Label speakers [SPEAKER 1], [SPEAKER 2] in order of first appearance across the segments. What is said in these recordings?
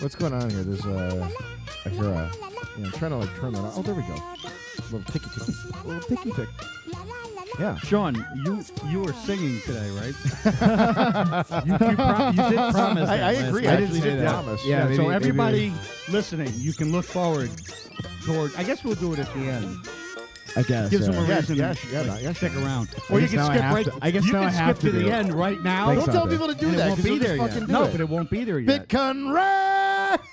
[SPEAKER 1] What's going on here? There's uh, I hear a. Yeah, I'm trying to like turn that on. Oh, there we go. Little ticky ticky. Little ticky tick. Yeah.
[SPEAKER 2] Sean, you you were singing today, right? you, you, prom- you did promise.
[SPEAKER 1] I, I
[SPEAKER 2] that
[SPEAKER 1] agree.
[SPEAKER 2] last
[SPEAKER 1] I
[SPEAKER 2] night.
[SPEAKER 1] actually
[SPEAKER 3] say
[SPEAKER 1] did
[SPEAKER 3] that.
[SPEAKER 1] promise.
[SPEAKER 3] Yeah, maybe-
[SPEAKER 2] so
[SPEAKER 3] maybe-
[SPEAKER 2] everybody listening, you can look forward toward. I guess we'll do it at the end.
[SPEAKER 3] I guess.
[SPEAKER 2] Gives
[SPEAKER 3] yeah.
[SPEAKER 2] them a
[SPEAKER 1] Yes,
[SPEAKER 2] reason
[SPEAKER 1] yes,
[SPEAKER 2] to
[SPEAKER 1] yeah,
[SPEAKER 2] like,
[SPEAKER 1] yes.
[SPEAKER 2] stick around,
[SPEAKER 3] I
[SPEAKER 2] or you
[SPEAKER 3] guess
[SPEAKER 2] can
[SPEAKER 3] now I
[SPEAKER 2] skip
[SPEAKER 3] have
[SPEAKER 2] right.
[SPEAKER 3] to- I guess
[SPEAKER 2] you
[SPEAKER 3] now
[SPEAKER 2] can
[SPEAKER 3] I
[SPEAKER 2] skip
[SPEAKER 3] have
[SPEAKER 2] to,
[SPEAKER 3] to
[SPEAKER 2] the
[SPEAKER 3] do it.
[SPEAKER 2] end right now.
[SPEAKER 3] Thanks,
[SPEAKER 1] Don't
[SPEAKER 3] It's
[SPEAKER 1] tell
[SPEAKER 3] out
[SPEAKER 1] people to do
[SPEAKER 2] and it
[SPEAKER 1] that
[SPEAKER 2] won't
[SPEAKER 1] because
[SPEAKER 2] be
[SPEAKER 1] they'll
[SPEAKER 2] there
[SPEAKER 1] just
[SPEAKER 2] yet.
[SPEAKER 1] fucking do
[SPEAKER 2] No,
[SPEAKER 1] it.
[SPEAKER 2] but it won't be there yet.
[SPEAKER 1] Bitcoin wreck.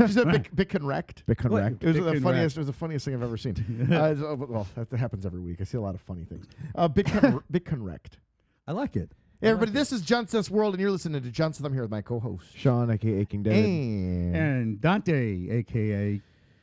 [SPEAKER 1] She said Bic- Bitcoin wrecked.
[SPEAKER 3] Bitcoin wrecked.
[SPEAKER 1] It was the
[SPEAKER 2] Bitcoin
[SPEAKER 1] funniest. It was the funniest thing I've ever seen. uh, it's- oh, well, that happens every week. I see a lot of funny things. Uh, Bitcoin, Bitcoin wrecked.
[SPEAKER 3] I like it.
[SPEAKER 1] Hey, everybody, this is Johnson's World, and you're listening to Johnson. I'm here with my co-host.
[SPEAKER 3] Sean, aka Aching Dead.
[SPEAKER 1] And,
[SPEAKER 2] And Dante, aka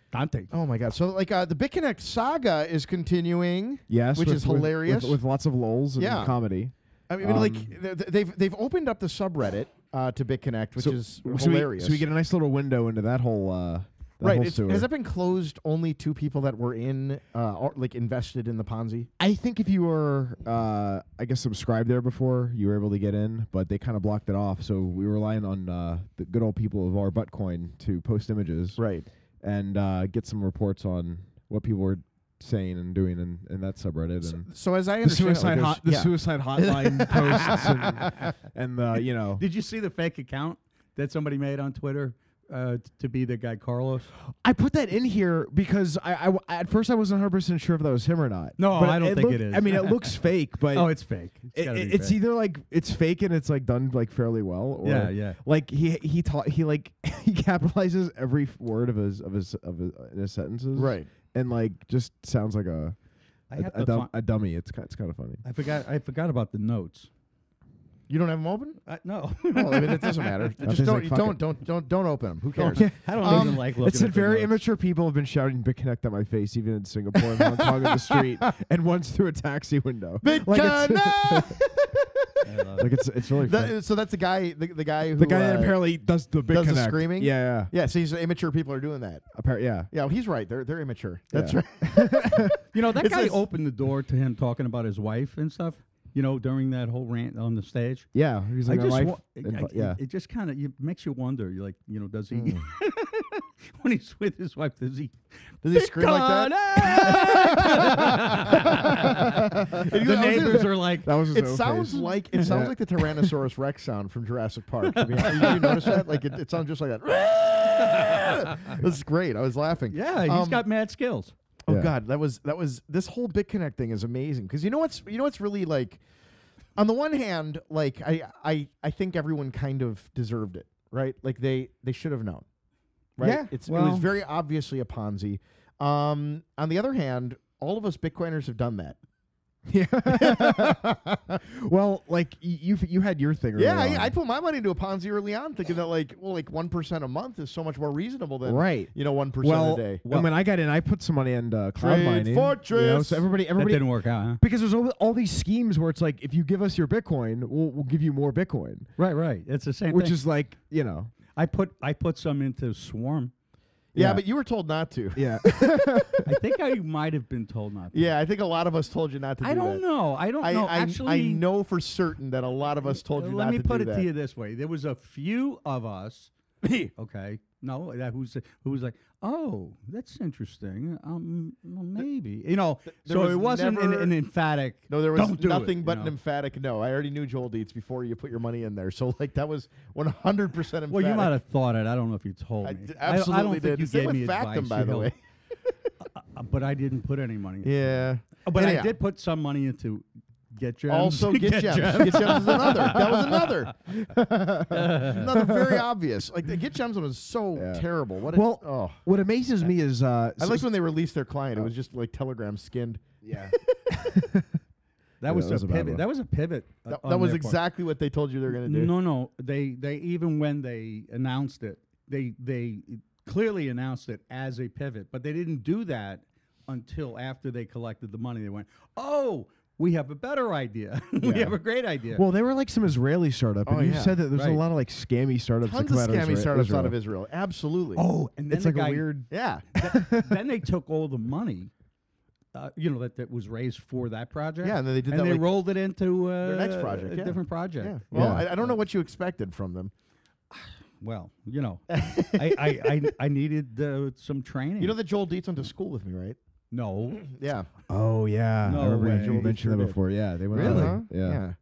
[SPEAKER 2] Dante.
[SPEAKER 1] oh my god, so like uh, the BitConnect saga is continuing.
[SPEAKER 3] Yes,
[SPEAKER 1] which
[SPEAKER 3] with-
[SPEAKER 1] is
[SPEAKER 3] with- with-
[SPEAKER 1] hilarious.
[SPEAKER 3] with, um, lots of lols and
[SPEAKER 1] Yeah.
[SPEAKER 3] comedy.
[SPEAKER 1] I mean, like th- th- they've they've opened up the subreddit uh, to BitConnect, which
[SPEAKER 3] so,
[SPEAKER 1] is
[SPEAKER 3] so we-
[SPEAKER 1] hilarious.
[SPEAKER 3] so We, get a nice little window into that whole. Uh, that
[SPEAKER 1] right.
[SPEAKER 3] Whole
[SPEAKER 1] it's-
[SPEAKER 3] sewer.
[SPEAKER 1] Has that been closed only to people that were in uh, or, like invested in the Ponzi?
[SPEAKER 3] I think if you were, uh, I guess, subscribed there before, you were able to get in, but they kind of blocked it off. So we were relying on uh, the good old people of our Buttcoin to post images
[SPEAKER 1] Right.
[SPEAKER 3] and uh, get some reports on what people were saying and doing in, in that subreddit.
[SPEAKER 1] So,
[SPEAKER 3] and
[SPEAKER 1] so as I
[SPEAKER 3] the
[SPEAKER 1] understand, it, like,
[SPEAKER 3] suicide,
[SPEAKER 1] there's-
[SPEAKER 3] hot, the
[SPEAKER 1] yeah.
[SPEAKER 3] suicide hotline posts and, and uh, you know
[SPEAKER 2] Did you see the fake account that somebody made on Twitter uh, t- to be the guy Carlos?
[SPEAKER 3] I put that in here because I, I w- at first I wasn't 100 percent sure if that was him or not.
[SPEAKER 2] No,
[SPEAKER 3] But
[SPEAKER 2] I don't think
[SPEAKER 3] looked-
[SPEAKER 2] it is.
[SPEAKER 3] I mean, it looks fake, but
[SPEAKER 2] Oh, it's fake. It's,
[SPEAKER 3] it,
[SPEAKER 2] gotta
[SPEAKER 3] it-
[SPEAKER 2] be
[SPEAKER 3] it's
[SPEAKER 2] fake.
[SPEAKER 3] either like it's fake and it's like done like fairly well, or
[SPEAKER 2] Yeah, yeah.
[SPEAKER 3] like he he taught he like he capitalizes every f- word of his of his of his, in his sentences,
[SPEAKER 1] Right.
[SPEAKER 3] And like just sounds like a
[SPEAKER 2] I
[SPEAKER 3] a-
[SPEAKER 2] have
[SPEAKER 3] a
[SPEAKER 2] to
[SPEAKER 3] dum-
[SPEAKER 2] fi-
[SPEAKER 3] a dummy. It's kind it's kind of funny.
[SPEAKER 2] I forgot. I forgot about the notes.
[SPEAKER 1] You don't have them open?
[SPEAKER 2] Uh, no,
[SPEAKER 1] well, I mean, it doesn't matter. Just
[SPEAKER 3] Nothing's
[SPEAKER 1] don't,
[SPEAKER 3] like,
[SPEAKER 1] you
[SPEAKER 3] fuck
[SPEAKER 1] don't,
[SPEAKER 3] it.
[SPEAKER 1] don't, don't, don't open them. Who
[SPEAKER 3] Oh,
[SPEAKER 1] cares?
[SPEAKER 3] yeah.
[SPEAKER 2] I don't
[SPEAKER 1] Um,
[SPEAKER 2] even like looking.
[SPEAKER 3] It said
[SPEAKER 2] at the
[SPEAKER 3] very
[SPEAKER 2] notes.
[SPEAKER 3] immature people have been shouting BitConnect at my face, even in Singapore and Hong Kong on the street, and once through a taxi window. Like, it's-
[SPEAKER 1] BitConnect!
[SPEAKER 2] I love it.
[SPEAKER 3] like it's it's really
[SPEAKER 1] That
[SPEAKER 3] fun.
[SPEAKER 1] is- so that's the guy, the, the guy who
[SPEAKER 3] the guy that
[SPEAKER 1] uh,
[SPEAKER 3] apparently does the big
[SPEAKER 1] does the
[SPEAKER 3] connect.
[SPEAKER 1] screaming?
[SPEAKER 3] Yeah, yeah,
[SPEAKER 1] yeah. So he's immature. People are doing that.
[SPEAKER 3] Appar- yeah.
[SPEAKER 1] Yeah, well, he's right. They're they're immature. That's
[SPEAKER 3] Yeah.
[SPEAKER 1] right.
[SPEAKER 2] You know, that
[SPEAKER 1] It
[SPEAKER 2] guy
[SPEAKER 1] says-
[SPEAKER 2] opened the door to him talking about his wife and stuff. You know, during that whole rant on the stage.
[SPEAKER 3] Yeah, he's like
[SPEAKER 2] I
[SPEAKER 3] my
[SPEAKER 2] just
[SPEAKER 3] life.
[SPEAKER 2] wa-
[SPEAKER 3] and
[SPEAKER 2] I-
[SPEAKER 3] fu-
[SPEAKER 2] it-
[SPEAKER 3] yeah,
[SPEAKER 2] it, just kind of makes you wonder. You're like, you know, does he when he's with his wife? Does he?
[SPEAKER 1] Does he scream like that?
[SPEAKER 2] the neighbors are like,
[SPEAKER 3] that was his
[SPEAKER 1] It
[SPEAKER 3] no
[SPEAKER 1] sounds
[SPEAKER 3] face.
[SPEAKER 1] like it sounds
[SPEAKER 3] Yeah.
[SPEAKER 1] like the Tyrannosaurus Rex sound from Jurassic Park. I mean, did you notice that? Like it, it sounds just like that. this is great. I was laughing.
[SPEAKER 2] yeah, he's
[SPEAKER 1] Um,
[SPEAKER 2] got mad skills.
[SPEAKER 1] Oh
[SPEAKER 3] Yeah.
[SPEAKER 1] God, that was that was this whole BitConnect thing is amazing because you know what's you know what's really like. On the one hand, like I I I think everyone kind of deserved it, right? Like they they should have known, right?
[SPEAKER 3] Yeah,
[SPEAKER 1] it's it
[SPEAKER 3] well-
[SPEAKER 1] was very obviously a Ponzi. Um, on the other hand, all of us Bitcoiners have done that.
[SPEAKER 3] Yeah. well, like y- you you had your thing.
[SPEAKER 1] Yeah,
[SPEAKER 3] early
[SPEAKER 1] I, I
[SPEAKER 3] on.
[SPEAKER 1] put my money into a Ponzi early on, thinking that like well, like one percent a month is so much more reasonable than
[SPEAKER 3] right.
[SPEAKER 1] you know one percent
[SPEAKER 3] Well,
[SPEAKER 1] a day.
[SPEAKER 3] I mean, I got in. I put some money in uh, cloud
[SPEAKER 1] Trade
[SPEAKER 3] mining. You know,
[SPEAKER 1] Fortress.
[SPEAKER 3] so everybody,
[SPEAKER 2] That
[SPEAKER 3] everybody,
[SPEAKER 2] didn't work out, huh?
[SPEAKER 3] because there's all, all these schemes where it's like, if you give us your Bitcoin, we'll, we'll give you more Bitcoin,
[SPEAKER 2] Right, right. It's the same.
[SPEAKER 3] which
[SPEAKER 2] thing.
[SPEAKER 3] is like, you know,
[SPEAKER 2] I put I put some into Swarm.
[SPEAKER 1] yeah,
[SPEAKER 3] yeah.
[SPEAKER 1] but you were told not to.
[SPEAKER 3] yeah.
[SPEAKER 2] I think I might have been told not. to.
[SPEAKER 1] Yeah, I think a lot of us told you not to.
[SPEAKER 2] I
[SPEAKER 1] do
[SPEAKER 2] don't
[SPEAKER 1] that.
[SPEAKER 2] know. I don't
[SPEAKER 1] I,
[SPEAKER 2] know.
[SPEAKER 1] I,
[SPEAKER 2] Actually, uh,
[SPEAKER 1] I know for certain that a lot of us told you
[SPEAKER 2] Let
[SPEAKER 1] not
[SPEAKER 2] me
[SPEAKER 1] to
[SPEAKER 2] put
[SPEAKER 1] do
[SPEAKER 2] it
[SPEAKER 1] that.
[SPEAKER 2] to you this way: there was a few of us. okay, no, that who's who was like, oh, that's interesting. Um, well, maybe you know.
[SPEAKER 1] there
[SPEAKER 2] so
[SPEAKER 1] was
[SPEAKER 2] it wasn't an,
[SPEAKER 1] never-
[SPEAKER 2] an emphatic.
[SPEAKER 1] No, there was
[SPEAKER 2] Don't do it,
[SPEAKER 1] nothing
[SPEAKER 2] you
[SPEAKER 1] but an
[SPEAKER 2] know.
[SPEAKER 1] emphatic no. I already knew Joel Dietz before you put your money in there, so like that was one hundred percent emphatic.
[SPEAKER 2] Well, you might have thought it. I don't know if you told
[SPEAKER 1] I
[SPEAKER 2] me.
[SPEAKER 1] d-
[SPEAKER 2] I don't- I,
[SPEAKER 1] absolutely
[SPEAKER 2] don't think
[SPEAKER 1] did.
[SPEAKER 2] you
[SPEAKER 1] Same
[SPEAKER 2] gave
[SPEAKER 1] with
[SPEAKER 2] me
[SPEAKER 1] Factum,
[SPEAKER 2] advice.
[SPEAKER 1] by
[SPEAKER 2] you
[SPEAKER 1] the
[SPEAKER 2] know.
[SPEAKER 1] way.
[SPEAKER 2] Uh, but I didn't put any money. in.
[SPEAKER 1] Yeah,
[SPEAKER 2] Uh, But I
[SPEAKER 1] Anyhow.
[SPEAKER 2] did put some money into get gems.
[SPEAKER 1] Also, get, gems. Get gems is another. That was another. another very obvious. Like the get gems one was so
[SPEAKER 3] Yeah.
[SPEAKER 1] terrible. What? A,
[SPEAKER 3] Well,
[SPEAKER 1] oh,
[SPEAKER 3] what amazes me is, uh,
[SPEAKER 1] I
[SPEAKER 3] so-
[SPEAKER 1] liked when they released their client. It was just like Telegram skinned.
[SPEAKER 3] yeah.
[SPEAKER 2] That was,
[SPEAKER 3] that was a
[SPEAKER 2] a
[SPEAKER 3] bad
[SPEAKER 2] pivot.
[SPEAKER 3] one.
[SPEAKER 2] That was a pivot. uh,
[SPEAKER 1] That,
[SPEAKER 2] on
[SPEAKER 1] that was
[SPEAKER 2] their part.
[SPEAKER 1] exactly what they told you they were gonna do.
[SPEAKER 2] No, no. They they even when they announced it, they they clearly announced it as a pivot, but they didn't do that until after they collected the money. They went, "Oh, we have a better idea. we
[SPEAKER 3] Yeah.
[SPEAKER 2] have a great idea."
[SPEAKER 3] Well, they were like some Israeli startup, and
[SPEAKER 1] Oh,
[SPEAKER 3] you
[SPEAKER 1] yeah.
[SPEAKER 3] said that there's
[SPEAKER 2] Right.
[SPEAKER 3] a lot of like scammy startups. that
[SPEAKER 1] Tons of
[SPEAKER 3] come out
[SPEAKER 1] scammy
[SPEAKER 3] Isra-
[SPEAKER 1] startups
[SPEAKER 3] Israel.
[SPEAKER 1] out of Israel. Absolutely.
[SPEAKER 2] oh, and then
[SPEAKER 3] It's
[SPEAKER 2] the
[SPEAKER 3] like
[SPEAKER 2] guy-
[SPEAKER 3] a weird.
[SPEAKER 1] yeah.
[SPEAKER 2] then they took all the money. Uh, you know that, that was raised for that project.
[SPEAKER 1] Yeah, and then they did
[SPEAKER 2] and
[SPEAKER 1] that,
[SPEAKER 2] they
[SPEAKER 1] like,
[SPEAKER 2] rolled it into uh,
[SPEAKER 1] next project,
[SPEAKER 2] a
[SPEAKER 1] yeah.
[SPEAKER 2] different project.
[SPEAKER 1] Well,
[SPEAKER 3] Yeah.
[SPEAKER 1] I, I don't know what you expected from them.
[SPEAKER 2] well, you know, I, I, I, I needed uh, some training.
[SPEAKER 1] You know Mm. that Joel Dietz went to school with me, right? Uh-huh.
[SPEAKER 2] no,
[SPEAKER 1] Yeah.
[SPEAKER 3] Oh yeah,
[SPEAKER 2] No
[SPEAKER 3] I remember
[SPEAKER 2] way.
[SPEAKER 3] you
[SPEAKER 1] Joel
[SPEAKER 3] mentioned
[SPEAKER 1] Dietz
[SPEAKER 3] that
[SPEAKER 1] did.
[SPEAKER 3] before. Yeah, they went.
[SPEAKER 2] Really?
[SPEAKER 3] out. Uh-huh. Yeah.
[SPEAKER 1] yeah.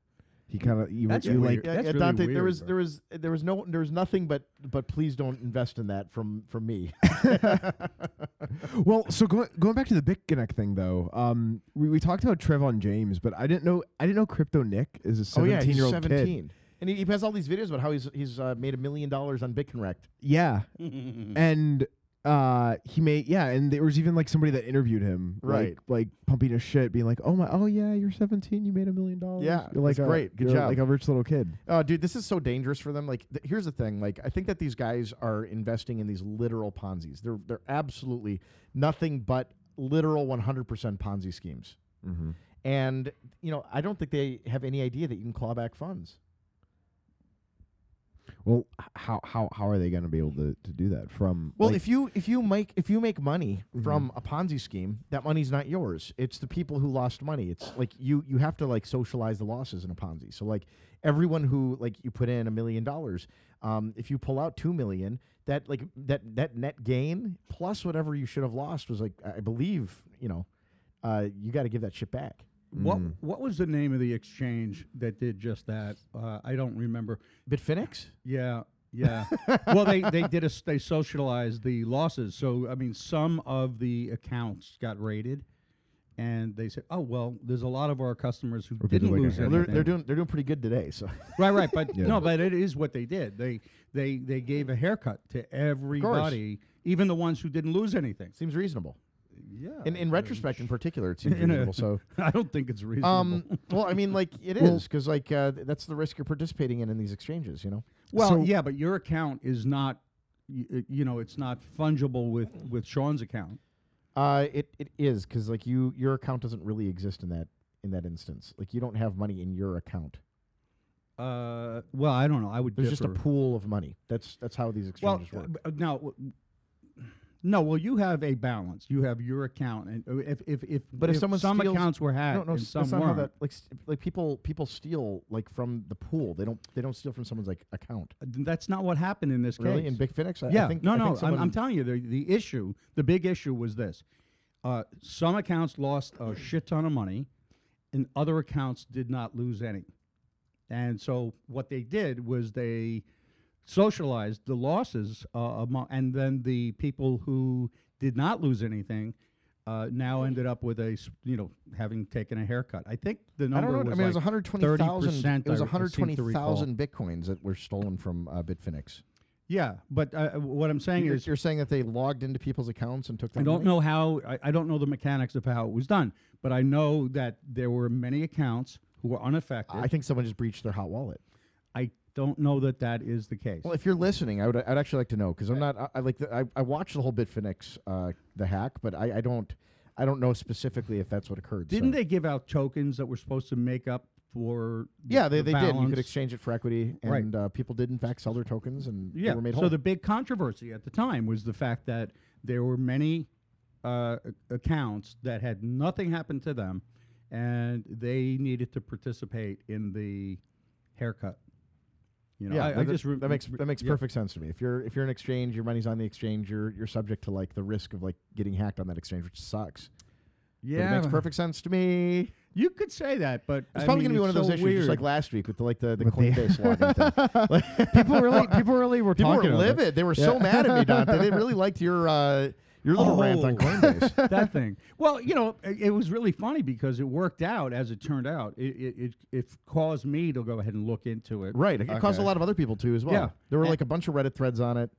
[SPEAKER 3] he kind of you,
[SPEAKER 2] That's
[SPEAKER 3] you
[SPEAKER 2] weird.
[SPEAKER 3] like
[SPEAKER 1] Yeah,
[SPEAKER 2] That's
[SPEAKER 1] yeah,
[SPEAKER 2] really
[SPEAKER 1] Dante, there
[SPEAKER 2] weird,
[SPEAKER 1] was
[SPEAKER 2] bro.
[SPEAKER 1] there was there was no there was nothing but but please don't invest in that from from me.
[SPEAKER 3] Well, so going going back to the BitConnect thing though, um, we, we talked about Trevon James, but I didn't know I didn't know Crypto Nick is a
[SPEAKER 1] Oh,
[SPEAKER 2] Oh,
[SPEAKER 3] seventeen year old kid.
[SPEAKER 1] and he, he has all these videos about how he's he's uh, made a million dollars on BitConnect.
[SPEAKER 3] Yeah,
[SPEAKER 2] and
[SPEAKER 3] and uh, he made yeah, and there was even like somebody that interviewed him, like-
[SPEAKER 1] Right.
[SPEAKER 3] Like, pumping his shit, being like, "Oh my, oh yeah, you're seventeen, you made a million dollars.
[SPEAKER 1] Yeah,
[SPEAKER 3] you're like
[SPEAKER 1] that's
[SPEAKER 3] a,
[SPEAKER 1] great. Good
[SPEAKER 3] you're
[SPEAKER 1] job."
[SPEAKER 3] like a rich little kid.
[SPEAKER 1] Oh, dude, this is so dangerous for them. Like, th- here's the thing. Like, I think that these guys are investing in these literal Ponzi's. They're they're absolutely nothing but literal 100% Ponzi schemes.
[SPEAKER 3] Mm-hmm.
[SPEAKER 1] And you know, I don't think they have any idea that you can claw back funds.
[SPEAKER 3] Well, h- how how how are they going to be able to, to do that from?
[SPEAKER 1] Well,
[SPEAKER 3] like-
[SPEAKER 1] if you if you make if you make money from a Ponzi scheme, that money's not yours. It's the people who lost money. It's like you you have to like socialize the losses in a Ponzi. So like everyone who like you put in a million dollars, um, if you pull out two million, that like that that net gain plus whatever you should have lost was like I I believe you know, uh, you got to give that shit back.
[SPEAKER 2] what what was the name of the exchange that did just that? Uh, I don't remember.
[SPEAKER 1] Bitfinex.
[SPEAKER 2] Yeah, yeah. well, they they did a s- they socialized the losses. So I mean, some of the accounts got raided, and they said, "Oh well, there's a lot of our customers who
[SPEAKER 3] Or they did
[SPEAKER 2] didn't
[SPEAKER 3] like a
[SPEAKER 2] lose
[SPEAKER 3] haircut.
[SPEAKER 1] Well,
[SPEAKER 2] anything."
[SPEAKER 1] they're, they're doing they're doing pretty good today. So
[SPEAKER 2] right, right. But
[SPEAKER 3] Yeah.
[SPEAKER 2] no, but it is what they did. They they they gave a haircut to everybody, even the ones who didn't lose anything.
[SPEAKER 1] seems reasonable.
[SPEAKER 2] Yeah.
[SPEAKER 1] In in retrospect, in particular, it seems
[SPEAKER 2] In a-
[SPEAKER 1] reasonable. So.
[SPEAKER 2] I don't think it's reasonable.
[SPEAKER 1] Um, well, I mean, like it is because like uh, th- that's the risk you're participating in in these exchanges. You know,
[SPEAKER 2] well,
[SPEAKER 3] so-
[SPEAKER 2] yeah, but your account is not, you, you know, it's not fungible with with Sean's account.
[SPEAKER 1] uh, it it is because like you your account doesn't really exist in that in that instance. Like you don't have money in your account.
[SPEAKER 2] Uh, well, I don't know. I would
[SPEAKER 1] There's just
[SPEAKER 2] differ.
[SPEAKER 1] a pool of money. That's that's how these
[SPEAKER 2] well,
[SPEAKER 1] exchanges
[SPEAKER 2] uh,
[SPEAKER 1] work.
[SPEAKER 2] b- uh, now, w- no, well, you have a balance. You have your account, and uh, if if if
[SPEAKER 1] But if someone
[SPEAKER 2] some
[SPEAKER 1] steals-
[SPEAKER 2] accounts were hacked
[SPEAKER 1] No, no,
[SPEAKER 2] and
[SPEAKER 1] s-
[SPEAKER 2] some
[SPEAKER 1] that's not how
[SPEAKER 2] weren't,
[SPEAKER 1] that like st- like people people steal like from the pool. They don't they don't steal from someone's like account.
[SPEAKER 2] uh, th- that's not what happened in this
[SPEAKER 1] Really,
[SPEAKER 2] case.
[SPEAKER 1] in Big Phoenix, I, I
[SPEAKER 2] yeah,
[SPEAKER 1] think,
[SPEAKER 2] no,
[SPEAKER 1] I
[SPEAKER 2] no,
[SPEAKER 1] think
[SPEAKER 2] I'm, I'm
[SPEAKER 1] someone-
[SPEAKER 2] telling you, the the issue, the big issue was this: uh, some accounts lost a shit ton of money, and other accounts did not lose any. And so what they did was they socialized the losses uh, among, and then the people who did not lose anything uh, now ended up with a s- you know having taken a haircut. I think the
[SPEAKER 1] I
[SPEAKER 2] number
[SPEAKER 1] don't know. I mean,
[SPEAKER 2] was
[SPEAKER 1] it was
[SPEAKER 2] like
[SPEAKER 1] 120,000.
[SPEAKER 2] 30%,
[SPEAKER 1] It was
[SPEAKER 2] I re- I seem to recall.
[SPEAKER 1] 120,000 bitcoins that were stolen from uh, Bitfinex.
[SPEAKER 2] yeah. But uh, what I'm saying
[SPEAKER 1] You're,
[SPEAKER 2] is,
[SPEAKER 1] you're saying that they logged into people's accounts and took.
[SPEAKER 2] I
[SPEAKER 1] Their
[SPEAKER 2] don't
[SPEAKER 1] money?
[SPEAKER 2] know how. I, I don't know the mechanics of how it was done, but I know that there were many accounts who were unaffected.
[SPEAKER 1] I
[SPEAKER 2] I,
[SPEAKER 1] think someone just breached their hot wallet.
[SPEAKER 2] don't know that that is the case.
[SPEAKER 1] Well, if you're listening, I would I'd actually like to know because I'm not I, I like the, I I watched the whole Bitfinex uh, the hack, but I, I don't I don't know specifically if that's what occurred.
[SPEAKER 2] Didn't
[SPEAKER 1] so.
[SPEAKER 2] they give out tokens that were supposed to make up for? the-
[SPEAKER 1] Yeah, they,
[SPEAKER 2] the
[SPEAKER 1] they did. You could
[SPEAKER 2] balance?
[SPEAKER 1] exchange it for equity,
[SPEAKER 2] Right.
[SPEAKER 1] and uh, people did in fact sell their tokens, and
[SPEAKER 2] Yeah.
[SPEAKER 1] they were made
[SPEAKER 2] so
[SPEAKER 1] whole.
[SPEAKER 2] the big controversy at the time was the fact that there were many uh, ac- accounts that had nothing happened to them, and they needed to participate in the haircut. You know,
[SPEAKER 1] yeah,
[SPEAKER 2] I, I
[SPEAKER 1] that,
[SPEAKER 2] just re-
[SPEAKER 1] that makes that makes
[SPEAKER 2] yeah.
[SPEAKER 1] perfect sense to me. If you're if you're an exchange, your money's on the exchange, you're you're subject to like the risk of like getting hacked on that exchange, which sucks. But
[SPEAKER 2] Yeah,
[SPEAKER 1] it makes perfect sense to me.
[SPEAKER 2] You could say that, but
[SPEAKER 1] It's
[SPEAKER 2] I
[SPEAKER 1] probably gonna
[SPEAKER 2] mean,
[SPEAKER 1] be one of
[SPEAKER 2] it's
[SPEAKER 1] those
[SPEAKER 2] so
[SPEAKER 1] issues, just like
[SPEAKER 2] weird.
[SPEAKER 1] last week with the, like the the
[SPEAKER 3] With the-
[SPEAKER 1] Coinbase login thing.
[SPEAKER 3] people really people really were
[SPEAKER 1] People were
[SPEAKER 3] talking about it.
[SPEAKER 1] livid. They were so mad at me, Dante. They really liked your uh, your little rant on
[SPEAKER 2] Oh.
[SPEAKER 1] Coinbase.
[SPEAKER 2] that thing. Well, you know, i- it was really funny because it worked out as it turned out. It it, it, it caused me to go ahead and look into it.
[SPEAKER 1] right. It caused a lot of other people too as well.
[SPEAKER 2] Yeah.
[SPEAKER 1] There were
[SPEAKER 2] And-
[SPEAKER 1] like a bunch of Reddit threads on it.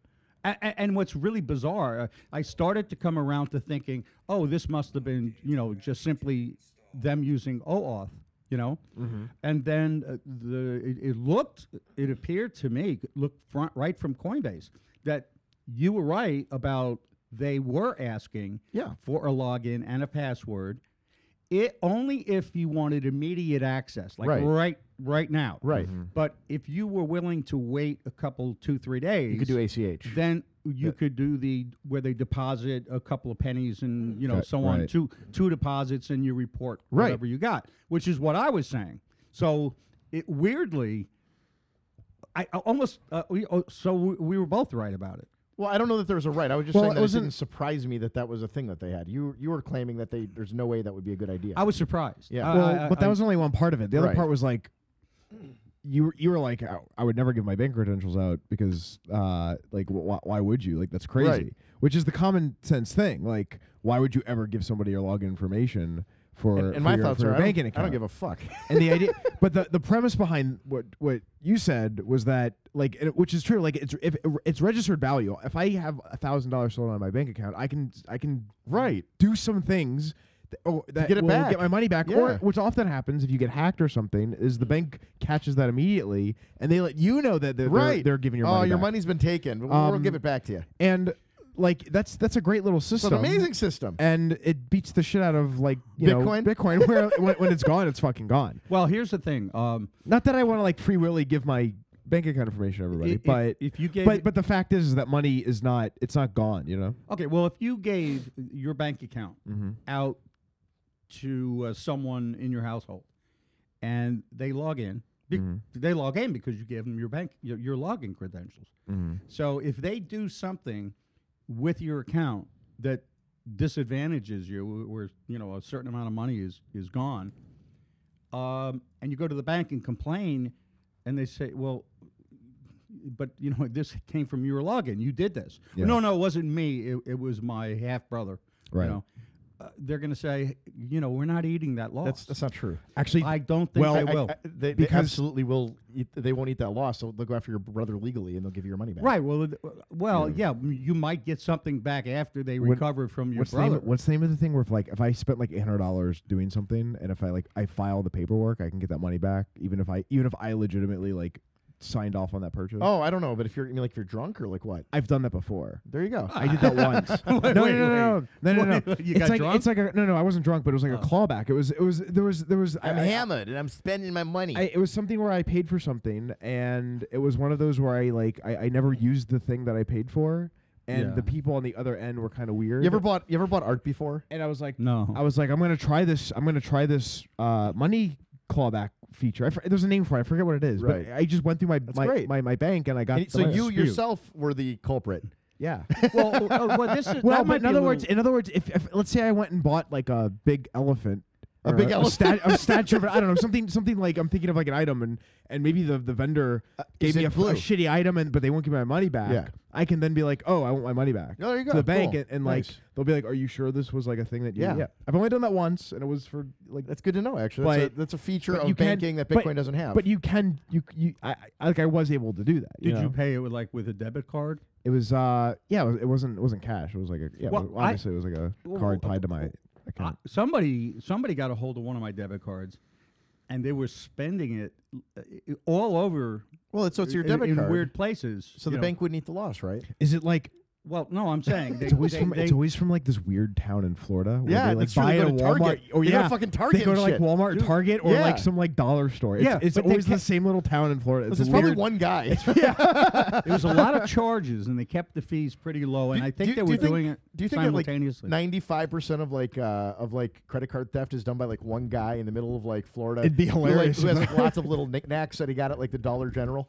[SPEAKER 2] And, and what's really bizarre, uh, I started to come around to thinking, oh, this must have been, you know, just simply them using OAuth, you know,
[SPEAKER 1] Mm-hmm.
[SPEAKER 2] and then uh, the it, it looked, it appeared to me, looked front, right from Coinbase that you were right about they were asking
[SPEAKER 1] Yeah.
[SPEAKER 2] for a login and a password. It only if you wanted immediate access, like
[SPEAKER 1] Right.
[SPEAKER 2] right right, now.
[SPEAKER 1] Right.
[SPEAKER 2] But if you were willing to wait a couple, two, three days,
[SPEAKER 1] You could do ACH.
[SPEAKER 2] then you could do the where they deposit a couple of pennies and you know
[SPEAKER 3] Got-
[SPEAKER 2] so on
[SPEAKER 3] right.
[SPEAKER 2] two two deposits and you report
[SPEAKER 1] Right.
[SPEAKER 2] whatever you got which is what i was saying so it weirdly I, I almost uh, we, oh, so we, we were both right about it.
[SPEAKER 1] Well, I don't know that there was a right. I was just
[SPEAKER 3] Well,
[SPEAKER 1] saying
[SPEAKER 3] it
[SPEAKER 1] that it,
[SPEAKER 3] wasn't-
[SPEAKER 1] didn't surprise me that that was a thing that they had. You you were claiming that they there's no way that would be a good idea.
[SPEAKER 2] I was surprised.
[SPEAKER 1] Yeah.
[SPEAKER 2] I-
[SPEAKER 3] well,
[SPEAKER 2] I- I-
[SPEAKER 3] but that
[SPEAKER 2] I-
[SPEAKER 3] was only one part of it. The other
[SPEAKER 1] Right.
[SPEAKER 3] part was like, you were- you were like, I, I would never give my bank credentials out because, uh, like, wh- why would you? Like, that's crazy.
[SPEAKER 1] Right.
[SPEAKER 3] Which is the common sense thing. Like, why would you ever give somebody your login information for,
[SPEAKER 1] and, and
[SPEAKER 3] for
[SPEAKER 1] my
[SPEAKER 3] your,
[SPEAKER 1] thoughts
[SPEAKER 3] for your
[SPEAKER 1] are I don't,
[SPEAKER 3] banking
[SPEAKER 1] I
[SPEAKER 3] account?
[SPEAKER 1] don't give a fuck.
[SPEAKER 3] and the idea but the, the premise behind what what you said was that like and it- which is true like it's if it's registered value if i have a thousand dollars sold on my bank account i can i can
[SPEAKER 1] Right.
[SPEAKER 3] do some things that, oh, that
[SPEAKER 1] get it
[SPEAKER 3] will
[SPEAKER 1] back.
[SPEAKER 3] get my money back or
[SPEAKER 1] Yeah.
[SPEAKER 3] which often happens if you get hacked or something is the bank catches that immediately and they let you know that they're, they're-
[SPEAKER 1] right.
[SPEAKER 3] they're, giving your
[SPEAKER 1] oh,
[SPEAKER 3] money
[SPEAKER 1] your
[SPEAKER 3] back.
[SPEAKER 1] money's been taken. We'll, we'll
[SPEAKER 3] Um,
[SPEAKER 1] give it back to you.
[SPEAKER 3] and like that's that's a great little
[SPEAKER 1] It's
[SPEAKER 3] system
[SPEAKER 1] an amazing system.
[SPEAKER 3] and it beats the shit out of like you
[SPEAKER 1] Bitcoin?
[SPEAKER 3] know bitcoin where when, when it's gone it's fucking gone
[SPEAKER 2] well, here's the thing. Um,
[SPEAKER 3] Not that I want to like free willy give my bank account information to everybody,
[SPEAKER 2] if,
[SPEAKER 3] but
[SPEAKER 2] if you gave
[SPEAKER 3] but but the fact is, is that money is not it's not gone. You know,
[SPEAKER 2] Okay, well, if you gave your bank account out to uh, someone in your household, and they log in, be- they log in because you gave them your bank your, your login credentials. So if they do something with your account that disadvantages you, wh- where you know a certain amount of money is is gone, um, and you go to the bank and complain, and they say, well. But you know this came from your login. You did this.
[SPEAKER 3] Yeah.
[SPEAKER 2] No, no, it wasn't me. It, it was my half brother.
[SPEAKER 3] Right.
[SPEAKER 2] You know, uh, they're going to say, you know, we're not eating that loss.
[SPEAKER 1] That's that's not true.
[SPEAKER 3] actually,
[SPEAKER 2] I don't think
[SPEAKER 3] Well,
[SPEAKER 2] they
[SPEAKER 3] I-
[SPEAKER 2] will.
[SPEAKER 1] they, they
[SPEAKER 3] Because-
[SPEAKER 1] absolutely will. Eat, they won't eat that loss. So they'll go after your brother legally, and they'll give you your money back.
[SPEAKER 2] Right. Well, it- well, yeah. m- You might get something back after they
[SPEAKER 3] When-
[SPEAKER 2] recover from your
[SPEAKER 3] what's the, name,
[SPEAKER 2] brother.
[SPEAKER 3] of- what's the name of the thing where if like if I spent like eight hundred dollars doing something, and if I like I file the paperwork, I can get that money back, even if I even if I legitimately like signed off on that purchase.
[SPEAKER 1] Oh, I don't know, but if you're I mean, like if you're drunk or like what,
[SPEAKER 3] I've done that before.
[SPEAKER 1] there you go.
[SPEAKER 3] I did that once. no, no,
[SPEAKER 2] wait,
[SPEAKER 3] no, no, no, no, no, no.
[SPEAKER 2] Wait, you
[SPEAKER 3] it's
[SPEAKER 2] got
[SPEAKER 3] like
[SPEAKER 2] drunk? Oh.
[SPEAKER 3] it's like a, no, no. I wasn't drunk, but it was like a clawback. It was it was there was there was I, I-
[SPEAKER 1] hammered and I'm spending my money.
[SPEAKER 3] I, it was something where I paid for something, and it was one of those where I like I, I never used the thing that I paid for, and
[SPEAKER 2] Yeah.
[SPEAKER 3] the people on the other end were kind of weird.
[SPEAKER 1] you ever bought you ever bought art before?
[SPEAKER 3] and I was like,
[SPEAKER 2] no.
[SPEAKER 3] I was like, I'm gonna try this. I'm gonna try this uh, money clawback feature. I fr- there's a name for it. I forget what it is,
[SPEAKER 1] Right.
[SPEAKER 3] but I just went through my my,
[SPEAKER 1] great.
[SPEAKER 3] my my bank and I got
[SPEAKER 1] And so
[SPEAKER 3] the
[SPEAKER 1] you
[SPEAKER 3] dispute.
[SPEAKER 1] yourself were the culprit.
[SPEAKER 3] yeah.
[SPEAKER 2] well, uh, well, this is,
[SPEAKER 3] well,
[SPEAKER 2] that
[SPEAKER 3] but in
[SPEAKER 2] might be a
[SPEAKER 3] other
[SPEAKER 2] little-
[SPEAKER 3] words, in other words, if, if let's say I went and bought like a big elephant.
[SPEAKER 1] A
[SPEAKER 3] or
[SPEAKER 1] big
[SPEAKER 3] a,
[SPEAKER 1] elephant.
[SPEAKER 3] stat- a statue of I don't know something something like I'm thinking of like an item and and maybe the, the vendor
[SPEAKER 1] is
[SPEAKER 3] gave me
[SPEAKER 1] it
[SPEAKER 3] a, f- a
[SPEAKER 1] blue?
[SPEAKER 3] shitty item and but they won't give me my money back.
[SPEAKER 1] Yeah.
[SPEAKER 3] I can then be like, oh, I want my money back.
[SPEAKER 1] Oh, there you go.
[SPEAKER 3] To the bank
[SPEAKER 1] Cool.
[SPEAKER 3] and, and like
[SPEAKER 1] Nice.
[SPEAKER 3] they'll be like, are you sure this was like a thing that you?
[SPEAKER 1] Yeah.
[SPEAKER 3] I've only done that once and it was for like.
[SPEAKER 1] That's good to know. Actually, that's,
[SPEAKER 3] But-
[SPEAKER 1] a, that's a feature
[SPEAKER 3] but
[SPEAKER 1] of
[SPEAKER 3] you can-
[SPEAKER 1] banking that
[SPEAKER 3] but-
[SPEAKER 1] Bitcoin doesn't have.
[SPEAKER 3] But you can you you I, I like I was able to do that.
[SPEAKER 2] did
[SPEAKER 3] know?
[SPEAKER 2] you pay it with like with a debit card?
[SPEAKER 3] It was uh yeah it, was, it wasn't it wasn't cash. It was like a yeah
[SPEAKER 2] Well,
[SPEAKER 3] it was,
[SPEAKER 2] I-
[SPEAKER 3] obviously it was like a
[SPEAKER 2] Well,
[SPEAKER 3] card
[SPEAKER 2] well,
[SPEAKER 3] tied to my
[SPEAKER 2] well,
[SPEAKER 3] account.
[SPEAKER 2] I- somebody somebody got a hold of one of my debit cards, and they were spending it uh, i- all over.
[SPEAKER 1] well, it's, so it's your
[SPEAKER 2] in-
[SPEAKER 1] debit
[SPEAKER 2] in
[SPEAKER 1] card.
[SPEAKER 2] weird places.
[SPEAKER 1] so
[SPEAKER 2] you
[SPEAKER 1] the
[SPEAKER 2] know.
[SPEAKER 1] bank wouldn't eat the loss, right?
[SPEAKER 3] Is it like
[SPEAKER 2] Well, no, I'm saying they,
[SPEAKER 3] It's always
[SPEAKER 2] they-
[SPEAKER 3] from it's
[SPEAKER 2] they-
[SPEAKER 3] always from like this weird town in Florida. Where
[SPEAKER 1] Yeah,
[SPEAKER 3] they, like
[SPEAKER 1] that's true.
[SPEAKER 3] buy
[SPEAKER 1] They
[SPEAKER 3] it
[SPEAKER 1] go
[SPEAKER 3] at
[SPEAKER 1] to
[SPEAKER 3] Walmart.
[SPEAKER 1] Target.
[SPEAKER 3] Oh
[SPEAKER 1] They
[SPEAKER 3] yeah,
[SPEAKER 1] go to fucking Target
[SPEAKER 3] They go to
[SPEAKER 1] and
[SPEAKER 3] like
[SPEAKER 1] shit.
[SPEAKER 3] Walmart,
[SPEAKER 2] Dude.
[SPEAKER 3] Target, or
[SPEAKER 1] Yeah.
[SPEAKER 3] like some like dollar store. It's,
[SPEAKER 2] Yeah,
[SPEAKER 3] it's
[SPEAKER 2] but
[SPEAKER 1] they
[SPEAKER 3] always the
[SPEAKER 1] can't-
[SPEAKER 3] same little town in Florida. It's
[SPEAKER 1] This is probably
[SPEAKER 3] weird.
[SPEAKER 1] one guy.
[SPEAKER 2] There was a lot of charges, and they kept the fees pretty low. And I think they were doing
[SPEAKER 1] think,
[SPEAKER 2] it
[SPEAKER 1] Do you think that
[SPEAKER 2] simultaneously.
[SPEAKER 1] like ninety-five percent of like uh, of like credit card theft is done by like one guy in the middle of like Florida?
[SPEAKER 3] It'd be
[SPEAKER 1] who, like,
[SPEAKER 3] hilarious
[SPEAKER 1] Who,
[SPEAKER 3] if
[SPEAKER 1] has like, lots of little knickknacks that he got at like the Dollar General,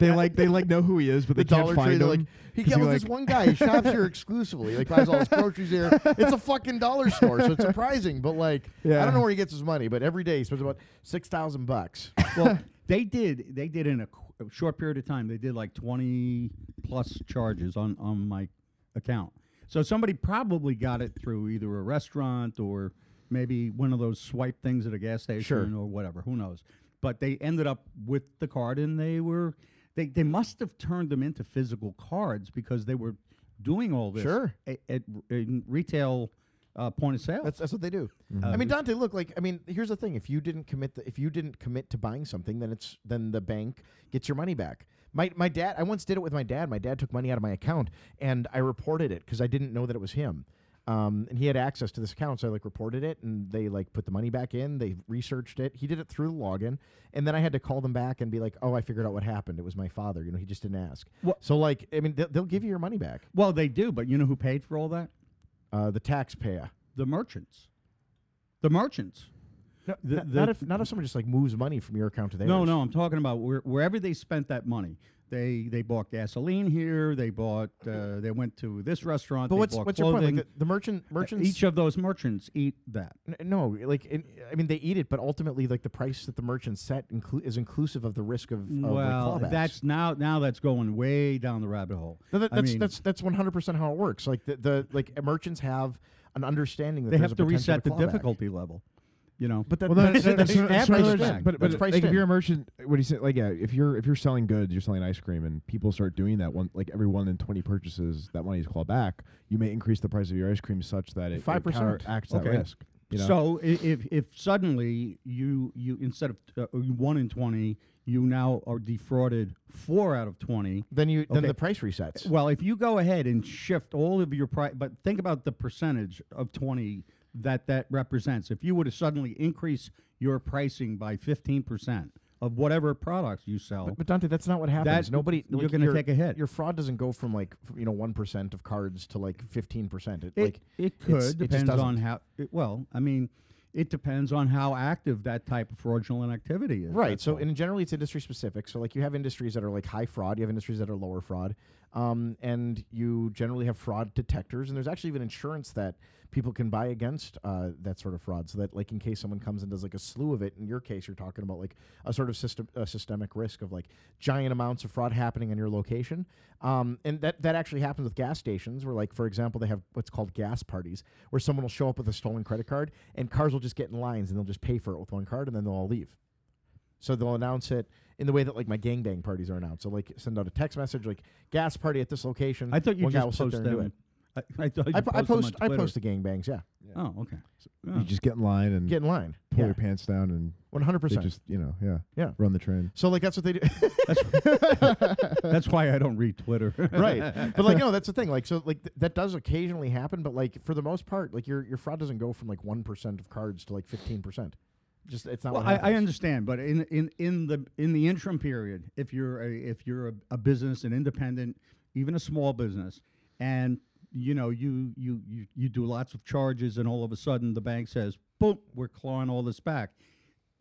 [SPEAKER 3] They like they like know who he is, but
[SPEAKER 1] the
[SPEAKER 3] they can't
[SPEAKER 1] Dollar Tree.
[SPEAKER 3] find
[SPEAKER 1] They're
[SPEAKER 3] him.
[SPEAKER 1] like he
[SPEAKER 3] 'cause
[SPEAKER 1] got
[SPEAKER 3] he,
[SPEAKER 1] with this
[SPEAKER 3] like-
[SPEAKER 1] one guy. He shops here exclusively. Like buys all his groceries there. It's a fucking dollar store, so it's surprising. But like, I
[SPEAKER 3] Yeah.
[SPEAKER 1] don't know where he gets his money, but every day he spends about six thousand bucks.
[SPEAKER 2] well, they did. They did in a, qu- a short period of time. They did like twenty plus charges on on my account. So somebody probably got it through either a restaurant or maybe one of those swipe things at a gas station
[SPEAKER 1] Sure.
[SPEAKER 2] or whatever. Who knows? But they ended up with the card, and they were they they must have turned them into physical cards because they were doing all this
[SPEAKER 1] Sure.
[SPEAKER 2] a- at, in retail uh, point of sale.
[SPEAKER 1] That's that's what they do. I mean, Dante, look, like I mean, here's the thing: if you didn't commit, the, if you didn't commit to buying something, then it's then the bank gets your money back. My my dad, I once did it with my dad. My dad took money out of my account, and I reported it because I didn't know that it was him. Um, and he had access to this account, so I like reported it, and they like put the money back in. They researched it. He did it through the login, and then I had to call them back and be like, "Oh, I figured out what happened. It was my father. You know, he just didn't ask."
[SPEAKER 2] What-
[SPEAKER 1] So like, I mean, they'll, they'll give you your money back.
[SPEAKER 2] well, they do, but you know who paid for all that?
[SPEAKER 1] Uh, the taxpayer.
[SPEAKER 2] the merchants. The merchants.
[SPEAKER 1] No,
[SPEAKER 2] The-
[SPEAKER 1] not,
[SPEAKER 2] the-
[SPEAKER 1] not if not if someone just like moves money from your account to theirs.
[SPEAKER 2] No, no, I'm talking about where, wherever they spent that money. They they bought gasoline here. They bought. Uh, they went to this restaurant.
[SPEAKER 1] But
[SPEAKER 2] they
[SPEAKER 1] what's
[SPEAKER 2] bought
[SPEAKER 1] what's your point?
[SPEAKER 2] clothing.
[SPEAKER 1] Like the, the merchant merchants
[SPEAKER 2] Each of those merchants eat that.
[SPEAKER 1] N- No, like in, I mean, they eat it, but ultimately, like the price that the merchant set inclu- is inclusive of the risk of, of
[SPEAKER 2] well,
[SPEAKER 1] like, clawbacks.
[SPEAKER 2] that's now now that's going way down the rabbit hole.
[SPEAKER 1] No, that-
[SPEAKER 2] I
[SPEAKER 1] that's
[SPEAKER 2] mean,
[SPEAKER 1] that's that's one hundred percent how it works. Like the, the like merchants have an understanding that
[SPEAKER 2] they
[SPEAKER 1] there's
[SPEAKER 2] have
[SPEAKER 1] a
[SPEAKER 2] to
[SPEAKER 1] potential
[SPEAKER 2] reset the
[SPEAKER 1] clawback.
[SPEAKER 2] difficulty level. You know,
[SPEAKER 1] But that,
[SPEAKER 3] Well, no,
[SPEAKER 1] that's,
[SPEAKER 3] no, no,
[SPEAKER 1] that's,
[SPEAKER 3] so- so in
[SPEAKER 1] that's
[SPEAKER 3] other
[SPEAKER 1] priced
[SPEAKER 3] words,
[SPEAKER 1] in.
[SPEAKER 3] But, but
[SPEAKER 1] That's priced
[SPEAKER 3] like, if
[SPEAKER 1] in.
[SPEAKER 3] you're a merchant, what do you say? Like, yeah, if you're if you're selling goods, you're selling ice cream, and people start doing that one, like every one in twenty purchases, that money is clawed back. You may increase the price of your ice cream such that it, it
[SPEAKER 1] 5%.
[SPEAKER 3] counteracts that
[SPEAKER 2] Okay.
[SPEAKER 3] risk. You know?
[SPEAKER 2] So i- if if suddenly you you instead of uh, one in twenty, you now are defrauded four out of twenty.
[SPEAKER 1] then you then
[SPEAKER 2] Okay.
[SPEAKER 1] the price resets.
[SPEAKER 2] Well, if you go ahead and shift all of your price, but think about the percentage of 20 that that represents. If you were to suddenly increase your pricing by 15% of whatever products you sell,
[SPEAKER 1] But, but Dante, that's not what happens.
[SPEAKER 2] That-
[SPEAKER 1] Nobody
[SPEAKER 2] you're
[SPEAKER 1] like,
[SPEAKER 2] gonna
[SPEAKER 1] your-
[SPEAKER 2] take a hit.
[SPEAKER 1] Your fraud doesn't go from like f- you know one percent of cards to like fifteen percent. It, like
[SPEAKER 2] it
[SPEAKER 1] it's-
[SPEAKER 2] could,
[SPEAKER 1] it just
[SPEAKER 2] depends on
[SPEAKER 1] doesn't.
[SPEAKER 2] how, it, well, I mean, it depends on how active that type of fraudulent activity is.
[SPEAKER 1] Right.
[SPEAKER 2] that's
[SPEAKER 1] So,
[SPEAKER 2] all.
[SPEAKER 1] and generally, it's industry specific. So, like, you have industries that are like high fraud, you have industries that are lower fraud, um, and you generally have fraud detectors. And there's actually even insurance that people can buy against uh, that sort of fraud, so that like in case someone comes and does like a slew of it. In your case, you're talking about like a sort of system a systemic risk of like giant amounts of fraud happening in your location. Um, and that that actually happens with gas stations, where like for example, they have what's called gas parties, where someone will show up with a stolen credit card, and cars will just get in lines, and they'll just pay for it with one card, and then they'll all leave. So they'll announce it in the way that like my gangbang parties are announced. So like send out a text message like gas party at this location.
[SPEAKER 2] I thought you
[SPEAKER 1] One guy will
[SPEAKER 2] just
[SPEAKER 1] sit there
[SPEAKER 2] post them.
[SPEAKER 1] and do it.
[SPEAKER 2] I, I thought you
[SPEAKER 1] I, po- I
[SPEAKER 2] post
[SPEAKER 1] post
[SPEAKER 2] them
[SPEAKER 1] I
[SPEAKER 2] on Twitter. Mm.
[SPEAKER 1] post the gangbangs. Yeah,
[SPEAKER 2] Oh, okay.
[SPEAKER 3] you just get in line and
[SPEAKER 1] get in line.
[SPEAKER 3] pull
[SPEAKER 1] Yeah,
[SPEAKER 3] your pants down, and
[SPEAKER 1] one hundred
[SPEAKER 3] they
[SPEAKER 1] percent.
[SPEAKER 3] just you know yeah
[SPEAKER 1] Yeah.
[SPEAKER 3] run the train.
[SPEAKER 1] So like that's what they do.
[SPEAKER 2] Oh, That's why I don't read Twitter.
[SPEAKER 1] right but like no that's the thing like so like th- that does occasionally happen but like for the most part like your your fraud doesn't go from like 1% of cards to like 15% just it's not
[SPEAKER 2] Well,
[SPEAKER 1] what
[SPEAKER 2] I, I
[SPEAKER 1] happens.
[SPEAKER 2] understand, but in, in, in the in the interim period, if you're a, if you're a, a business, an independent, even a small business, and you know you, you you you do lots of charges, and all of a sudden the bank says, "Boom, we're clawing all this back."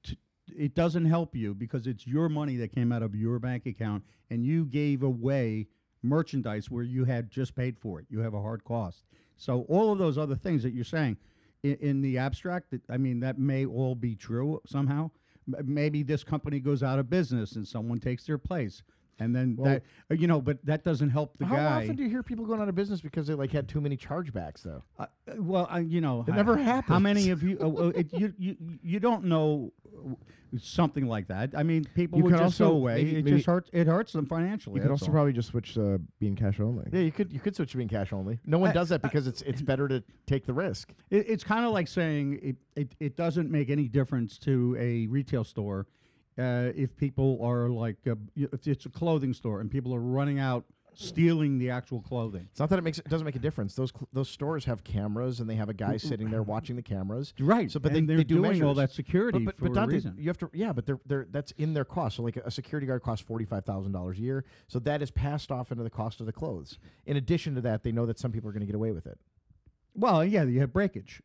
[SPEAKER 2] T- It doesn't help you because it's your money that came out of your bank account, and you gave away merchandise where you had just paid for it. You have a hard cost. So all of those other things that you're saying, in, in the abstract, that, I mean, that may all be true somehow. M- Maybe this company goes out of business and someone takes their place, and then that uh, you know, but that doesn't help the
[SPEAKER 1] how
[SPEAKER 2] guy.
[SPEAKER 1] often do you hear people going out of business because they like had too many chargebacks though
[SPEAKER 2] Uh, uh, well, I, you know,
[SPEAKER 1] It
[SPEAKER 2] I-
[SPEAKER 1] never
[SPEAKER 2] How
[SPEAKER 1] happens.
[SPEAKER 2] many of you? Uh, well, it, you, you you don't know w- something like that. I mean, people
[SPEAKER 3] You
[SPEAKER 2] would
[SPEAKER 3] could
[SPEAKER 2] just go
[SPEAKER 3] also-
[SPEAKER 2] away.
[SPEAKER 3] maybe-
[SPEAKER 2] it
[SPEAKER 3] maybe-
[SPEAKER 2] just hurts. It hurts them financially.
[SPEAKER 3] You could
[SPEAKER 2] that's
[SPEAKER 3] also
[SPEAKER 2] all.
[SPEAKER 3] probably just switch uh, being cash only.
[SPEAKER 1] yeah you could you could switch to being cash only no one
[SPEAKER 2] I-
[SPEAKER 1] does that because it's it's better to take the risk
[SPEAKER 2] It, it's kind of like saying it, it, it doesn't make any difference to a retail store uh, if people are like, uh, y- if it's a clothing store and people are running out stealing the actual clothing.
[SPEAKER 1] it's not that it makes it doesn't make a difference those cl- those stores have cameras and they have a guy sitting there watching the cameras
[SPEAKER 2] Right.
[SPEAKER 1] so but
[SPEAKER 2] and
[SPEAKER 1] they,
[SPEAKER 2] are
[SPEAKER 1] they do
[SPEAKER 2] doing all
[SPEAKER 1] measures.
[SPEAKER 2] that security
[SPEAKER 1] but, but,
[SPEAKER 2] for
[SPEAKER 1] but
[SPEAKER 2] a
[SPEAKER 1] Dante,
[SPEAKER 2] reason.
[SPEAKER 1] you have to yeah, but they're, they're that's in their cost. So like a security guard costs forty five thousand dollars a year, so that is passed off into the cost of the clothes. In addition to that, they know that some people are going to get away with it.
[SPEAKER 2] well, yeah, you have breakage.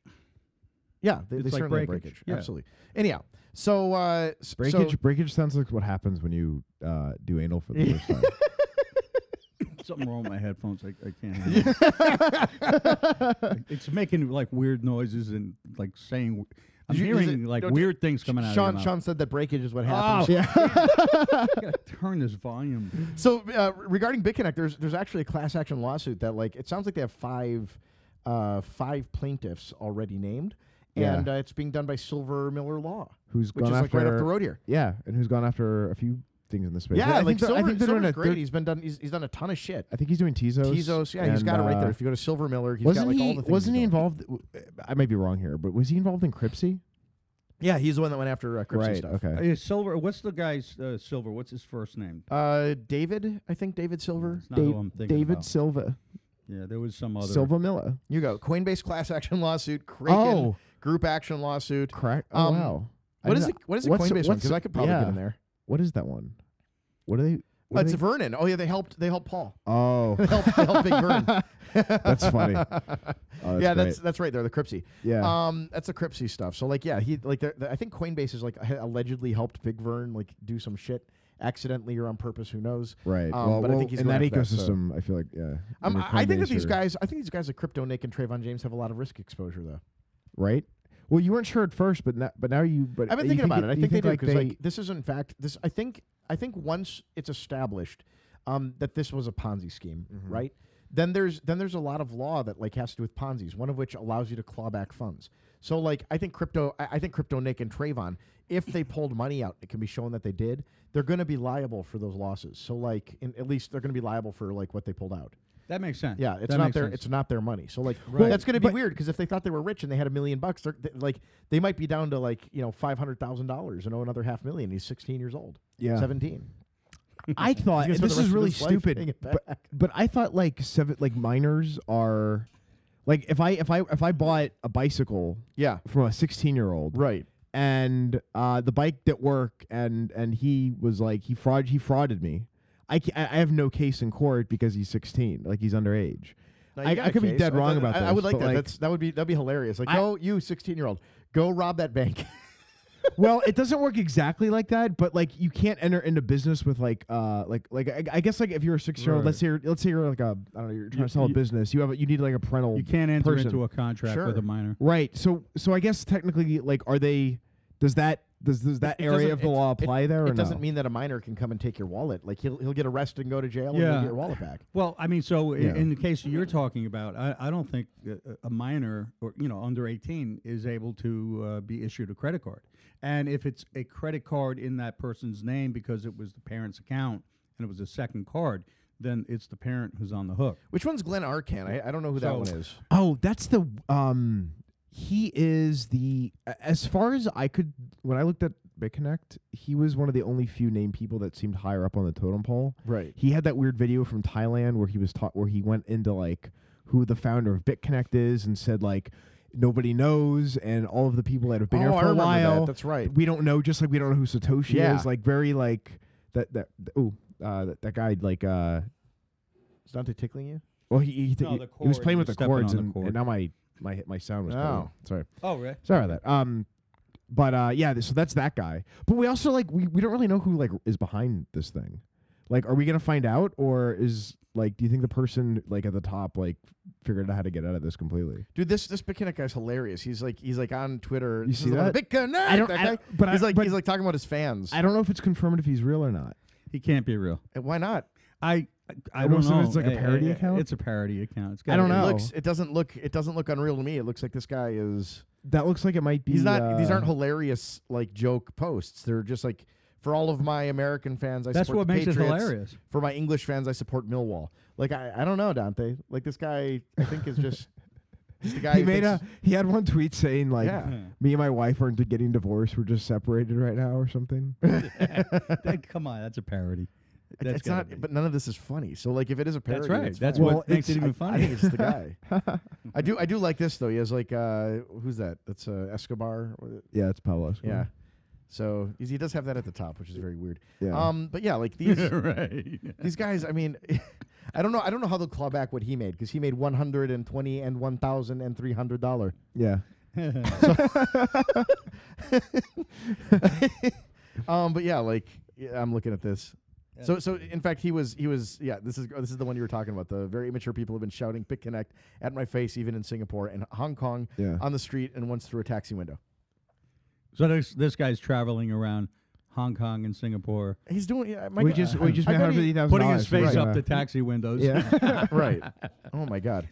[SPEAKER 1] Yeah, they,
[SPEAKER 2] It's
[SPEAKER 1] they
[SPEAKER 2] like
[SPEAKER 1] certainly have
[SPEAKER 2] breakage,
[SPEAKER 1] breakage.
[SPEAKER 2] yeah.
[SPEAKER 1] Absolutely. Anyhow, so uh, s-
[SPEAKER 3] Breakage
[SPEAKER 1] So,
[SPEAKER 3] breakage sounds like what happens when you uh, do anal for the first time.
[SPEAKER 2] Something wrong with my headphones. I, I can't. hear it. it's making like weird noises and like saying. I'm
[SPEAKER 1] Did you- is
[SPEAKER 2] hearing
[SPEAKER 1] it-
[SPEAKER 2] like
[SPEAKER 1] no, d-
[SPEAKER 2] weird things coming out
[SPEAKER 1] Sean
[SPEAKER 2] of your mouth.
[SPEAKER 1] Sean said that breakage is what
[SPEAKER 2] Oh,
[SPEAKER 1] happens.
[SPEAKER 2] I gotta turn this volume.
[SPEAKER 1] So uh, regarding BitConnect, there's there's actually a class action lawsuit that like it sounds like they have five uh, five plaintiffs already named,
[SPEAKER 3] Yeah.
[SPEAKER 1] and uh, it's being done by Silver Miller Law,
[SPEAKER 3] Who's
[SPEAKER 1] which
[SPEAKER 3] gone
[SPEAKER 1] is like
[SPEAKER 3] after
[SPEAKER 1] right up the road here.
[SPEAKER 3] Yeah, and who's gone after a few things in this space.
[SPEAKER 1] Yeah,
[SPEAKER 3] I
[SPEAKER 1] like
[SPEAKER 3] think, they're-
[SPEAKER 1] Silver,
[SPEAKER 3] I think they're doing
[SPEAKER 1] Silver's
[SPEAKER 3] a,
[SPEAKER 1] great.
[SPEAKER 3] they're-
[SPEAKER 1] He's been done. He's, he's done a ton of shit.
[SPEAKER 3] I think he's doing Tizos.
[SPEAKER 1] Tezos, yeah, he's
[SPEAKER 3] and,
[SPEAKER 1] got it right there.
[SPEAKER 3] uh,
[SPEAKER 1] If you go to Silver Miller, he's got
[SPEAKER 3] wasn't
[SPEAKER 1] like
[SPEAKER 3] he?
[SPEAKER 1] all the things.
[SPEAKER 3] wasn't he
[SPEAKER 1] he's doing.
[SPEAKER 3] involved? w- I might be wrong here, but was he involved in Cripsy?
[SPEAKER 1] Yeah, he's the one that went after uh, Cripsy
[SPEAKER 3] right.
[SPEAKER 1] stuff.
[SPEAKER 3] Okay.
[SPEAKER 2] Uh, Silver. What's the guy's uh, Silver? What's his first name?
[SPEAKER 1] Uh, David, I think David Silver.
[SPEAKER 2] That's not who I'm thinking
[SPEAKER 3] David
[SPEAKER 2] about.
[SPEAKER 3] Silva.
[SPEAKER 2] Yeah, there was some other.
[SPEAKER 3] Silva Miller.
[SPEAKER 1] You go. Coinbase class action lawsuit. Kraken
[SPEAKER 3] Oh.
[SPEAKER 1] group action lawsuit.
[SPEAKER 3] Crack. Oh,
[SPEAKER 1] Um,
[SPEAKER 3] wow. I
[SPEAKER 1] What is
[SPEAKER 3] didn't-
[SPEAKER 1] it? What is the
[SPEAKER 3] what's-
[SPEAKER 1] Coinbase one?
[SPEAKER 3] what's-
[SPEAKER 1] Because I could probably
[SPEAKER 3] yeah.
[SPEAKER 1] get in there.
[SPEAKER 3] What is that one? What are they? what do
[SPEAKER 1] it's
[SPEAKER 3] they-
[SPEAKER 1] Vernon. Oh yeah, they helped. They helped Paul.
[SPEAKER 3] oh,
[SPEAKER 1] They helped, they helped Big Vern.
[SPEAKER 3] that's funny. Oh,
[SPEAKER 1] yeah,
[SPEAKER 3] great.
[SPEAKER 1] that's that's right. They're the Cripsy.
[SPEAKER 3] Yeah.
[SPEAKER 1] um, that's the Cripsy stuff. So like, yeah, he like they're- I think Coinbase is like ha- allegedly helped Big Vern like do some shit accidentally or on purpose. Who knows?
[SPEAKER 3] right.
[SPEAKER 1] Um,
[SPEAKER 3] well,
[SPEAKER 1] but I
[SPEAKER 3] well,
[SPEAKER 1] think he's
[SPEAKER 3] in
[SPEAKER 1] going
[SPEAKER 3] that
[SPEAKER 1] after so-
[SPEAKER 3] ecosystem, I feel like yeah.
[SPEAKER 1] Um,
[SPEAKER 3] under
[SPEAKER 1] I I think that
[SPEAKER 3] Coinbase
[SPEAKER 1] these
[SPEAKER 3] or-
[SPEAKER 1] guys, I think these guys like Crypto Nick and Trayvon James have a lot of risk exposure though.
[SPEAKER 3] right? Well, you weren't sure at first, but now, but now you. But
[SPEAKER 1] I've been
[SPEAKER 3] you
[SPEAKER 1] thinking about it. I
[SPEAKER 3] you
[SPEAKER 1] think, they do
[SPEAKER 3] like
[SPEAKER 1] because like, this is in fact this. I think I think once it's established um, that this was a Ponzi scheme, right? Then there's then there's a lot of law that like has to do with Ponzi's. One of which allows you to claw back funds. So like I think crypto, I, I think crypto Nick and Trayvon, if they pulled money out, it can be shown that they did. They're going to be liable for those losses. So like in, at least they're going to be liable for like what they pulled out.
[SPEAKER 2] That makes sense.
[SPEAKER 1] Yeah, it's
[SPEAKER 2] That
[SPEAKER 1] not
[SPEAKER 2] makes
[SPEAKER 1] their
[SPEAKER 2] sense.
[SPEAKER 1] it's not their money. So like
[SPEAKER 2] Right.
[SPEAKER 1] that's going to be
[SPEAKER 3] But-
[SPEAKER 1] weird because if they thought they were rich and they had a million bucks, they're, they, like they might be down to like you know five hundred thousand dollars and owe another half million. He's sixteen years old.
[SPEAKER 3] Yeah.
[SPEAKER 1] seventeen.
[SPEAKER 3] I thought
[SPEAKER 1] He's
[SPEAKER 3] and
[SPEAKER 1] gonna spend the
[SPEAKER 3] this
[SPEAKER 1] rest
[SPEAKER 3] is
[SPEAKER 1] of
[SPEAKER 3] really
[SPEAKER 1] his life paying
[SPEAKER 3] stupid,
[SPEAKER 1] it
[SPEAKER 3] but,
[SPEAKER 1] back.
[SPEAKER 3] but I thought like seven like minors are like if I if I if I bought a bicycle
[SPEAKER 1] Yeah.
[SPEAKER 3] from a 16 year old
[SPEAKER 1] Right.
[SPEAKER 3] and uh, the bike at work and and he was like he fraud he frauded me. I, ca- I I have no case in court because he's 16, like he's underage. I, I could be dead wrong about
[SPEAKER 1] I,
[SPEAKER 3] that.
[SPEAKER 1] I would like that.
[SPEAKER 3] Like,
[SPEAKER 1] That's that would be that'd be hilarious. Like
[SPEAKER 3] I-
[SPEAKER 1] go you sixteen year old, go rob that bank.
[SPEAKER 3] well, it doesn't work exactly like that, but like you can't enter into business with like uh like like I, I guess like if you're a six year old,
[SPEAKER 2] Right.
[SPEAKER 3] let's say you're, let's say you're like a I don't know you're trying
[SPEAKER 2] You-
[SPEAKER 3] to sell
[SPEAKER 2] you-
[SPEAKER 3] a business, you have a, you need like a parental
[SPEAKER 2] You can't enter
[SPEAKER 3] person.
[SPEAKER 2] into a contract with
[SPEAKER 1] Sure.
[SPEAKER 2] a minor.
[SPEAKER 3] right. So so I guess technically like are they does that does does that
[SPEAKER 1] It doesn't-
[SPEAKER 3] area of the
[SPEAKER 1] it-
[SPEAKER 3] law
[SPEAKER 1] it-
[SPEAKER 3] apply there or
[SPEAKER 1] It doesn't
[SPEAKER 3] no?
[SPEAKER 1] mean that a minor can come and take your wallet. Like he'll he'll get arrested and go to jail and
[SPEAKER 2] Yeah.
[SPEAKER 1] you'll get your wallet back.
[SPEAKER 2] Well, I mean, so i-
[SPEAKER 3] Yeah.
[SPEAKER 2] in the case you're talking about, I, I don't think a, a minor or you know under 18 is able to uh, be issued a credit card. And if it's a credit card in that person's name because it was the parent's account and it was a second card, then it's the parent who's on the hook.
[SPEAKER 1] Which one's Glenn Arcan? I, I don't know who that
[SPEAKER 2] So-
[SPEAKER 1] one is.
[SPEAKER 3] Oh, that's the um. He is the a- as far as I could when I looked at BitConnect, he was one of the only few named people that seemed higher up on the totem pole.
[SPEAKER 1] Right.
[SPEAKER 3] He had that weird video from Thailand where he was taught where he went into like who the founder of BitConnect is and said like nobody knows and all of the people that have been
[SPEAKER 1] Oh,
[SPEAKER 3] here for
[SPEAKER 1] I
[SPEAKER 3] a
[SPEAKER 1] remember that.
[SPEAKER 3] while.
[SPEAKER 1] That's right.
[SPEAKER 3] We don't know, just like we don't know who Satoshi
[SPEAKER 1] Yeah.
[SPEAKER 3] is. Like very like that that oh uh, that, that guy like uh
[SPEAKER 1] Is Dante tickling you?
[SPEAKER 3] well he he,
[SPEAKER 2] No,
[SPEAKER 3] he,
[SPEAKER 2] the
[SPEAKER 3] he was
[SPEAKER 2] cord,
[SPEAKER 3] playing
[SPEAKER 2] he
[SPEAKER 3] with
[SPEAKER 2] was
[SPEAKER 3] the
[SPEAKER 2] stepping
[SPEAKER 3] chords
[SPEAKER 2] on the
[SPEAKER 3] and,
[SPEAKER 2] cord.
[SPEAKER 3] and now my my my sound was cutting.
[SPEAKER 1] Oh.
[SPEAKER 3] sorry
[SPEAKER 2] Oh, right.
[SPEAKER 3] sorry about that um. But uh, yeah, th- so that's that guy. But we also like we, we don't really know who like is behind this thing. Like, are we gonna find out, or is like, do you think the person like at the top like figured out how to get out of this completely?
[SPEAKER 1] Dude, this this BitConnect guy's hilarious. He's like he's like on Twitter.
[SPEAKER 3] You
[SPEAKER 1] this
[SPEAKER 3] see
[SPEAKER 1] is the one,
[SPEAKER 3] that?
[SPEAKER 1] BitConnect.
[SPEAKER 3] I don't-
[SPEAKER 1] that
[SPEAKER 3] I
[SPEAKER 1] guy.
[SPEAKER 3] don't- but I-
[SPEAKER 1] he's like
[SPEAKER 3] but-
[SPEAKER 1] he's like talking about his fans.
[SPEAKER 3] I don't know if it's confirmed if he's real or not.
[SPEAKER 2] He can't be real.
[SPEAKER 1] And Why not?
[SPEAKER 2] I I, I
[SPEAKER 3] Or
[SPEAKER 2] don't
[SPEAKER 3] was it-
[SPEAKER 2] know.
[SPEAKER 3] it's like a
[SPEAKER 2] I- I-
[SPEAKER 3] parody
[SPEAKER 2] I-
[SPEAKER 3] account?
[SPEAKER 2] It's a parody account. It's
[SPEAKER 3] I don't
[SPEAKER 2] gotta
[SPEAKER 1] It
[SPEAKER 3] know.
[SPEAKER 2] be-
[SPEAKER 1] looks. It doesn't look. It doesn't look unreal to me. It looks like this guy is.
[SPEAKER 3] That looks like it might be.
[SPEAKER 1] He's not. These
[SPEAKER 3] uh,
[SPEAKER 1] aren't hilarious like joke posts. They're just like for all of my American fans. I
[SPEAKER 2] That's
[SPEAKER 1] support
[SPEAKER 2] what
[SPEAKER 1] the
[SPEAKER 2] makes it
[SPEAKER 1] Patriots.
[SPEAKER 2] hilarious.
[SPEAKER 1] For my English fans, I support Millwall. Like I, I don't know Dante. Like this guy, I think is just. just the guy
[SPEAKER 3] He
[SPEAKER 1] who
[SPEAKER 3] made a.
[SPEAKER 1] thinks-
[SPEAKER 3] He had one tweet saying like,
[SPEAKER 1] Yeah.
[SPEAKER 3] "Me and my wife aren't getting divorced. We're just separated right now," or something.
[SPEAKER 2] That- come on, that's a parody. That's
[SPEAKER 1] it's
[SPEAKER 2] gotta
[SPEAKER 1] not.
[SPEAKER 2] be.
[SPEAKER 1] But none of this is funny. So like if it is a parody,
[SPEAKER 2] that's right.
[SPEAKER 1] it's
[SPEAKER 2] That's
[SPEAKER 1] funny.
[SPEAKER 3] Well,
[SPEAKER 2] what makes it
[SPEAKER 3] it's-
[SPEAKER 2] even
[SPEAKER 1] I think
[SPEAKER 2] funny.
[SPEAKER 1] it's the guy. I do. I do like this though. He has like uh, who's that? That's uh, Escobar. or-
[SPEAKER 3] yeah, it's Pablo. Escobar.
[SPEAKER 1] Yeah. So he's- he does have that at the top, which is very weird.
[SPEAKER 3] Yeah.
[SPEAKER 1] Um. But yeah, like these
[SPEAKER 2] right.
[SPEAKER 1] these guys. I mean, I don't know. I don't know how they'll claw back what he made because he made one hundred and twenty and one thousand and three hundred dollar.
[SPEAKER 3] yeah.
[SPEAKER 1] Um. But yeah, like yeah, I'm looking at this. So, so in fact, he was, he was, yeah. This is, this is the one you were talking about. The very immature people have been shouting "Pick Connect" at my face, even in Singapore and Hong Kong,
[SPEAKER 3] Yeah.
[SPEAKER 1] on the street, and once through a taxi window.
[SPEAKER 2] So this this guy's traveling around Hong Kong and Singapore,
[SPEAKER 1] He's doing. Yeah, my
[SPEAKER 3] we
[SPEAKER 1] g-
[SPEAKER 3] just
[SPEAKER 1] I
[SPEAKER 3] we just made
[SPEAKER 1] bet he-
[SPEAKER 3] 150,000
[SPEAKER 2] putting his face
[SPEAKER 3] right.
[SPEAKER 2] up the taxi windows.
[SPEAKER 3] Yeah.
[SPEAKER 1] right. Oh my god.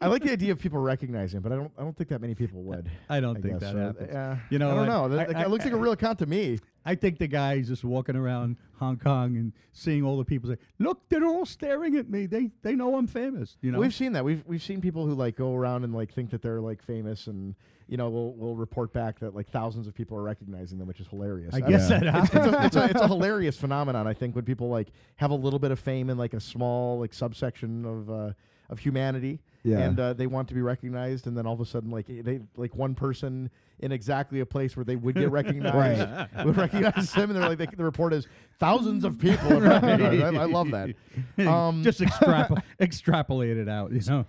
[SPEAKER 1] I like the idea of people recognizing, it, but I don't. I don't think that many people would.
[SPEAKER 2] I don't
[SPEAKER 1] I
[SPEAKER 2] think
[SPEAKER 1] guess,
[SPEAKER 2] that
[SPEAKER 1] so,
[SPEAKER 2] happens.
[SPEAKER 1] Yeah.
[SPEAKER 2] You know
[SPEAKER 1] I don't know.
[SPEAKER 2] what?
[SPEAKER 1] That,
[SPEAKER 2] I-
[SPEAKER 1] that
[SPEAKER 2] I-
[SPEAKER 1] looks like a real account to me.
[SPEAKER 2] I think the guy's just walking around Hong Kong and seeing all the people say, "Look, they're all staring at me. They they know I'm famous." You know.
[SPEAKER 1] We've seen that. We've we've seen people who like go around and like think that they're like famous, and you know, we'll we'll report back that like thousands of people are recognizing them, which is hilarious.
[SPEAKER 2] I
[SPEAKER 1] don't
[SPEAKER 2] guess
[SPEAKER 1] know.
[SPEAKER 2] that
[SPEAKER 1] It's,
[SPEAKER 2] happens.
[SPEAKER 1] it's, a, it's, a, it's a hilarious phenomenon, I think, when people like have a little bit of fame in like a small like subsection of uh, of humanity,
[SPEAKER 3] Yeah.
[SPEAKER 1] and uh, they want to be recognized. And then all of a sudden, like they like one person in exactly a place where they would get recognized would recognize them, and they're like they, the report is thousands of people. have recognized them." I, I love that. Um,
[SPEAKER 2] Just extrapo- extrapolate it out, you know.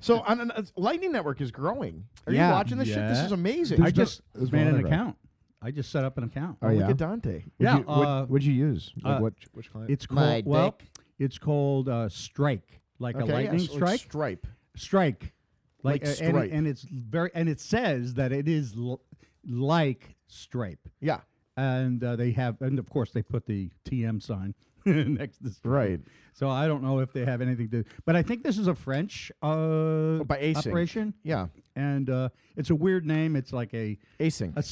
[SPEAKER 1] So on an, uh, Lightning Network is growing. Are
[SPEAKER 3] Yeah.
[SPEAKER 1] you watching this shit? This
[SPEAKER 2] Yeah.
[SPEAKER 1] is amazing.
[SPEAKER 2] I
[SPEAKER 3] There's no-
[SPEAKER 2] just
[SPEAKER 3] there's no
[SPEAKER 2] made an
[SPEAKER 3] undergrad.
[SPEAKER 2] account. I just set up an account.
[SPEAKER 3] Oh,
[SPEAKER 1] Look
[SPEAKER 3] yeah.
[SPEAKER 1] at Dante.
[SPEAKER 2] yeah,
[SPEAKER 3] You, what,
[SPEAKER 2] uh,
[SPEAKER 3] what'd you use? Like
[SPEAKER 2] uh,
[SPEAKER 3] what which client?
[SPEAKER 2] it's called
[SPEAKER 1] My
[SPEAKER 2] well,
[SPEAKER 1] dick.
[SPEAKER 2] it's called uh, Strike, like a
[SPEAKER 1] yeah,
[SPEAKER 2] lightning
[SPEAKER 1] so, like,
[SPEAKER 2] strike.
[SPEAKER 1] Stripe.
[SPEAKER 2] strike,
[SPEAKER 1] Like
[SPEAKER 2] like, uh, and,
[SPEAKER 1] stripe.
[SPEAKER 2] it, and it's very and it says that it is l- like stripe,
[SPEAKER 1] Yeah.
[SPEAKER 2] and uh, they have and of course they put the TM sign next to stripe.
[SPEAKER 1] Right.
[SPEAKER 2] So I don't know if they have anything to, but I think this is a French uh,
[SPEAKER 1] Oh, by async.
[SPEAKER 2] operation,
[SPEAKER 1] Yeah.
[SPEAKER 2] and uh, it's a weird name. It's like a
[SPEAKER 1] Async.
[SPEAKER 2] a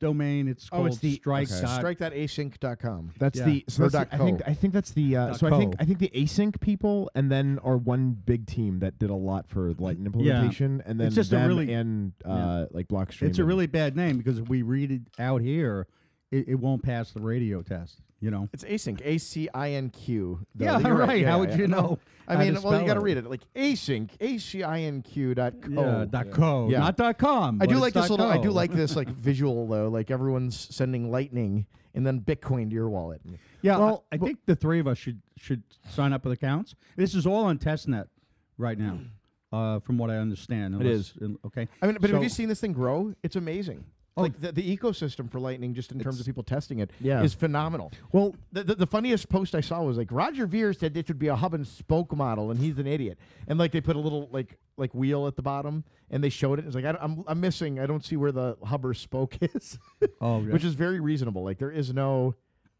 [SPEAKER 2] subdomain. It's
[SPEAKER 3] Oh,
[SPEAKER 2] called
[SPEAKER 3] it's the-
[SPEAKER 2] strike.
[SPEAKER 3] okay.
[SPEAKER 2] dot-
[SPEAKER 1] Strike that async.com.
[SPEAKER 3] That's
[SPEAKER 2] Yeah.
[SPEAKER 3] the so
[SPEAKER 1] Or
[SPEAKER 3] that's the-
[SPEAKER 1] dot
[SPEAKER 3] I think
[SPEAKER 1] co.
[SPEAKER 3] I think that's the uh,
[SPEAKER 2] Dot
[SPEAKER 3] so I think
[SPEAKER 2] co.
[SPEAKER 3] I think the async people and then are one big team that did a lot for like implementation and then
[SPEAKER 2] It's just a
[SPEAKER 3] them
[SPEAKER 2] really-
[SPEAKER 3] and uh,
[SPEAKER 2] yeah.
[SPEAKER 3] like block stream.
[SPEAKER 2] It's a
[SPEAKER 3] and-
[SPEAKER 2] really bad name because if we read it out here, it, it won't pass the radio test. You know.
[SPEAKER 1] It's async. A C I N Q. though.
[SPEAKER 2] Yeah,
[SPEAKER 1] You're
[SPEAKER 2] right. How would you know
[SPEAKER 1] I
[SPEAKER 2] how
[SPEAKER 1] mean,
[SPEAKER 2] to
[SPEAKER 1] well, you
[SPEAKER 2] spell
[SPEAKER 1] got to
[SPEAKER 2] it?
[SPEAKER 1] read it like async. A C I N Q dot co.
[SPEAKER 2] Yeah, dot co,
[SPEAKER 1] Yeah.
[SPEAKER 2] not dot com.
[SPEAKER 1] I
[SPEAKER 2] but
[SPEAKER 1] do
[SPEAKER 2] it's
[SPEAKER 1] like this
[SPEAKER 2] dot
[SPEAKER 1] little. I do
[SPEAKER 2] co.
[SPEAKER 1] like this like visual though. Like everyone's sending lightning and then Bitcoin to your wallet.
[SPEAKER 2] Yeah,
[SPEAKER 1] Well,
[SPEAKER 2] well, I, think the three of us should should sign up with accounts. This is all on testnet right now, uh, from what I understand. unless-
[SPEAKER 1] is.
[SPEAKER 2] un- okay.
[SPEAKER 1] I mean, but have
[SPEAKER 2] So-
[SPEAKER 1] you seen this thing grow? It's amazing. Like the, the ecosystem for Lightning, just in terms of people testing it, is
[SPEAKER 3] Yeah.
[SPEAKER 1] phenomenal.
[SPEAKER 3] well.
[SPEAKER 1] The, the, the funniest post I saw was like Roger Veer said this would be a hub and spoke model, and he's an idiot. And like they put a little like like wheel at the bottom, and they showed it. It's like I, am I'm missing. I don't see where the hub or spoke is,
[SPEAKER 2] Oh, yeah.
[SPEAKER 1] which is very reasonable. Like there is no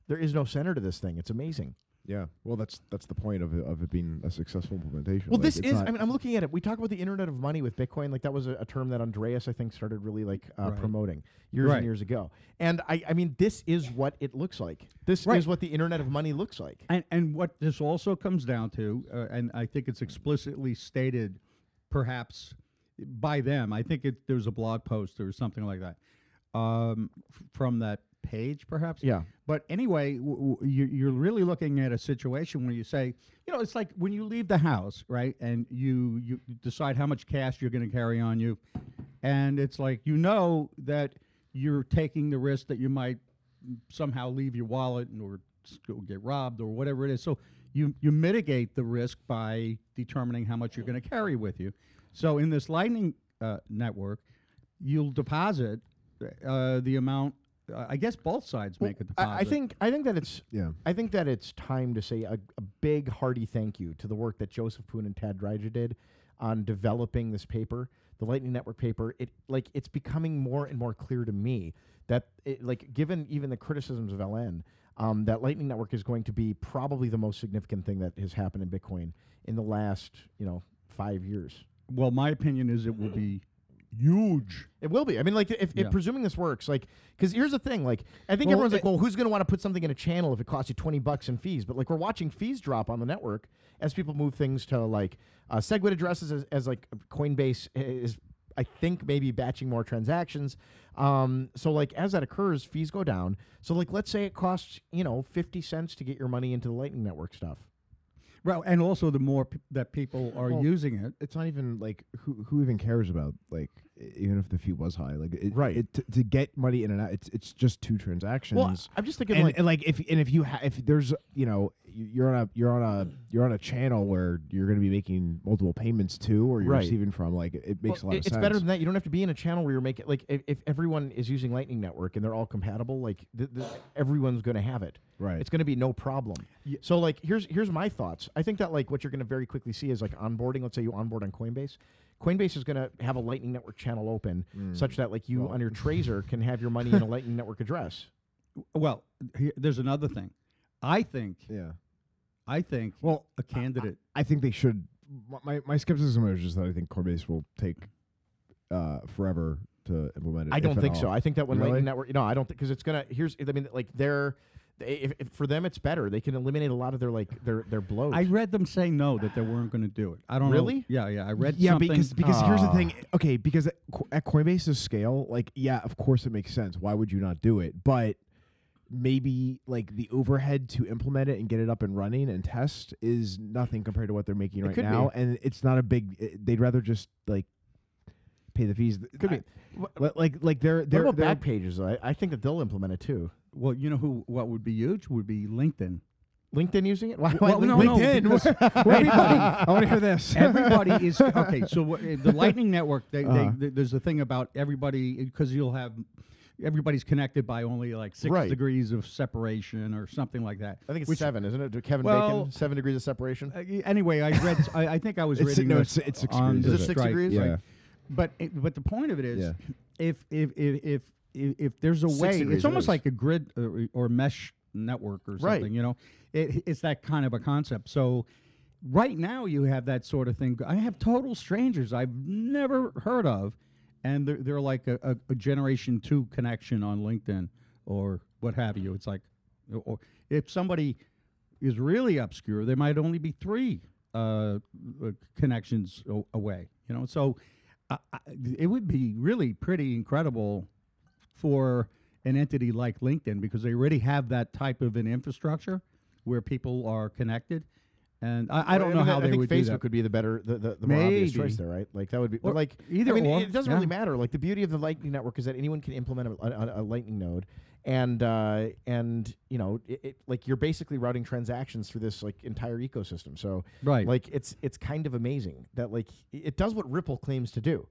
[SPEAKER 1] there is no center to this thing. It's amazing.
[SPEAKER 3] Yeah. Well, that's that's the point of it, of it being a successful implementation.
[SPEAKER 1] Well,
[SPEAKER 3] Like,
[SPEAKER 1] this
[SPEAKER 3] it's
[SPEAKER 1] is.
[SPEAKER 3] not-
[SPEAKER 1] I mean, I'm looking at it. We talk about the Internet of Money with Bitcoin. Like that was a, a term that Andreas, I think, started really like uh,
[SPEAKER 2] Right.
[SPEAKER 1] promoting years
[SPEAKER 2] Right.
[SPEAKER 1] and years ago. And I, I mean, this is what it looks like. This
[SPEAKER 2] Right.
[SPEAKER 1] is what the Internet of Money looks like.
[SPEAKER 2] and and what this also comes down to, uh, and I think it's explicitly stated, perhaps by them. I think it, there was a blog post or something like that um, f- from that page, perhaps.
[SPEAKER 1] Yeah.
[SPEAKER 2] But anyway, w- w- you- you're really looking at a situation where you say, you know, it's like when you leave the house, right? And you you decide how much cash you're going to carry on you, and it's like you know that you're taking the risk that you might somehow leave your wallet and or s- go get robbed or whatever it is. So you you mitigate the risk by determining how much you're going to carry with you. So in this Lightning uh, network, you'll deposit uh, the amount. Uh, I guess both sides make a deposit.
[SPEAKER 1] I, I think. I think that it's.
[SPEAKER 3] Yeah.
[SPEAKER 1] I think that it's time to say a, a big hearty thank you to the work that Joseph Poon and Tad Dreiger did on developing this paper, the Lightning Network paper. It like it's becoming more and more clear to me that it, like given even the criticisms of LN, um, that Lightning Network is going to be probably the most significant thing that has happened in Bitcoin in the last you know five years.
[SPEAKER 2] Well, my opinion is it will be huge.
[SPEAKER 1] It will be. I mean, like, if,
[SPEAKER 2] Yeah.
[SPEAKER 1] if presuming this works, like, because here's the thing, like, I think
[SPEAKER 2] Well,
[SPEAKER 1] everyone's like,
[SPEAKER 2] it-
[SPEAKER 1] well, who's going to want to put something in a channel if it costs you twenty bucks in fees? But like, we're watching fees drop on the network as people move things to like uh, SegWit addresses, as, as like Coinbase is, I think, maybe batching more transactions. Um, so like, as that occurs, fees go down. So like, let's say it costs you know fifty cents to get your money into the Lightning Network stuff.
[SPEAKER 2] Well, and also the more pe- that people are
[SPEAKER 3] Well,
[SPEAKER 2] using it,
[SPEAKER 3] it's not even like who who even cares about like e- even if the fee was high like it,
[SPEAKER 1] Right.
[SPEAKER 3] it, to, to get money in and out it's it's just two transactions
[SPEAKER 1] Well, I'm just thinking
[SPEAKER 3] and,
[SPEAKER 1] like,
[SPEAKER 3] and like if and if you ha- if there's you know you- you're on a you're on a you're on a channel where you're going to be making multiple payments to or you're
[SPEAKER 1] Right.
[SPEAKER 3] receiving from like it, it makes
[SPEAKER 1] Well,
[SPEAKER 3] a lot
[SPEAKER 1] it-
[SPEAKER 3] of
[SPEAKER 1] it's
[SPEAKER 3] sense.
[SPEAKER 1] better than that. You don't have to be in a channel where you're making like if, if everyone is using Lightning Network and they're all compatible, like th- th- everyone's going to have it.
[SPEAKER 3] Right.
[SPEAKER 1] It's going to be no problem. So like here's here's my thoughts. I think that like what you're going to very quickly see is like onboarding. Let's say you onboard on Coinbase. Coinbase is going to have a Lightning Network channel open,
[SPEAKER 3] Hmm.
[SPEAKER 1] such that like you on your Tracer can have your money in a Lightning Network address.
[SPEAKER 2] well, he- there's another thing. I think
[SPEAKER 3] yeah.
[SPEAKER 2] I think
[SPEAKER 3] Well,
[SPEAKER 2] a candidate.
[SPEAKER 3] I think they should. my- My my skepticism is just that I think Coinbase will take uh, forever to implement it.
[SPEAKER 1] I
[SPEAKER 3] if
[SPEAKER 1] don't
[SPEAKER 3] at
[SPEAKER 1] think so.
[SPEAKER 3] all.
[SPEAKER 1] I think that when
[SPEAKER 3] Really?
[SPEAKER 1] Lightning Network, no, I don't think because it's gonna. Here's, I mean, like they're, they, if, if for them it's better. They can eliminate a lot of their like their their bloat.
[SPEAKER 2] I read them saying no that they weren't going to do it. I don't
[SPEAKER 1] Really?
[SPEAKER 2] know. Yeah, yeah. I read
[SPEAKER 3] yeah,
[SPEAKER 2] something.
[SPEAKER 3] because because here's the
[SPEAKER 1] Ah.
[SPEAKER 3] thing. Okay, because at Co- at Coinbase's scale, like yeah, of course it makes sense. Why would you not do it? But maybe like the overhead to implement it and get it up and running and test is nothing compared to what they're making right
[SPEAKER 1] could
[SPEAKER 3] now and it's not a big i- they'd rather just like pay the fees
[SPEAKER 1] Could be.
[SPEAKER 3] I- li- like like they're they're,
[SPEAKER 1] what
[SPEAKER 3] they're-
[SPEAKER 1] about Backpages? though? I, I think that they'll implement it too.
[SPEAKER 2] Well, you know who? What would be huge would be LinkedIn.
[SPEAKER 1] LinkedIn using it? Why? why
[SPEAKER 2] Well, no,
[SPEAKER 1] LinkedIn?
[SPEAKER 2] no,
[SPEAKER 3] LinkedIn.
[SPEAKER 2] because
[SPEAKER 3] everybody I want to hear this
[SPEAKER 2] everybody is okay. So what, uh, the Lightning Network, they,
[SPEAKER 3] Uh-huh.
[SPEAKER 2] they, th- there's a thing about everybody because you'll have everybody's connected by only like six
[SPEAKER 1] Right.
[SPEAKER 2] degrees of separation or something like that.
[SPEAKER 1] I think it's
[SPEAKER 2] Which-
[SPEAKER 1] seven, isn't it? To Kevin
[SPEAKER 2] Well-
[SPEAKER 1] Bacon, seven degrees of separation.
[SPEAKER 2] Uh, y- anyway, I read. s- I, I think I was
[SPEAKER 3] It's-
[SPEAKER 2] reading.
[SPEAKER 3] no,
[SPEAKER 2] this
[SPEAKER 3] it's- it's six
[SPEAKER 2] on
[SPEAKER 3] degrees,
[SPEAKER 2] the
[SPEAKER 1] is it? Six
[SPEAKER 2] strike,
[SPEAKER 1] degrees?
[SPEAKER 2] right?
[SPEAKER 3] Yeah.
[SPEAKER 2] But it, but the point of it is,
[SPEAKER 3] Yeah.
[SPEAKER 2] if, if if if if if there's a
[SPEAKER 1] Six
[SPEAKER 2] way,
[SPEAKER 1] degrees
[SPEAKER 2] it's
[SPEAKER 1] it
[SPEAKER 2] almost
[SPEAKER 1] is.
[SPEAKER 2] like a grid uh, or, or mesh network or
[SPEAKER 1] Right.
[SPEAKER 2] something. You know, it, it's that kind of a concept. So. Right now, you have that sort of thing. I have total strangers I've never heard of, and they're, they're like a, a, a generation two connection on LinkedIn or what have you. It's like, or if somebody is really obscure, there might only be three uh, uh, connections o- away. You know, so I, I, it would be really pretty incredible for an entity like LinkedIn because they already have that type of an infrastructure where people are connected. And I, I don't know
[SPEAKER 1] mean,
[SPEAKER 2] how
[SPEAKER 1] I
[SPEAKER 2] they
[SPEAKER 1] think
[SPEAKER 2] would
[SPEAKER 1] Facebook
[SPEAKER 2] do that.
[SPEAKER 1] would be the better, the, the, the more obvious
[SPEAKER 2] Maybe.
[SPEAKER 1] choice there, right? Like that would be,
[SPEAKER 2] Or
[SPEAKER 1] but like
[SPEAKER 2] either
[SPEAKER 1] I mean,
[SPEAKER 2] or,
[SPEAKER 1] it doesn't
[SPEAKER 2] yeah.
[SPEAKER 1] really matter. Like the beauty of the Lightning Network is that anyone can implement a, a, a Lightning node, and uh, and you know, it, it, like you're basically routing transactions through this like entire ecosystem. So
[SPEAKER 2] Right.
[SPEAKER 1] like it's it's kind of amazing that like i- it does what Ripple claims to do,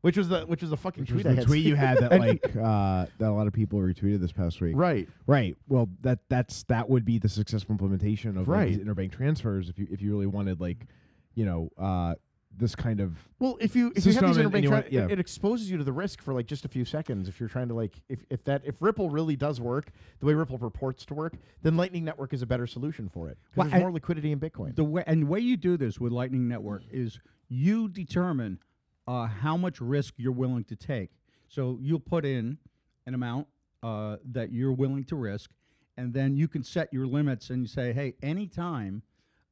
[SPEAKER 1] which was the which was the fucking
[SPEAKER 3] Which was
[SPEAKER 1] tweet I
[SPEAKER 3] the
[SPEAKER 1] had
[SPEAKER 3] tweet you
[SPEAKER 1] seen.
[SPEAKER 3] had that like uh, that a lot of people retweeted this past week.
[SPEAKER 1] right.
[SPEAKER 3] Right. Well, that that's that would be the successful implementation of like, these
[SPEAKER 1] Right.
[SPEAKER 3] interbank transfers if you if you really wanted like, you know, uh, this kind of
[SPEAKER 1] Well, if you if you have
[SPEAKER 3] System
[SPEAKER 1] these
[SPEAKER 3] and- and
[SPEAKER 1] interbank,
[SPEAKER 3] you
[SPEAKER 1] tra-
[SPEAKER 3] want- yeah.
[SPEAKER 1] it, it exposes you to the risk for like just a few seconds. If you're trying to like, if, if that if Ripple really does work the way Ripple purports to work, then Lightning Network is a better solution for it 'cause
[SPEAKER 2] Well,
[SPEAKER 1] there's
[SPEAKER 2] I-
[SPEAKER 1] more liquidity in Bitcoin.
[SPEAKER 2] The way and the way you do this with Lightning Network is you determine uh, how much risk you're willing to take. So you'll put in an amount uh, that you're willing to risk, and then you can set your limits and you say, hey, anytime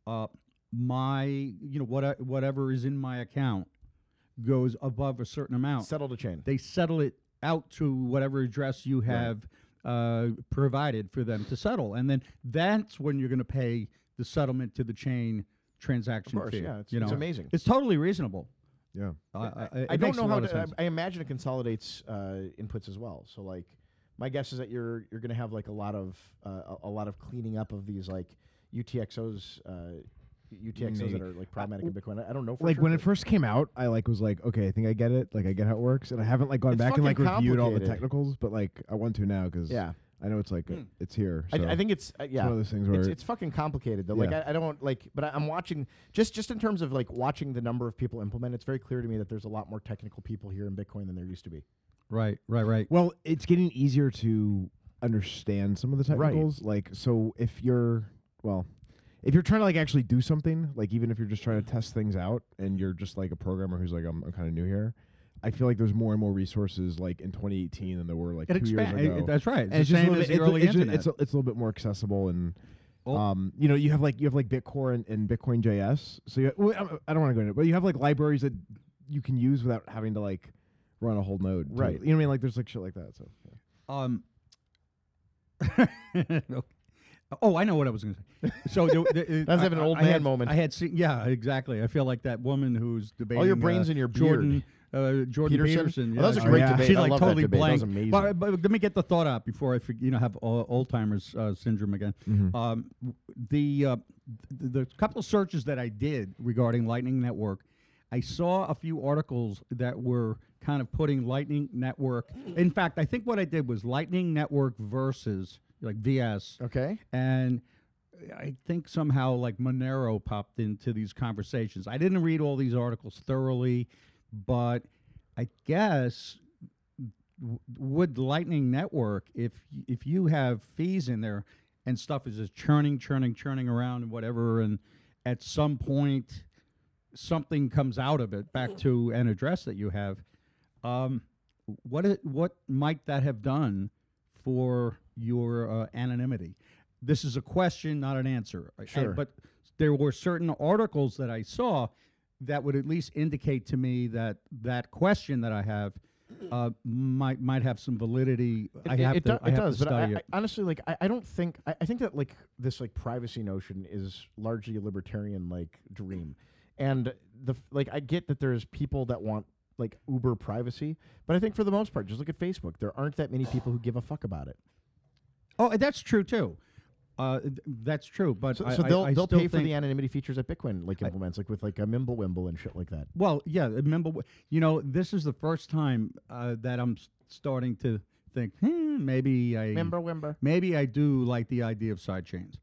[SPEAKER 2] uh, my you know what I- whatever is in my account goes above a certain amount,
[SPEAKER 1] Settle the chain.
[SPEAKER 2] they settle it out to whatever address you have uh, provided for them to settle, and then that's when you're going to pay the settlement to the chain transaction
[SPEAKER 1] course,
[SPEAKER 2] fee.
[SPEAKER 1] yeah, it's-
[SPEAKER 2] you know?
[SPEAKER 1] it's amazing.
[SPEAKER 2] It's totally reasonable.
[SPEAKER 3] yeah.
[SPEAKER 2] Uh, uh,
[SPEAKER 1] I,
[SPEAKER 2] it
[SPEAKER 1] I don't
[SPEAKER 2] makes a
[SPEAKER 1] know how
[SPEAKER 2] lot of
[SPEAKER 1] to.
[SPEAKER 2] sense.
[SPEAKER 1] I, I imagine it consolidates uh, inputs as well. So like, my guess is that you're you're going to have like a lot of uh, a, a lot of cleaning up of these like UTXOs. Uh, UTXOs
[SPEAKER 3] Maybe.
[SPEAKER 1] that are like problematic in Bitcoin. I, I don't know. For
[SPEAKER 3] Like
[SPEAKER 1] sure,
[SPEAKER 3] when it
[SPEAKER 1] but-
[SPEAKER 3] first came out, I like was like, okay, I think I get it. Like I get how it works, and I haven't like gone
[SPEAKER 1] It's
[SPEAKER 3] back and like
[SPEAKER 1] fucking
[SPEAKER 3] reviewed all the
[SPEAKER 1] complicated. Hmm.
[SPEAKER 3] technicals, but like I want to now because
[SPEAKER 1] Yeah.
[SPEAKER 3] I know it's like uh, it's here.
[SPEAKER 1] I,
[SPEAKER 3] So.
[SPEAKER 1] I think it's uh, yeah.
[SPEAKER 3] one of those things
[SPEAKER 1] it's,
[SPEAKER 3] where-
[SPEAKER 1] it's fucking complicated though. Like
[SPEAKER 3] Yeah.
[SPEAKER 1] I, I don't like, but I, I'm watching just just in terms of like watching the number of people implement. It's very clear to me that there's a lot more technical people here in Bitcoin than there used to be.
[SPEAKER 2] right, right, right.
[SPEAKER 3] Well, it's getting easier to understand some of the
[SPEAKER 1] Right.
[SPEAKER 3] technicals. Like, so if you're, well, if you're trying to like actually do something, like even if you're just trying to test things out, and you're just like a programmer who's like, I'm, I'm kind of new here. I feel like there's more and more resources like in 2018 than there were like
[SPEAKER 2] It
[SPEAKER 3] two
[SPEAKER 2] expands.
[SPEAKER 3] years ago.
[SPEAKER 2] that's right. It's
[SPEAKER 3] and it's
[SPEAKER 2] the
[SPEAKER 3] just a
[SPEAKER 2] same
[SPEAKER 3] little bit,
[SPEAKER 2] as the
[SPEAKER 3] it's,
[SPEAKER 2] early
[SPEAKER 3] it's,
[SPEAKER 2] internet.
[SPEAKER 3] it's, a, it's a little bit more accessible and.
[SPEAKER 2] Oh.
[SPEAKER 3] Um, you know, you have like you have like Bitcoin and, and Bitcoin JS. So you, well, I'm- I don't want to go into it, but you have like libraries that you can use without having to like run a whole node. to-
[SPEAKER 1] Right.
[SPEAKER 3] You know what I mean? Like there's like shit like that. So yeah.
[SPEAKER 2] Um. okay. Oh, I know what I was going to say. So there, there-
[SPEAKER 1] That's
[SPEAKER 2] I-
[SPEAKER 1] having an
[SPEAKER 2] I-
[SPEAKER 1] old
[SPEAKER 2] I
[SPEAKER 1] man
[SPEAKER 2] had-
[SPEAKER 1] moment.
[SPEAKER 2] I had seen, yeah, exactly. I feel like that woman who's debating
[SPEAKER 1] brains
[SPEAKER 2] uh,
[SPEAKER 1] in your
[SPEAKER 2] Jordan, uh, Jordan
[SPEAKER 1] Peterson?
[SPEAKER 2] Peterson.
[SPEAKER 1] Oh,
[SPEAKER 2] yeah,
[SPEAKER 1] that was a
[SPEAKER 2] she-
[SPEAKER 3] great Yeah.
[SPEAKER 1] debate.
[SPEAKER 2] She
[SPEAKER 1] I
[SPEAKER 2] like
[SPEAKER 1] love that
[SPEAKER 2] totally
[SPEAKER 1] debate. That was
[SPEAKER 2] blanked.
[SPEAKER 1] amazing.
[SPEAKER 2] But, but let me get the thought out before I forg- you know have uh, Alzheimer's uh, syndrome again.
[SPEAKER 1] Mm-hmm.
[SPEAKER 2] Um, w- the uh, th- the couple of searches that I did regarding Lightning Network, I saw a few articles that were kind of putting Lightning Network. In fact, I think what I did was Lightning Network versus like VS
[SPEAKER 1] Okay.
[SPEAKER 2] and I think somehow like Monero popped into these conversations. I didn't read all these articles thoroughly, but I guess w- would Lightning Network, if y- if you have fees in there and stuff is just churning, churning, churning around and whatever, and at some point something comes out of it back to an address that you have. Um, what it, what might that have done for your uh, anonymity? This is a question, not an answer. I- I-
[SPEAKER 1] Sure.
[SPEAKER 2] but there were certain articles that I saw that would at least indicate to me that that question that I have uh, might might have some validity. I
[SPEAKER 1] It-
[SPEAKER 2] have
[SPEAKER 1] it,
[SPEAKER 2] to,
[SPEAKER 1] do-
[SPEAKER 2] I
[SPEAKER 1] it
[SPEAKER 2] have
[SPEAKER 1] does,
[SPEAKER 2] to
[SPEAKER 1] but I,
[SPEAKER 2] study
[SPEAKER 1] I-
[SPEAKER 2] it.
[SPEAKER 1] honestly, like I, I don't think I, I think that like this like privacy notion is largely a libertarian like dream, and the f- like I get that there's people that want like uber privacy, but I think for the most part, just look at Facebook. There aren't that many people who give a fuck about it.
[SPEAKER 2] Oh, and that's true too. Uh, th- that's true, but
[SPEAKER 1] So,
[SPEAKER 2] I,
[SPEAKER 1] so
[SPEAKER 2] I-
[SPEAKER 1] they'll
[SPEAKER 2] I
[SPEAKER 1] they'll
[SPEAKER 2] still
[SPEAKER 1] pay for
[SPEAKER 2] think-
[SPEAKER 1] the anonymity features that Bitcoin like implements, like with like a Mimblewimble and shit like that.
[SPEAKER 2] Well, yeah. Remember, wh- you know, this is the first time uh, that I'm s- starting to think hmm, maybe I
[SPEAKER 1] Mimblewimble.
[SPEAKER 2] maybe I do like the idea of sidechains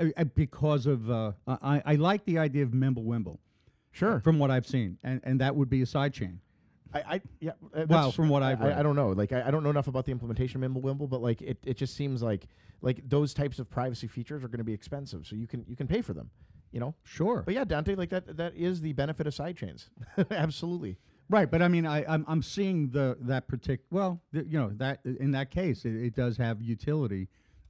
[SPEAKER 2] uh, uh, because of uh, I, I like the idea of Mimblewimble
[SPEAKER 1] Sure.
[SPEAKER 2] from what I've seen, and, and that would be a sidechain.
[SPEAKER 1] I, I yeah. uh,
[SPEAKER 2] Well,
[SPEAKER 1] that's-
[SPEAKER 2] from what I've
[SPEAKER 1] I- I,
[SPEAKER 2] read.
[SPEAKER 1] I don't know. Like I, I don't know enough about the implementation of Mimblewimble, but like it, it just seems like like those types of privacy features are going to be expensive, so you can you can pay for them, you know.
[SPEAKER 2] Sure.
[SPEAKER 1] But yeah, Dante, like that that is the benefit of sidechains. Absolutely.
[SPEAKER 2] Right, but I mean, I, I'm I'm seeing the that particular well, th- you know that in that case, it, it does have utility,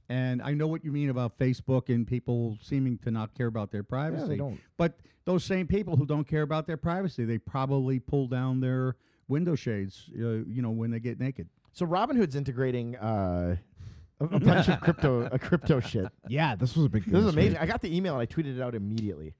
[SPEAKER 2] and I know what you mean about Facebook and people seeming to not care about their privacy.
[SPEAKER 1] don't.
[SPEAKER 2] But those same people who don't care about their privacy, they probably pull down their window shades, uh, you know, when they get naked.
[SPEAKER 1] So Robinhood's integrating uh, a, a bunch of crypto a crypto shit.
[SPEAKER 3] Yeah, this was a big. thing
[SPEAKER 1] This is
[SPEAKER 3] week.
[SPEAKER 1] amazing. I got the email and I tweeted it out immediately.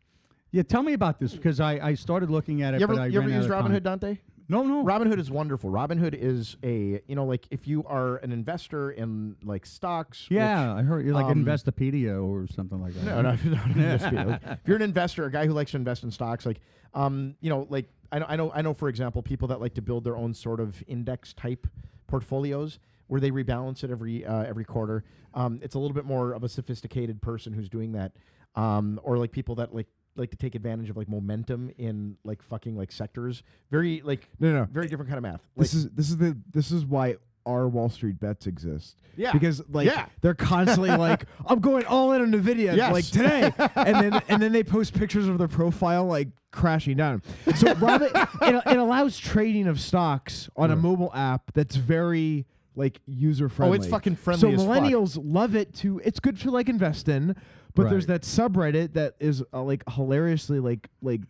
[SPEAKER 2] Yeah, tell me about this because I, I started looking at it.
[SPEAKER 1] You ever
[SPEAKER 2] but I
[SPEAKER 1] you ever
[SPEAKER 2] ran out
[SPEAKER 1] used
[SPEAKER 2] of time.
[SPEAKER 1] Robinhood, Dante?
[SPEAKER 2] No, no.
[SPEAKER 1] Robinhood is wonderful. Robinhood is a you know like if you are an investor in like stocks. which-
[SPEAKER 2] yeah, I heard you're like
[SPEAKER 1] um,
[SPEAKER 2] Investopedia or something like that.
[SPEAKER 1] No, no, no, no, no, just be- like, if you're an investor, a guy who likes to invest in stocks, like, um, you know, like I know, I know, I know, for example, people that like to build their own sort of index type portfolios where they rebalance it every uh, every quarter. Um, it's a little bit more of a sophisticated person who's doing that, um, or like people that like like to take advantage of like momentum in like fucking like sectors. Very like
[SPEAKER 3] No, no, no.
[SPEAKER 1] very different kind of math. Like,
[SPEAKER 3] This is this is the this is why our Wall Street bets exist.
[SPEAKER 1] Yeah.
[SPEAKER 3] Because like
[SPEAKER 1] Yeah.
[SPEAKER 3] they're constantly like, I'm going all in on Nvidia
[SPEAKER 1] Yes.
[SPEAKER 3] like today, and then and then they post pictures of their profile like crashing down. So Robin, it, it allows trading of stocks on a mobile app that's very like user friendly.
[SPEAKER 1] Oh, fucking friendly
[SPEAKER 3] So
[SPEAKER 1] as fuck.
[SPEAKER 3] millennials love it too. It's good to like invest in, but there's that
[SPEAKER 2] Right.
[SPEAKER 3] subreddit that is uh, like hilariously like like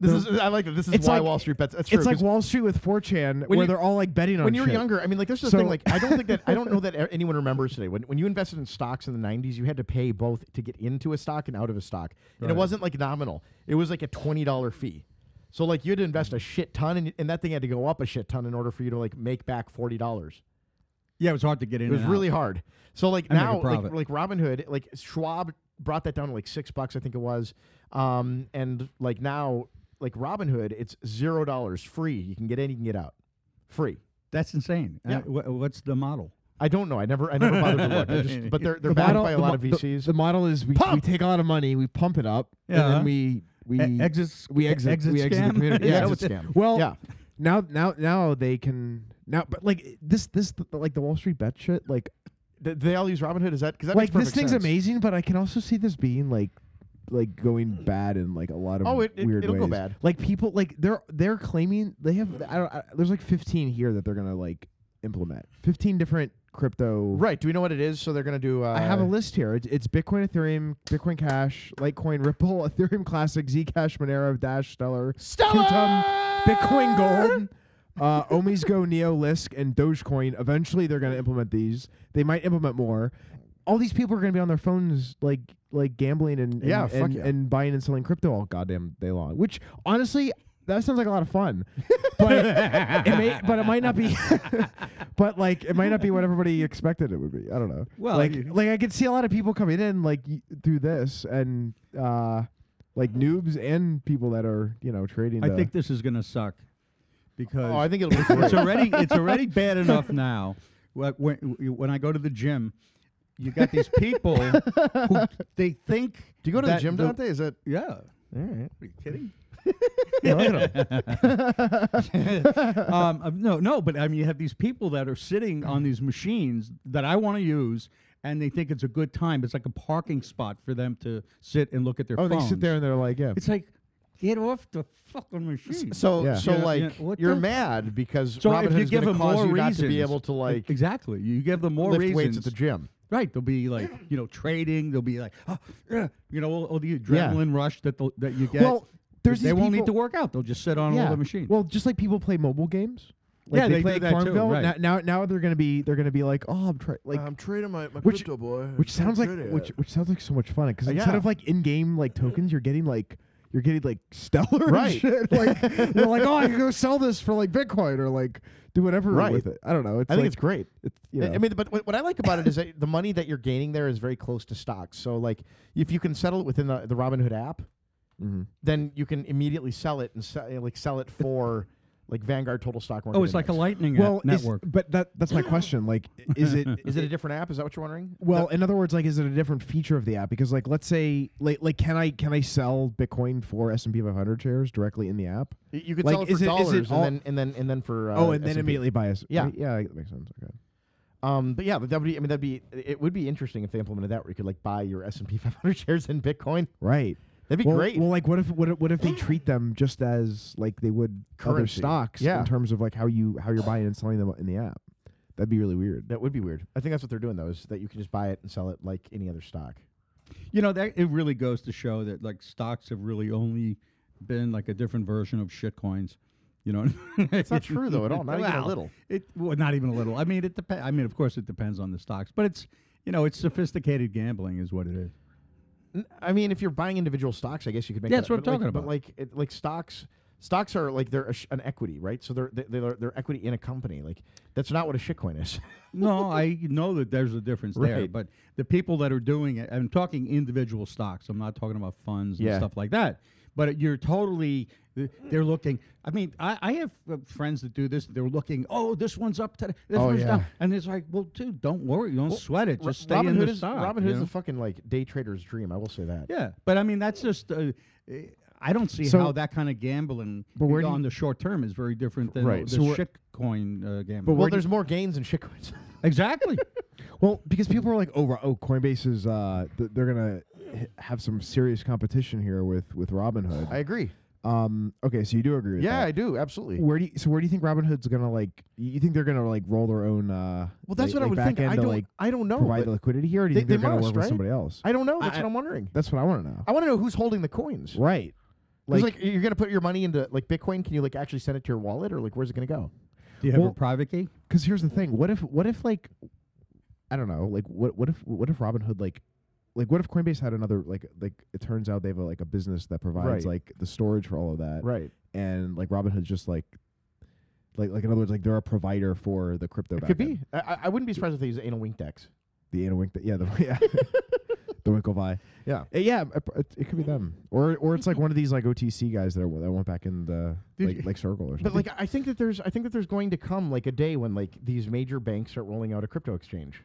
[SPEAKER 1] this is I like that. This is
[SPEAKER 3] It's
[SPEAKER 1] why
[SPEAKER 3] like-
[SPEAKER 1] Wall Street bets. That's true.
[SPEAKER 3] it's like
[SPEAKER 1] 'cause-
[SPEAKER 3] Wall Street with 4chan
[SPEAKER 1] When
[SPEAKER 3] where
[SPEAKER 1] you-
[SPEAKER 3] they're all like betting on
[SPEAKER 1] when you were
[SPEAKER 3] shit.
[SPEAKER 1] younger, I mean, like, there's the
[SPEAKER 3] So-
[SPEAKER 1] thing. Like, I don't think that I don't know that a- anyone remembers today. When when you invested in stocks in the '90s, you had to pay both to get into a stock and out of a stock, and it
[SPEAKER 2] Right.
[SPEAKER 1] wasn't like nominal. It was like a twenty dollar fee. So like, you had to invest a shit ton, and, and that thing had to go up a shit ton in order for you to like make back forty dollars.
[SPEAKER 2] Yeah, it was hard to get in.
[SPEAKER 1] It was
[SPEAKER 2] and out.
[SPEAKER 1] really hard. So like
[SPEAKER 2] And make a
[SPEAKER 1] now, like,
[SPEAKER 2] profit.
[SPEAKER 1] like Robinhood, like Schwab brought that down to like six bucks, I think it was. Um, and like now, like Robinhood, it's zero dollars free. You can get in, you can get out, free.
[SPEAKER 2] That's insane.
[SPEAKER 1] Yeah.
[SPEAKER 2] Uh, wha- what's the model?
[SPEAKER 1] I don't know. I never, I never bothered to look. I just, but they're they're
[SPEAKER 3] The
[SPEAKER 1] backed
[SPEAKER 3] model-
[SPEAKER 1] by a
[SPEAKER 3] the
[SPEAKER 1] lot
[SPEAKER 3] mo-
[SPEAKER 1] of
[SPEAKER 3] the-
[SPEAKER 1] VCs.
[SPEAKER 3] The, model is we,
[SPEAKER 2] Pump.
[SPEAKER 3] we take a lot of money, we pump it up, and
[SPEAKER 2] Yeah.
[SPEAKER 3] then we we
[SPEAKER 2] E- exit sc-
[SPEAKER 3] we
[SPEAKER 2] e-
[SPEAKER 3] exit,
[SPEAKER 2] exit
[SPEAKER 3] we exit
[SPEAKER 2] scam?
[SPEAKER 3] the community.
[SPEAKER 2] Yeah,
[SPEAKER 1] that was-
[SPEAKER 3] exit scam. Well,
[SPEAKER 1] yeah.
[SPEAKER 3] Now, now, now they can now, but like it- this, this, th- like the Wall Street bet shit, like
[SPEAKER 1] Th- they all use Robinhood. Is that because that
[SPEAKER 3] like
[SPEAKER 1] makes
[SPEAKER 3] this
[SPEAKER 1] perfect
[SPEAKER 3] thing's
[SPEAKER 1] sense.
[SPEAKER 3] amazing, but I can also see this being like like going bad in like a lot of
[SPEAKER 1] Oh, it- it-
[SPEAKER 3] weird
[SPEAKER 1] it'll go
[SPEAKER 3] ways.
[SPEAKER 1] bad.
[SPEAKER 3] Like people, like they're they're claiming they have. I don't. I, there's like 15 here that they're gonna like implement. 15 different crypto
[SPEAKER 1] Right? Do we know what it is? So they're gonna do. Uh,
[SPEAKER 3] I have a list here. It's, it's Bitcoin, Ethereum, Bitcoin Cash, Litecoin, Ripple, Ethereum Classic, Zcash, Monero, Dash, Stellar,
[SPEAKER 1] Stellar!
[SPEAKER 3] Qtum, Bitcoin Gold, uh, Omis Go, Neo, Lisk, and Dogecoin. Eventually, they're going to implement these. They might implement more. All these people are going to be on their phones, like like gambling and and,
[SPEAKER 1] Yeah, fuck
[SPEAKER 3] and,
[SPEAKER 1] yeah.
[SPEAKER 3] and buying and selling crypto all goddamn day long. Which honestly, that sounds like a lot of fun. but it may, but it might not be. but like, it might not be what everybody expected it would be. I don't know.
[SPEAKER 2] Well,
[SPEAKER 3] like,
[SPEAKER 2] you-
[SPEAKER 3] like I could see a lot of people coming in like y- through this and uh, like noobs and people that are you know trading.
[SPEAKER 2] I
[SPEAKER 3] the-
[SPEAKER 2] think this is going to suck because
[SPEAKER 1] Oh, I think it'll be
[SPEAKER 2] it's
[SPEAKER 1] great.
[SPEAKER 2] already it's already bad enough now. Wh- When when I go to the gym, you got these people who they think.
[SPEAKER 1] Do you go to the
[SPEAKER 2] that
[SPEAKER 1] gym, Dante? Is it?
[SPEAKER 2] Yeah. Are
[SPEAKER 1] All right.
[SPEAKER 2] you kidding?
[SPEAKER 3] Yeah, look at 'em.
[SPEAKER 2] um, um, no, no, but I mean, you have these people that are sitting on these machines that I want to use, and they think it's a good time. It's like a parking spot for them to sit and look at their
[SPEAKER 3] oh, they
[SPEAKER 2] phones.
[SPEAKER 3] sit there and they're like, yeah.
[SPEAKER 2] It's like, get off the fucking machine.
[SPEAKER 1] So
[SPEAKER 3] Yeah.
[SPEAKER 1] so
[SPEAKER 2] Hmm. Yeah,
[SPEAKER 1] like
[SPEAKER 2] yeah, what
[SPEAKER 1] you're
[SPEAKER 2] the-
[SPEAKER 1] mad because
[SPEAKER 2] So
[SPEAKER 1] Robinhood
[SPEAKER 2] if you
[SPEAKER 1] is
[SPEAKER 2] give
[SPEAKER 1] gonna
[SPEAKER 2] them
[SPEAKER 1] cause
[SPEAKER 2] more
[SPEAKER 1] you
[SPEAKER 2] reasons,
[SPEAKER 1] not to be able to like
[SPEAKER 2] exactly, you give them more
[SPEAKER 1] lift
[SPEAKER 2] reasons
[SPEAKER 1] weights at the gym.
[SPEAKER 2] Right, they'll be like you know trading. They'll be like, oh, yeah," you know, all, all the adrenaline rush that they'll- that you get.
[SPEAKER 3] Well, there's
[SPEAKER 2] they
[SPEAKER 3] these
[SPEAKER 2] won't need
[SPEAKER 3] people-
[SPEAKER 2] to work out. They'll just sit on
[SPEAKER 3] yeah.
[SPEAKER 2] all the machines.
[SPEAKER 3] Well, just like people play mobile games.
[SPEAKER 1] Like
[SPEAKER 2] Yeah,
[SPEAKER 1] they,
[SPEAKER 2] they do
[SPEAKER 1] play
[SPEAKER 2] that too,
[SPEAKER 1] Farmville.
[SPEAKER 2] right.
[SPEAKER 3] Now, now, now they're gonna be they're gonna be like, oh, I'm trying
[SPEAKER 2] Um,
[SPEAKER 3] like,
[SPEAKER 4] I'm trading my, my
[SPEAKER 3] which-
[SPEAKER 4] crypto boy.
[SPEAKER 3] which
[SPEAKER 4] I'm
[SPEAKER 3] sounds like
[SPEAKER 4] trading
[SPEAKER 3] which
[SPEAKER 4] it.
[SPEAKER 3] which sounds like so much fun because
[SPEAKER 1] Uh,
[SPEAKER 3] instead
[SPEAKER 1] yeah.
[SPEAKER 3] of like in game like tokens, you're getting like you're getting like stellar
[SPEAKER 1] Right.
[SPEAKER 3] and shit. Like you're like, oh, I can go sell this for like Bitcoin or like do whatever
[SPEAKER 1] Right.
[SPEAKER 3] with it. I don't know. It's
[SPEAKER 1] I think
[SPEAKER 3] like,
[SPEAKER 1] it's great.
[SPEAKER 3] it's you
[SPEAKER 1] I-
[SPEAKER 3] know.
[SPEAKER 1] I mean, but what what I like about it is that the money that you're gaining there is very close to stocks. So, like, if you can settle it within the, the Robinhood app,
[SPEAKER 3] Mhm.
[SPEAKER 1] then you can immediately sell it and sell, like sell it for like Vanguard Total Stock Market.
[SPEAKER 2] Oh, it's like a
[SPEAKER 1] Index.
[SPEAKER 2] lightning
[SPEAKER 3] well,
[SPEAKER 2] app
[SPEAKER 3] is-
[SPEAKER 2] network.
[SPEAKER 3] but that that's my question. Like, i- is it
[SPEAKER 1] Is it a different app? Is that what you're wondering?
[SPEAKER 3] Well, in other words, like, is it a different feature of the app? Because, like, let's say, like, like can I can I sell Bitcoin for S and P 500 shares directly in the app?
[SPEAKER 1] Y- You could
[SPEAKER 3] Like,
[SPEAKER 1] sell it for
[SPEAKER 3] is it- is it
[SPEAKER 1] dollars and
[SPEAKER 3] all-
[SPEAKER 1] then and then and then for uh,
[SPEAKER 3] oh, and then
[SPEAKER 1] S&P.
[SPEAKER 3] immediately buy us.
[SPEAKER 1] Yeah.
[SPEAKER 3] yeah, that makes sense. Okay.
[SPEAKER 1] Um, but yeah, but that would be. I mean, that'd be. It would be interesting if they implemented that, where you could like buy your S and P 500 shares in Bitcoin.
[SPEAKER 3] Right.
[SPEAKER 1] That'd be
[SPEAKER 3] well,
[SPEAKER 1] great.
[SPEAKER 3] Well, like, what if what if, what if they treat them just as like they would other
[SPEAKER 1] Currency.
[SPEAKER 3] stocks
[SPEAKER 1] Yeah.
[SPEAKER 3] in terms of like how you how you're buying and selling them in the app? That'd be really weird.
[SPEAKER 1] that would be weird. I think that's what they're doing though, is that you can just buy it and sell it like any other stock.
[SPEAKER 2] You know, that it really goes to show that like stocks have really only been like a different version of shit coins. You know, it's
[SPEAKER 1] not true, though, at all, not even a little.
[SPEAKER 2] It well, not even a little. I mean, it depends. I mean, of course, it depends on the stocks, but it's you know, it's sophisticated gambling, is what it is.
[SPEAKER 1] N- I mean, if you're buying individual stocks, I guess you could make.
[SPEAKER 2] Yeah, that's
[SPEAKER 1] that-
[SPEAKER 2] what
[SPEAKER 1] but, like-
[SPEAKER 2] I'm talking
[SPEAKER 1] But
[SPEAKER 2] about.
[SPEAKER 1] like, it, like stocks, stocks are like they're a sh- an equity, right? So they're they- they're they're equity in a company. Like that's not what a shitcoin is.
[SPEAKER 2] no, I know that there's a difference there,
[SPEAKER 1] Right.
[SPEAKER 2] but the people that are doing it, I'm talking individual stocks. I'm not talking about funds and
[SPEAKER 1] Yeah.
[SPEAKER 2] stuff like that. But you're totally, th- they're looking. I mean, I, I have uh, friends that do this. They're looking. Oh, this one's up today. This
[SPEAKER 1] Oh,
[SPEAKER 2] one's
[SPEAKER 1] yeah.
[SPEAKER 2] down. And it's like, well, dude, don't worry. Don't sweat it. Just stay
[SPEAKER 1] Robin
[SPEAKER 2] in
[SPEAKER 1] Hood
[SPEAKER 2] the
[SPEAKER 1] is
[SPEAKER 2] stock.
[SPEAKER 1] Robin
[SPEAKER 2] you
[SPEAKER 1] Hood is
[SPEAKER 2] know?
[SPEAKER 1] a fucking like day trader's dream. I will say that.
[SPEAKER 2] yeah, but I mean, that's just. Uh, uh, I don't see
[SPEAKER 3] So-
[SPEAKER 2] how that kind of gambling
[SPEAKER 3] But where do
[SPEAKER 2] on
[SPEAKER 3] you-
[SPEAKER 2] the short term is very different than
[SPEAKER 1] Right,
[SPEAKER 2] the
[SPEAKER 3] so where-
[SPEAKER 2] shit coin uh, gambling.
[SPEAKER 1] Well, there's more gains in shitcoins.
[SPEAKER 2] exactly.
[SPEAKER 3] Well, because people are like, oh, Ro- oh, Coinbase is uh, th- they're gonna h- have some serious competition here with with Robinhood.
[SPEAKER 1] I agree.
[SPEAKER 3] um, okay, so you do agree with
[SPEAKER 1] Yeah,
[SPEAKER 3] that?
[SPEAKER 1] I do absolutely.
[SPEAKER 3] where do you, so where do you think Robinhood's gonna like? You think they're gonna like roll their own? Uh,
[SPEAKER 1] Well, that's what I
[SPEAKER 3] like- like
[SPEAKER 1] would
[SPEAKER 3] back
[SPEAKER 1] think. I
[SPEAKER 3] end to,
[SPEAKER 1] don't.
[SPEAKER 3] like
[SPEAKER 1] I don't know.
[SPEAKER 3] provide
[SPEAKER 1] but
[SPEAKER 3] the liquidity here. Or do you
[SPEAKER 1] They-
[SPEAKER 3] think
[SPEAKER 1] they
[SPEAKER 3] are gonna
[SPEAKER 1] must,
[SPEAKER 3] work
[SPEAKER 1] right?
[SPEAKER 3] with somebody else?
[SPEAKER 1] I don't know. That's
[SPEAKER 2] I-
[SPEAKER 1] what I'm wondering.
[SPEAKER 3] that's what I want to know.
[SPEAKER 1] I want to know who's holding the coins.
[SPEAKER 3] right.
[SPEAKER 1] Like, like you're gonna put your money into like Bitcoin. Can you like actually send it to your wallet or like where's it gonna go?
[SPEAKER 2] Do you have
[SPEAKER 3] Well-
[SPEAKER 2] a private key?
[SPEAKER 3] Because here's the thing: what if, what if, like, I don't know, like, what, what if, what if Robinhood, like, like, what if Coinbase had another, like, like, it turns out they have a, like a business that provides
[SPEAKER 1] Right.
[SPEAKER 3] like the storage for all of that,
[SPEAKER 1] Right.
[SPEAKER 3] and like Robinhood's just like, like, like in other words, like they're a provider for the crypto.
[SPEAKER 1] It could be.
[SPEAKER 3] backend.
[SPEAKER 1] I- I, I wouldn't be surprised if they use anal wink decks.
[SPEAKER 3] the Anna Wink, yeah, the yeah, the Winklevi,
[SPEAKER 1] Yeah.
[SPEAKER 3] Uh, yeah, it, it, it could be them, or or it's like one of these like OTC guys that, are, that went back in the
[SPEAKER 1] Did
[SPEAKER 3] like,
[SPEAKER 1] you-
[SPEAKER 3] like circle or something.
[SPEAKER 1] But like I think that there's I think that there's going to come like a day when like these major banks start rolling out a crypto exchange.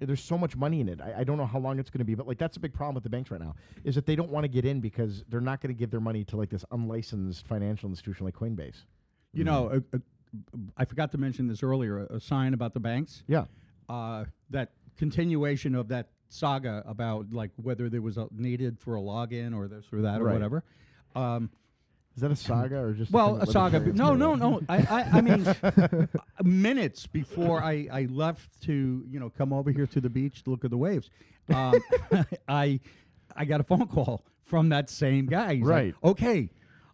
[SPEAKER 1] There's so much money in it. I, I don't know how long it's going to be, but like that's a big problem with the banks right now is that they don't want to get in because they're not going to give their money to like this unlicensed financial institution like Coinbase.
[SPEAKER 2] You know,
[SPEAKER 1] Mm-hmm.
[SPEAKER 2] uh, uh, I forgot to mention this earlier. A, a sign about the banks.
[SPEAKER 1] Yeah.
[SPEAKER 2] Uh, that continuation of that saga about like whether there was a needed for a login or this or that or
[SPEAKER 1] Right.
[SPEAKER 2] whatever. Um,
[SPEAKER 1] Is that a saga or just
[SPEAKER 2] well,
[SPEAKER 1] thing
[SPEAKER 2] a
[SPEAKER 1] that
[SPEAKER 2] saga.
[SPEAKER 1] libertarians
[SPEAKER 2] No,
[SPEAKER 1] do?
[SPEAKER 2] no, no. I, I, I mean, minutes before I, I left to you know come over here to the beach to look at the waves, um, I I got a phone call from that same guy. He's like,
[SPEAKER 1] Right.
[SPEAKER 2] okay,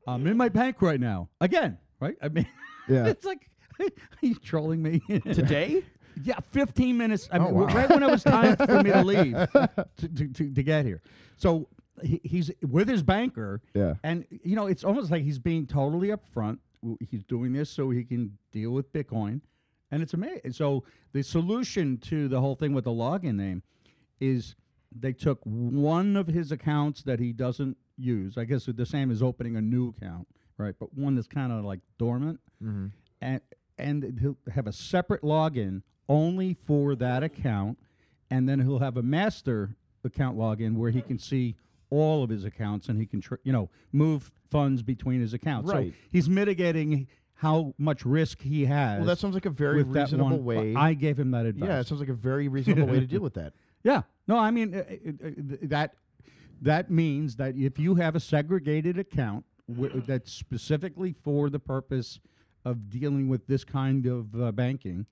[SPEAKER 2] I'm in my bank right now again. Right. I mean,
[SPEAKER 3] Yeah.
[SPEAKER 2] it's like. Are you trolling me?
[SPEAKER 1] Today?
[SPEAKER 2] Yeah, 15 minutes. I
[SPEAKER 1] Oh,
[SPEAKER 2] mean, w-
[SPEAKER 1] wow.
[SPEAKER 2] right when it was time for me to leave to, to, to, to get here. So he, he's with his banker.
[SPEAKER 3] Yeah.
[SPEAKER 2] And, you know, it's almost like he's being totally upfront. W- He's doing this so he can deal with Bitcoin. And it's amazing. So the solution to the whole thing with the login name is they took one of his accounts that he doesn't use. I guess the same as opening a new account, right? But one that's kind of like dormant and and he'll have a separate login only for that account, and then he'll have a master account login where he can see all of his accounts and he can tr- you know move funds between his accounts.
[SPEAKER 1] Right.
[SPEAKER 2] So he's mitigating how much risk he has.
[SPEAKER 1] Well, that sounds like a very
[SPEAKER 2] with that
[SPEAKER 1] reasonable
[SPEAKER 2] one-
[SPEAKER 1] way.
[SPEAKER 2] I gave him that advice.
[SPEAKER 1] yeah, it sounds like a very reasonable way to deal with that.
[SPEAKER 2] Yeah. No, I mean uh, uh, uh, th- that that means that if you have a segregated account w-
[SPEAKER 1] Mm-hmm.
[SPEAKER 2] that's specifically for the purpose of dealing with this kind of uh, banking,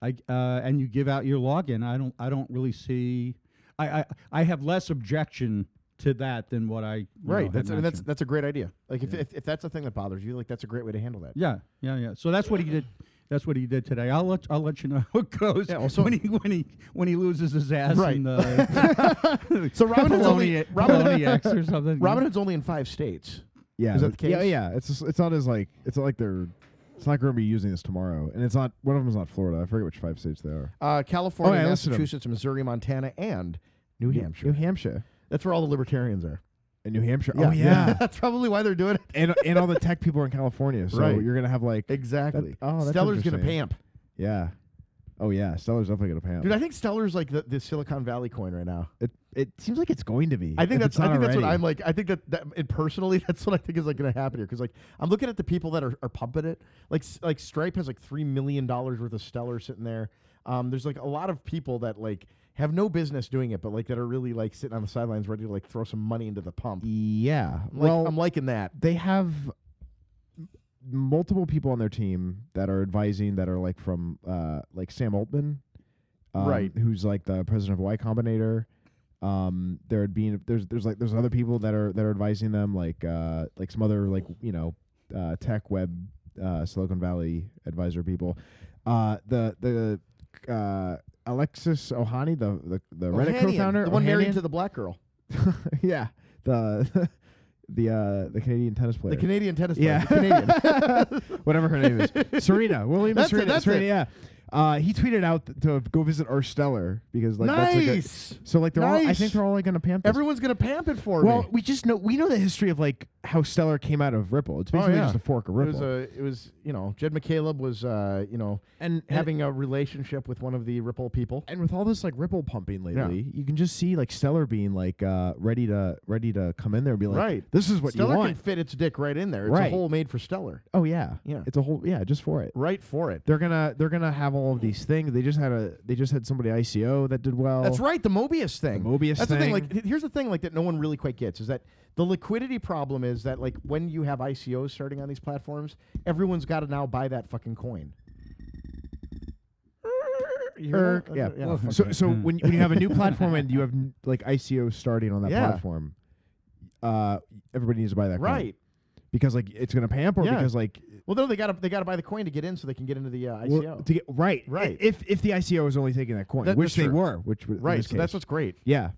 [SPEAKER 2] I, uh, and you give out your login, I don't I don't really see. I I, I have less objection to that than what I you know,
[SPEAKER 1] Right.
[SPEAKER 2] had
[SPEAKER 1] that's I mean, that's
[SPEAKER 2] mentioned.
[SPEAKER 1] that's a great idea. Like if, if if that's the thing that bothers you, like that's a great way to handle that.
[SPEAKER 2] yeah yeah yeah. So that's what he did. That's what he did today. I'll let I'll let you know how it goes
[SPEAKER 1] Yeah, well, so-
[SPEAKER 2] when he when he when he loses his ass
[SPEAKER 1] Right.
[SPEAKER 2] in the
[SPEAKER 1] So Robin Hood's only
[SPEAKER 2] Polonia-
[SPEAKER 1] Robin,
[SPEAKER 2] Poloniex or something.
[SPEAKER 1] Robin Hood's only in five states.
[SPEAKER 3] Yeah,
[SPEAKER 1] Is that
[SPEAKER 3] but-
[SPEAKER 1] the
[SPEAKER 3] Yeah,
[SPEAKER 1] case?
[SPEAKER 3] yeah. It's just, it's not as like it's not like they're it's not going to be using this tomorrow, and it's not one of them's not Florida. I forget which five states they are.
[SPEAKER 1] Uh, California,
[SPEAKER 3] Oh, yeah, I listened to 'em.
[SPEAKER 1] Massachusetts, Missouri, Montana, and New Hampshire.
[SPEAKER 3] New Hampshire,
[SPEAKER 1] That's where all the libertarians are.
[SPEAKER 3] and New Hampshire. oh yeah,
[SPEAKER 1] that's probably why they're doing it.
[SPEAKER 3] and and all the tech people are in California, so
[SPEAKER 1] Right.
[SPEAKER 3] you're gonna have like
[SPEAKER 1] Exactly.
[SPEAKER 3] oh, that's
[SPEAKER 1] Stellar's gonna
[SPEAKER 3] interesting.
[SPEAKER 1] pamp,
[SPEAKER 3] yeah, oh yeah, Stellar's definitely gonna pay. up.
[SPEAKER 1] dude. I think Stellar's like the, the Silicon Valley coin right now.
[SPEAKER 3] it it seems like it's going to be.
[SPEAKER 1] I think
[SPEAKER 3] if it's
[SPEAKER 1] that's I
[SPEAKER 3] not
[SPEAKER 1] think that's what
[SPEAKER 3] already.
[SPEAKER 1] I'm like. I think that, that and personally, that's what I think is like going to happen here. Because like I'm looking at the people that are, are pumping it. Like s- like Stripe has like three million dollars worth of Stellar sitting there. Um, there's like a lot of people that like have no business doing it, but like that are really like sitting on the sidelines ready to like throw some money into the pump.
[SPEAKER 3] Yeah.
[SPEAKER 1] I'm like,
[SPEAKER 3] E well,
[SPEAKER 1] I'm liking that.
[SPEAKER 3] they have m- multiple people on their team that are advising that are like from uh like Sam Altman, um,
[SPEAKER 1] Right.
[SPEAKER 3] Who's like the president of Y Combinator. Um, there had been there's there's like there's other people that are that are advising them like uh like some other like you know uh, tech web uh, Silicon Valley advisor people. Uh, the the uh, Alexis Ohani, the the, the Reddit
[SPEAKER 1] Ohanian,
[SPEAKER 3] co-founder,
[SPEAKER 1] the one married
[SPEAKER 3] Ohanian?
[SPEAKER 1] to the black girl,
[SPEAKER 3] yeah, the the uh, the Canadian tennis player,
[SPEAKER 1] the Canadian tennis player,
[SPEAKER 3] Yeah.
[SPEAKER 1] the Canadian.
[SPEAKER 3] whatever her name is, Serena, Williams
[SPEAKER 1] That's it,
[SPEAKER 3] Serena,
[SPEAKER 1] that's
[SPEAKER 3] Serena, yeah. Uh, he tweeted out th- to go visit our stellar because like that's like a,
[SPEAKER 1] nice.
[SPEAKER 3] so like they're all I
[SPEAKER 1] Nice.
[SPEAKER 3] think they're all like gonna pamp this.
[SPEAKER 1] Everyone's gonna pamp it for
[SPEAKER 3] well
[SPEAKER 1] me.
[SPEAKER 3] we just know we know the history of like how stellar came out of Ripple it's
[SPEAKER 1] Oh,
[SPEAKER 3] basically
[SPEAKER 1] yeah.
[SPEAKER 3] just a fork of
[SPEAKER 1] It was
[SPEAKER 3] Ripple
[SPEAKER 1] a, it was you know Jed McCaleb was uh you know
[SPEAKER 3] and and-
[SPEAKER 1] having a relationship with one of the Ripple people.
[SPEAKER 3] and with all this like Ripple pumping lately you can just see like Stellar being like uh, ready to ready to come in there and be like
[SPEAKER 1] Right.
[SPEAKER 3] this is what
[SPEAKER 1] Stellar
[SPEAKER 3] you
[SPEAKER 1] can
[SPEAKER 3] want
[SPEAKER 1] fit its dick right in there. It's a
[SPEAKER 3] Right.
[SPEAKER 1] hole made for Stellar.
[SPEAKER 3] oh yeah
[SPEAKER 1] Yeah.
[SPEAKER 3] it's a whole yeah just for it
[SPEAKER 1] Right for it.
[SPEAKER 3] they're gonna they're gonna have all of these things. They just had a they just had somebody ICO that did well.
[SPEAKER 1] That's right, the Mobius thing.
[SPEAKER 3] Mobius
[SPEAKER 1] That's the thing.
[SPEAKER 3] thing.
[SPEAKER 1] Like, h- here's the thing. Like that, no one really quite gets is that the liquidity problem is that like when you have ICOs starting on these platforms, everyone's got to now buy that fucking coin. You hear
[SPEAKER 3] Er,
[SPEAKER 1] that?
[SPEAKER 3] yeah.
[SPEAKER 1] That's- yeah.
[SPEAKER 2] Well,
[SPEAKER 3] So
[SPEAKER 2] Okay.
[SPEAKER 3] so
[SPEAKER 2] Hmm.
[SPEAKER 3] when, when you have a new platform and you have n- like ICO starting on that
[SPEAKER 1] Yeah.
[SPEAKER 3] platform, uh, everybody needs to buy that coin.
[SPEAKER 1] Right.
[SPEAKER 3] because like it's gonna pay up or
[SPEAKER 1] Yeah.
[SPEAKER 3] because like
[SPEAKER 1] Well, no, they got to they got to buy the coin to get in so they can get into the uh, ICO.
[SPEAKER 3] well, to get right
[SPEAKER 1] Right.
[SPEAKER 3] i- if if the ICO is only taking that coin,
[SPEAKER 1] That-
[SPEAKER 3] which
[SPEAKER 1] that's
[SPEAKER 3] they
[SPEAKER 1] true.
[SPEAKER 3] were, which w- in
[SPEAKER 1] right.
[SPEAKER 3] this
[SPEAKER 1] So that's
[SPEAKER 3] case.
[SPEAKER 1] what's great.
[SPEAKER 3] yeah,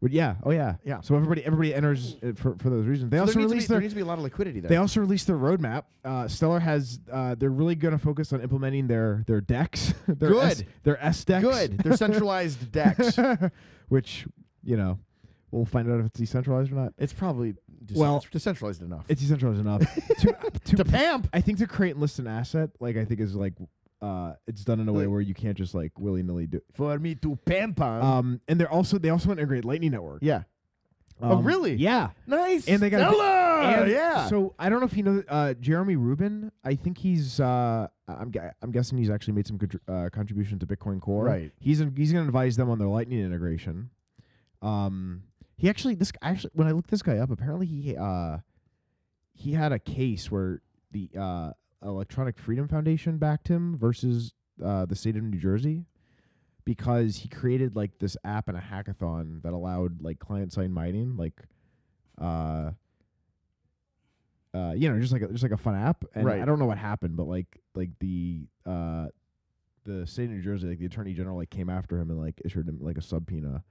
[SPEAKER 3] Well, yeah, oh yeah,
[SPEAKER 1] Yeah.
[SPEAKER 3] So everybody everybody enters uh, for for those reasons. They
[SPEAKER 1] So
[SPEAKER 3] also
[SPEAKER 1] there, needs to be,
[SPEAKER 3] released
[SPEAKER 1] there
[SPEAKER 3] their
[SPEAKER 1] needs to be a lot of liquidity there.
[SPEAKER 3] They also released their roadmap. Uh, Stellar has. Uh, they're really going to focus on implementing their their decks. their
[SPEAKER 1] Good.
[SPEAKER 3] S, their S decks.
[SPEAKER 1] Good. They're centralized decks.
[SPEAKER 3] Which you know, we'll find out if it's decentralized or not.
[SPEAKER 1] It's probably dece-
[SPEAKER 3] Well-
[SPEAKER 1] it's decentralized enough.
[SPEAKER 3] It's decentralized enough. to, to,
[SPEAKER 1] to pamp.
[SPEAKER 3] I think to create and list an asset, like I think is like, uh, it's done in a way
[SPEAKER 1] Like-
[SPEAKER 3] where you can't just like willy nilly do.
[SPEAKER 1] For me to pamp on.
[SPEAKER 3] Um, and they're also they also integrate Lightning Network.
[SPEAKER 1] Uh, Oh. yeah. oh,
[SPEAKER 3] Um,
[SPEAKER 1] really?
[SPEAKER 3] Yeah.
[SPEAKER 1] Nice.
[SPEAKER 3] And they got a big-
[SPEAKER 1] Stellar!
[SPEAKER 3] And
[SPEAKER 1] yeah.
[SPEAKER 3] So I don't know if you know uh, Jeremy Rubin. I think he's. Uh, I'm. gu- I'm guessing he's actually made some contr uh, contribution to Bitcoin Core.
[SPEAKER 1] Right.
[SPEAKER 3] He's. in- he's going to advise them on their Lightning integration. Um. He actually. This g- actually. When I looked this guy up, apparently he. Uh, he had a case where the uh, Electronic Freedom Foundation backed him versus uh, the state of New Jersey. Because he created like this app and a hackathon that allowed like client side mining, like uh, uh, you know, just like a, just like a fun app. And
[SPEAKER 1] Right.
[SPEAKER 3] I don't know what happened, but like like the uh, the state of New Jersey, like the attorney general, like came after him and like issued him like a subpoena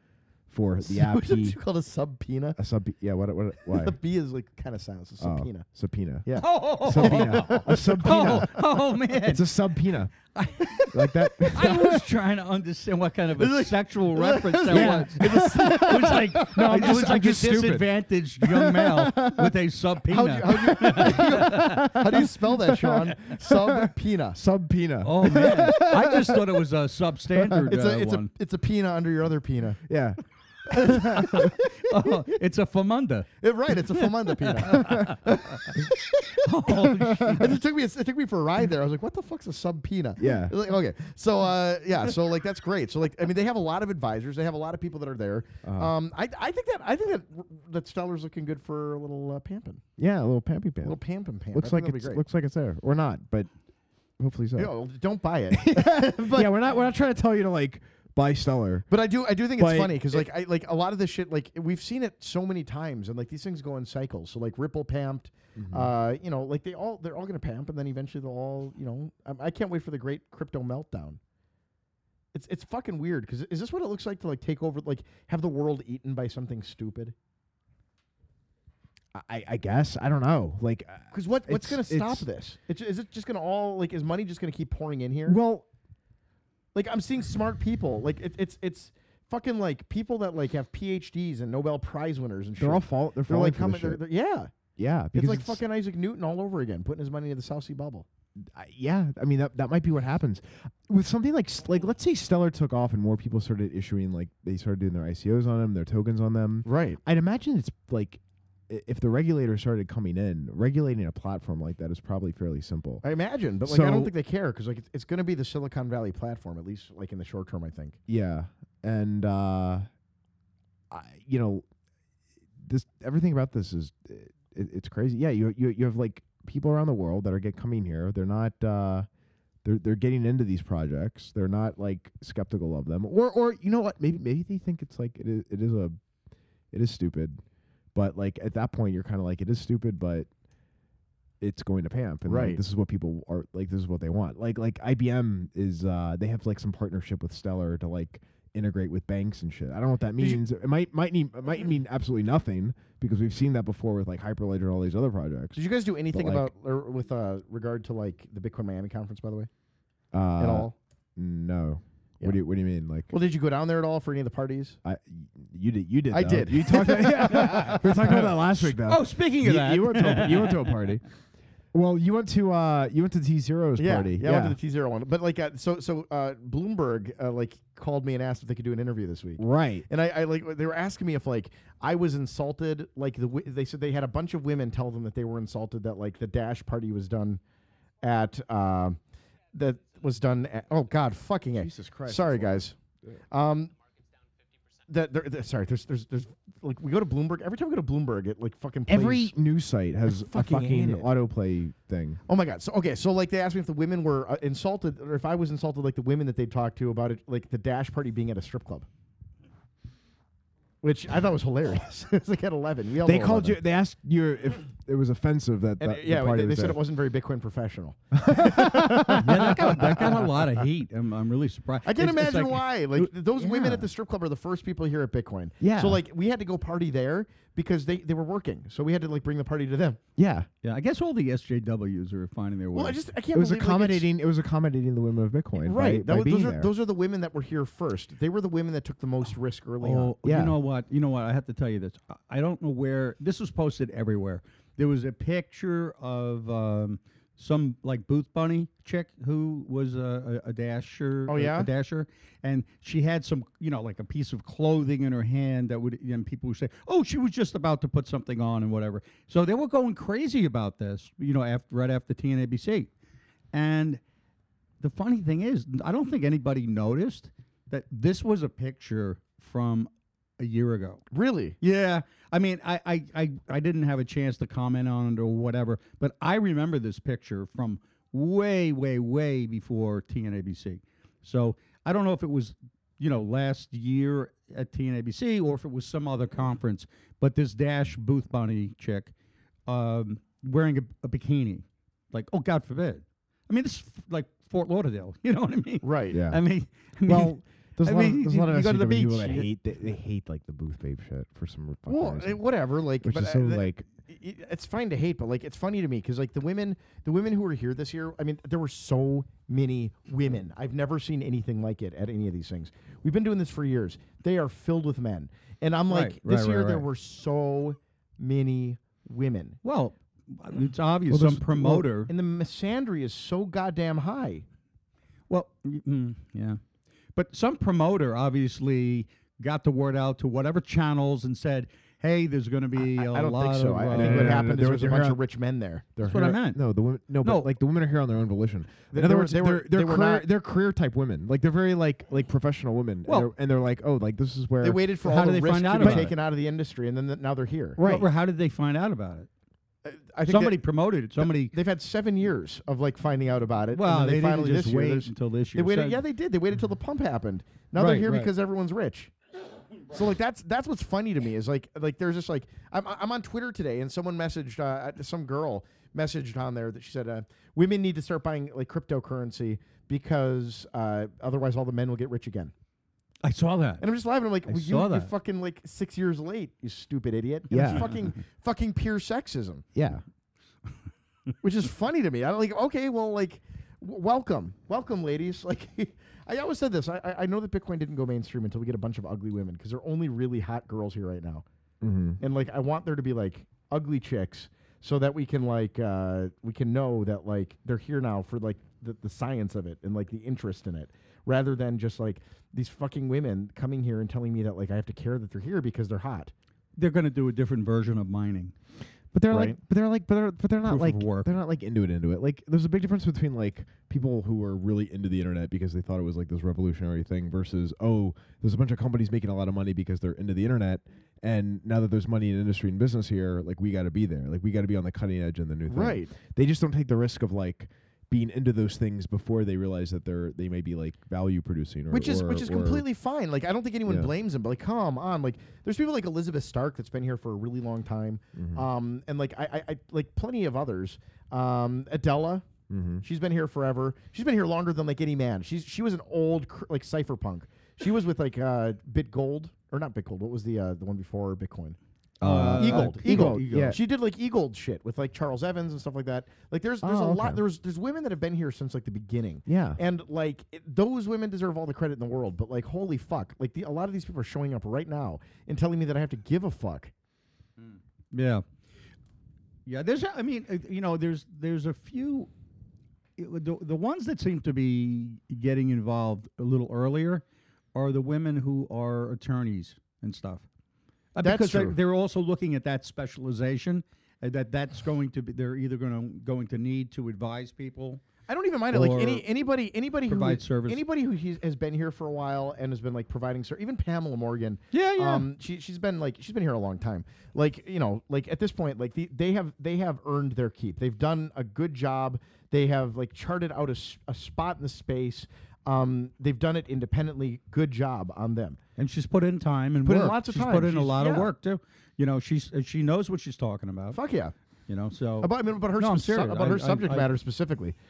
[SPEAKER 3] for the app.
[SPEAKER 1] What did
[SPEAKER 3] He,
[SPEAKER 1] you call it a subpoena?
[SPEAKER 3] a sub, yeah. What? What? Why?
[SPEAKER 1] The B is like kind of sounds a
[SPEAKER 3] Oh,
[SPEAKER 1] subpoena.
[SPEAKER 3] subpoena.
[SPEAKER 1] Yeah.
[SPEAKER 2] Oh,
[SPEAKER 3] Subpoena. a subpoena.
[SPEAKER 2] oh, oh, man.
[SPEAKER 3] It's a subpoena. like that.
[SPEAKER 2] I was trying to understand what kind of a
[SPEAKER 1] It's like-
[SPEAKER 2] sexual reference that
[SPEAKER 3] Yeah.
[SPEAKER 2] was. It was, it was like no,
[SPEAKER 3] I'm
[SPEAKER 2] it
[SPEAKER 3] just-
[SPEAKER 2] was
[SPEAKER 3] I'm
[SPEAKER 2] like
[SPEAKER 3] just
[SPEAKER 2] a
[SPEAKER 3] stupid.
[SPEAKER 2] disadvantaged young male with a subpoena.
[SPEAKER 1] How'd you- how'd you- How do you spell that, Sean? Subpoena.
[SPEAKER 3] subpoena.
[SPEAKER 2] oh man, I just thought it was a substandard
[SPEAKER 1] It's
[SPEAKER 2] uh,
[SPEAKER 1] a it's
[SPEAKER 2] one.
[SPEAKER 1] a it's a pena under your other pena.
[SPEAKER 3] Yeah.
[SPEAKER 2] oh, it's a famunda.
[SPEAKER 1] It, right, it's a Fomunda pena.
[SPEAKER 2] Oh,
[SPEAKER 1] it just took me a, it took me for a ride there. I was like, what the fuck's a subpoena?
[SPEAKER 3] Yeah.
[SPEAKER 1] It's like, okay. So uh, yeah. So like that's great. So like I mean they have a lot of advisors. They have a lot of people that are there.
[SPEAKER 3] Uh-huh.
[SPEAKER 1] Um, I, I think that I think that that Stellar's looking good for a little uh, pamping,
[SPEAKER 3] Yeah. A little pampy
[SPEAKER 1] a
[SPEAKER 3] pamp.
[SPEAKER 1] little pamping pamp.
[SPEAKER 3] looks
[SPEAKER 1] I think
[SPEAKER 3] like
[SPEAKER 1] that'll be
[SPEAKER 3] it's
[SPEAKER 1] great.
[SPEAKER 3] looks uh, like it's there or not, but hopefully so.
[SPEAKER 1] You know, don't buy it.
[SPEAKER 3] yeah, we're not we're not trying to tell you to like by Stellar.
[SPEAKER 1] But I do, I do think it's
[SPEAKER 3] But
[SPEAKER 1] funny because
[SPEAKER 3] it-
[SPEAKER 1] like, I like a lot of this shit. Like we've seen it so many times, and like these things go in cycles. So like Ripple pamped,
[SPEAKER 3] Hmm.
[SPEAKER 1] uh, you know, like they all they're all gonna pamp, and then eventually they'll all, you know, um, I can't wait for the great crypto meltdown. It's it's fucking weird because is this what it looks like to like take over, like have the world eaten by something stupid?
[SPEAKER 3] I, I guess I don't know. Like, uh,
[SPEAKER 1] Because what what's gonna
[SPEAKER 3] It's-
[SPEAKER 1] stop
[SPEAKER 3] it's-
[SPEAKER 1] this? It's, is it just gonna all like is money just gonna keep pouring in here?
[SPEAKER 3] well,
[SPEAKER 1] Like I'm seeing smart people. Like it, it's it's fucking like people that like have PhDs and Nobel Prize winners and shit.
[SPEAKER 3] they're all fault. They're,
[SPEAKER 1] They're
[SPEAKER 3] falling
[SPEAKER 1] like
[SPEAKER 3] for this
[SPEAKER 1] coming. They're,
[SPEAKER 3] shit.
[SPEAKER 1] they're, yeah,
[SPEAKER 3] yeah,
[SPEAKER 1] it's
[SPEAKER 3] because
[SPEAKER 1] like fucking Isaac Newton all over again, putting his money into the South Sea bubble.
[SPEAKER 3] I- yeah, I mean that that might be what happens with something like s- like let's say Stellar took off and more people started issuing like they started doing their ICOs on them, their tokens on them.
[SPEAKER 1] Right.
[SPEAKER 3] I'd imagine it's like i- if the regulator started coming in, regulating a platform like that is probably fairly simple.
[SPEAKER 1] I imagine, but like I don't
[SPEAKER 3] So-
[SPEAKER 1] think they care because like it's, it's going to be the Silicon Valley platform at least like in the short term. I think.
[SPEAKER 3] Yeah, and uh, I, you know, this everything about this is it, it's crazy. Yeah, you you you have like people around the world that are get coming here. They're not. Uh, they're, they're getting into these projects. They're not like skeptical of them, or or you know what? Maybe maybe they think it's like it is it is a, it is stupid, but like at that point you're kind of like it is stupid, but it's going to pamp, and like,
[SPEAKER 1] Right.
[SPEAKER 3] this is what people are like. This is what they want. Like like IBM is uh they have like some partnership with Stellar to like integrate with banks and shit. I don't know what that
[SPEAKER 1] Did you-
[SPEAKER 3] means. It might might mean it might mean absolutely nothing because we've seen that before with like Hyperledger and all these other projects.
[SPEAKER 1] Did you guys do anything
[SPEAKER 3] like-
[SPEAKER 1] about or with uh, regard to like the Bitcoin Miami conference by the way
[SPEAKER 3] Uh,
[SPEAKER 1] at all?
[SPEAKER 3] No.
[SPEAKER 1] Yeah.
[SPEAKER 3] What do you What do you mean? Like
[SPEAKER 1] Well, did you go down there at all for any of the parties?
[SPEAKER 3] I, you did. You did.
[SPEAKER 1] I
[SPEAKER 3] though.
[SPEAKER 1] did.
[SPEAKER 3] You talked. About, yeah. we were talking about that last week, though.
[SPEAKER 2] Oh, speaking
[SPEAKER 3] you,
[SPEAKER 2] of that,
[SPEAKER 3] you went to a, you went to a party. Well, you went to uh, you went to T Zero's
[SPEAKER 1] yeah,
[SPEAKER 3] party.
[SPEAKER 1] yeah, I went to the T zero one, but like uh, so so uh, Bloomberg uh, like called me and asked if they could do an interview this week.
[SPEAKER 3] right.
[SPEAKER 1] And I, I like they were asking me if like I was insulted. Like the wi- they said they had a bunch of women tell them that they were insulted that like the dash party was done at uh, that was done. At, oh God, fucking it.
[SPEAKER 3] Jesus Christ,
[SPEAKER 1] Sorry
[SPEAKER 3] that's
[SPEAKER 1] guys. Um, that there, there- sorry. There's there's there's like we go to Bloomberg every time we go to Bloomberg it like fucking plays-
[SPEAKER 3] Every news site has
[SPEAKER 1] fucking
[SPEAKER 3] a fucking
[SPEAKER 1] hate it.
[SPEAKER 3] autoplay thing.
[SPEAKER 1] Oh my god. So okay, so like they asked me if the women were uh, insulted or if I was insulted like the women that they talked to about it like the dash party being at a strip club. Which I thought was hilarious. it was like at 11. We all
[SPEAKER 3] They
[SPEAKER 1] know
[SPEAKER 3] called you.
[SPEAKER 1] 11.
[SPEAKER 3] They asked you if it was offensive that,
[SPEAKER 1] And,
[SPEAKER 3] that
[SPEAKER 1] uh,
[SPEAKER 3] the
[SPEAKER 1] yeah,
[SPEAKER 3] party
[SPEAKER 1] they, they
[SPEAKER 3] was
[SPEAKER 1] said
[SPEAKER 3] there.
[SPEAKER 1] it wasn't very Bitcoin professional.
[SPEAKER 2] yeah, that, got, that got a lot of heat. I'm, I'm really surprised.
[SPEAKER 1] I can't
[SPEAKER 2] It's- it's
[SPEAKER 1] imagine
[SPEAKER 2] like-
[SPEAKER 1] why. Like th- those women
[SPEAKER 3] yeah.
[SPEAKER 1] at the strip club are the first people here at Bitcoin.
[SPEAKER 3] Yeah.
[SPEAKER 1] So like we had to go party there because they, they were working. So we had to like bring the party to them.
[SPEAKER 3] Yeah,
[SPEAKER 2] Yeah, I guess all the SJWs are finding their way.
[SPEAKER 1] Well, I just I can't.
[SPEAKER 3] it was
[SPEAKER 1] believe, like, it's-
[SPEAKER 3] accommodating. it was accommodating the women of Bitcoin.
[SPEAKER 1] right. That
[SPEAKER 3] By, by
[SPEAKER 1] was,
[SPEAKER 3] being
[SPEAKER 1] those are
[SPEAKER 3] there.
[SPEAKER 1] those are the women that were here first. They were the women that took the most risk early on.
[SPEAKER 2] Oh,
[SPEAKER 3] Yeah.
[SPEAKER 2] you know what? You know what? I have to tell you this. I- I don't know where this was posted everywhere. There was a picture of um, some like booth bunny chick who was a, a, a dasher.
[SPEAKER 1] Oh,
[SPEAKER 2] a-
[SPEAKER 1] yeah?
[SPEAKER 2] a dasher, and she had some, you know, like a piece of clothing in her hand that would, and people would say, "Oh, she was just about to put something on and whatever." So they were going crazy about this, you know, after right after TNABC, and the funny thing is, n- I don't think anybody noticed that this was a picture from a year ago.
[SPEAKER 1] Really?
[SPEAKER 2] Yeah. I mean, I, I, I, I didn't have a chance to comment on it or whatever, but I remember this picture from way, way, way before TNABC. So I don't know if it was, you know, last year at TNABC or if it was some other conference, but this Dash Booth Bunny chick um, wearing a, a bikini, like, oh, God forbid. I mean, this is f- like Fort Lauderdale. You know what I mean?
[SPEAKER 1] Right.
[SPEAKER 3] Yeah.
[SPEAKER 2] I mean, I mean-
[SPEAKER 3] Well, there's a
[SPEAKER 2] I
[SPEAKER 3] lot,
[SPEAKER 2] mean,
[SPEAKER 3] of, there's a
[SPEAKER 2] you-
[SPEAKER 3] lot of
[SPEAKER 2] you go to the
[SPEAKER 3] SJW people
[SPEAKER 2] beach,
[SPEAKER 3] that
[SPEAKER 2] you-
[SPEAKER 3] hate they, they hate like the booth babe shit for some fucking
[SPEAKER 1] Well,
[SPEAKER 3] reason,
[SPEAKER 1] eh, whatever. Like,
[SPEAKER 3] which
[SPEAKER 1] but
[SPEAKER 3] is
[SPEAKER 1] I-
[SPEAKER 3] so
[SPEAKER 1] that-
[SPEAKER 3] like
[SPEAKER 1] i- i- it's fine to hate, but like, it's funny to me because like the women, the women who were here this year. I mean, there were so many women. I've never seen anything like it at any of these things. We've been doing this for years. They are filled with men, and I'm
[SPEAKER 2] Right,
[SPEAKER 1] like, this
[SPEAKER 2] right,
[SPEAKER 1] year
[SPEAKER 2] right,
[SPEAKER 1] there
[SPEAKER 2] right.
[SPEAKER 1] were so many women,
[SPEAKER 2] Well, it's obvious
[SPEAKER 3] Well,
[SPEAKER 2] some
[SPEAKER 3] there's- well,
[SPEAKER 2] promoter.
[SPEAKER 1] and the misandry is so goddamn high.
[SPEAKER 2] Well, mm, yeah. But some promoter obviously got the word out to whatever channels and said, "Hey, there's going to be
[SPEAKER 1] I,
[SPEAKER 2] a
[SPEAKER 1] I don't
[SPEAKER 2] lot
[SPEAKER 1] think so.
[SPEAKER 2] of."
[SPEAKER 1] I, I
[SPEAKER 2] uh,
[SPEAKER 1] think
[SPEAKER 3] No,
[SPEAKER 1] what
[SPEAKER 3] no, no,
[SPEAKER 1] happened is
[SPEAKER 3] there
[SPEAKER 1] there
[SPEAKER 3] were-
[SPEAKER 1] was a
[SPEAKER 3] there
[SPEAKER 1] bunch
[SPEAKER 3] were-
[SPEAKER 1] of rich men there.
[SPEAKER 3] That's
[SPEAKER 2] what I meant.
[SPEAKER 3] No, the women. No,
[SPEAKER 2] No.
[SPEAKER 3] but like the women are here on their own volition.
[SPEAKER 1] They-
[SPEAKER 3] in
[SPEAKER 1] they
[SPEAKER 3] other
[SPEAKER 1] were-
[SPEAKER 3] words,
[SPEAKER 1] they
[SPEAKER 3] they
[SPEAKER 1] were-
[SPEAKER 3] are they're
[SPEAKER 1] they were
[SPEAKER 3] career,
[SPEAKER 1] not-
[SPEAKER 3] they're career type women. Like they're very like like professional women.
[SPEAKER 2] Well-
[SPEAKER 3] and, they're, and they're like, oh, like this is where
[SPEAKER 1] They waited for
[SPEAKER 2] How
[SPEAKER 1] all
[SPEAKER 2] do
[SPEAKER 1] the
[SPEAKER 2] they
[SPEAKER 1] risk
[SPEAKER 2] find
[SPEAKER 1] to
[SPEAKER 2] out
[SPEAKER 1] be
[SPEAKER 2] about it?
[SPEAKER 1] taken out of the industry, and then th- now they're here.
[SPEAKER 2] well,
[SPEAKER 3] right.
[SPEAKER 2] how did they find out about it?
[SPEAKER 1] I think
[SPEAKER 2] somebody
[SPEAKER 1] that
[SPEAKER 2] promoted it. Somebody.
[SPEAKER 1] they've had seven years of like finding out about it. and
[SPEAKER 2] well,
[SPEAKER 1] then
[SPEAKER 2] they, didn't
[SPEAKER 1] finally
[SPEAKER 2] just
[SPEAKER 1] this year,
[SPEAKER 2] wait
[SPEAKER 1] there's-
[SPEAKER 2] until this year.
[SPEAKER 1] They waited.
[SPEAKER 2] So-
[SPEAKER 1] yeah, they did. They waited till the pump happened. Now they're
[SPEAKER 2] Right,
[SPEAKER 1] here
[SPEAKER 2] right.
[SPEAKER 1] because everyone's rich. So like that's that's what's funny to me is like like there's this like I'm I'm on Twitter today and someone messaged uh, some girl messaged on there that she said uh, women need to start buying like cryptocurrency because uh, otherwise all the men will get rich again.
[SPEAKER 2] I saw that.
[SPEAKER 1] And I'm just laughing. I'm like,
[SPEAKER 2] I
[SPEAKER 1] well, you,
[SPEAKER 2] saw
[SPEAKER 1] you
[SPEAKER 2] that.
[SPEAKER 1] fucking like six years late, you stupid idiot. And it's
[SPEAKER 3] Yeah.
[SPEAKER 1] fucking fucking pure sexism,
[SPEAKER 3] Yeah.
[SPEAKER 1] which is funny to me. I don't like. Okay, well, like, w- welcome, welcome, ladies. Like, I always said this. I, I I know that Bitcoin didn't go mainstream until we get a bunch of ugly women because they're only really hot girls here right now.
[SPEAKER 3] Mm-hmm.
[SPEAKER 1] And like, I want there to be like ugly chicks so that we can like uh we can know that like they're here now for like the, the science of it and like the interest in it rather than just like these fucking women coming here and telling me that like i have to care that they're here because they're hot
[SPEAKER 2] They're going to do a different version of mining.
[SPEAKER 3] But they're like,
[SPEAKER 1] Right.
[SPEAKER 3] but they're like, but they're, but they're not
[SPEAKER 2] Proof of
[SPEAKER 3] like,
[SPEAKER 2] work.
[SPEAKER 3] they're not like into it, into it. Like, there's a big difference between like people who were really into the internet because they thought it was like this revolutionary thing versus oh, there's a bunch of companies making a lot of money because they're into the internet, and now that there's money in industry and business here, like we got to be there, like we got to be on the cutting edge and the new thing.
[SPEAKER 1] Right.
[SPEAKER 3] They just don't take the risk of like being into those things before they realize that they're they may be like value producing or
[SPEAKER 1] which is
[SPEAKER 3] or-
[SPEAKER 1] which is
[SPEAKER 3] or-
[SPEAKER 1] completely fine. Like I don't think anyone
[SPEAKER 3] Yeah.
[SPEAKER 1] blames him, but like come on, like there's people like Elizabeth Stark that's been here for a really long time,
[SPEAKER 3] Mm-hmm.
[SPEAKER 1] um, and like I, I, I like plenty of others. Um, Adela,
[SPEAKER 3] Mm-hmm.
[SPEAKER 1] she's been here forever. She's been here longer than like any man. She's she was an old cr- like cypherpunk. She was with like uh, Bitgold or not Bitgold. What was the uh, the one before Bitcoin?
[SPEAKER 3] Uh,
[SPEAKER 1] Eagle,
[SPEAKER 2] uh,
[SPEAKER 1] Eagle,
[SPEAKER 2] Eagle.
[SPEAKER 1] Yeah. She did like Eagle shit with like Charles Evans and stuff like that. Like there's there's
[SPEAKER 3] Oh,
[SPEAKER 1] a
[SPEAKER 3] okay.
[SPEAKER 1] lot there's there's women that have been here since like the beginning.
[SPEAKER 3] Yeah.
[SPEAKER 1] And like it, those women deserve all the credit in the world, but like holy fuck, like the, a lot of these people are showing up right now and telling me that I have to give a fuck.
[SPEAKER 2] Yeah. Yeah, there's a- I mean, uh, you know, there's there's a few it would- the, the ones that seem to be getting involved a little earlier are the women who are attorneys and stuff. Uh,
[SPEAKER 1] That's
[SPEAKER 2] because
[SPEAKER 1] true.
[SPEAKER 2] They're, they're also looking at that specialization and that that's going to be they're either going to going to need to advise people.
[SPEAKER 1] I don't even mind it. Like
[SPEAKER 2] Or
[SPEAKER 1] any anybody anybody who
[SPEAKER 2] provide service.
[SPEAKER 1] anybody who he's, has been here for a while and has been like providing service. Even Pamela Morgan.
[SPEAKER 2] Yeah, yeah.
[SPEAKER 1] Um, she she's been like she's been here a long time. Like you know, like at this point, like the, they have they have earned their keep. They've done a good job. They have like charted out a, s- a spot in the space. Um, they've done it independently. Good job on them.
[SPEAKER 2] And she's put in time and
[SPEAKER 1] Put in
[SPEAKER 2] work.
[SPEAKER 1] lots of
[SPEAKER 2] she's
[SPEAKER 1] time.
[SPEAKER 2] put in a
[SPEAKER 1] She's-
[SPEAKER 2] lot of
[SPEAKER 1] yeah.
[SPEAKER 2] work too. You know, she's uh, she knows what she's talking about.
[SPEAKER 1] Fuck yeah.
[SPEAKER 2] You know, so
[SPEAKER 1] About I mean, about her
[SPEAKER 2] No, I'm
[SPEAKER 1] spe- su-
[SPEAKER 2] serious.
[SPEAKER 1] about
[SPEAKER 2] I-
[SPEAKER 1] her
[SPEAKER 2] I-
[SPEAKER 1] subject
[SPEAKER 2] I-
[SPEAKER 1] matter specifically.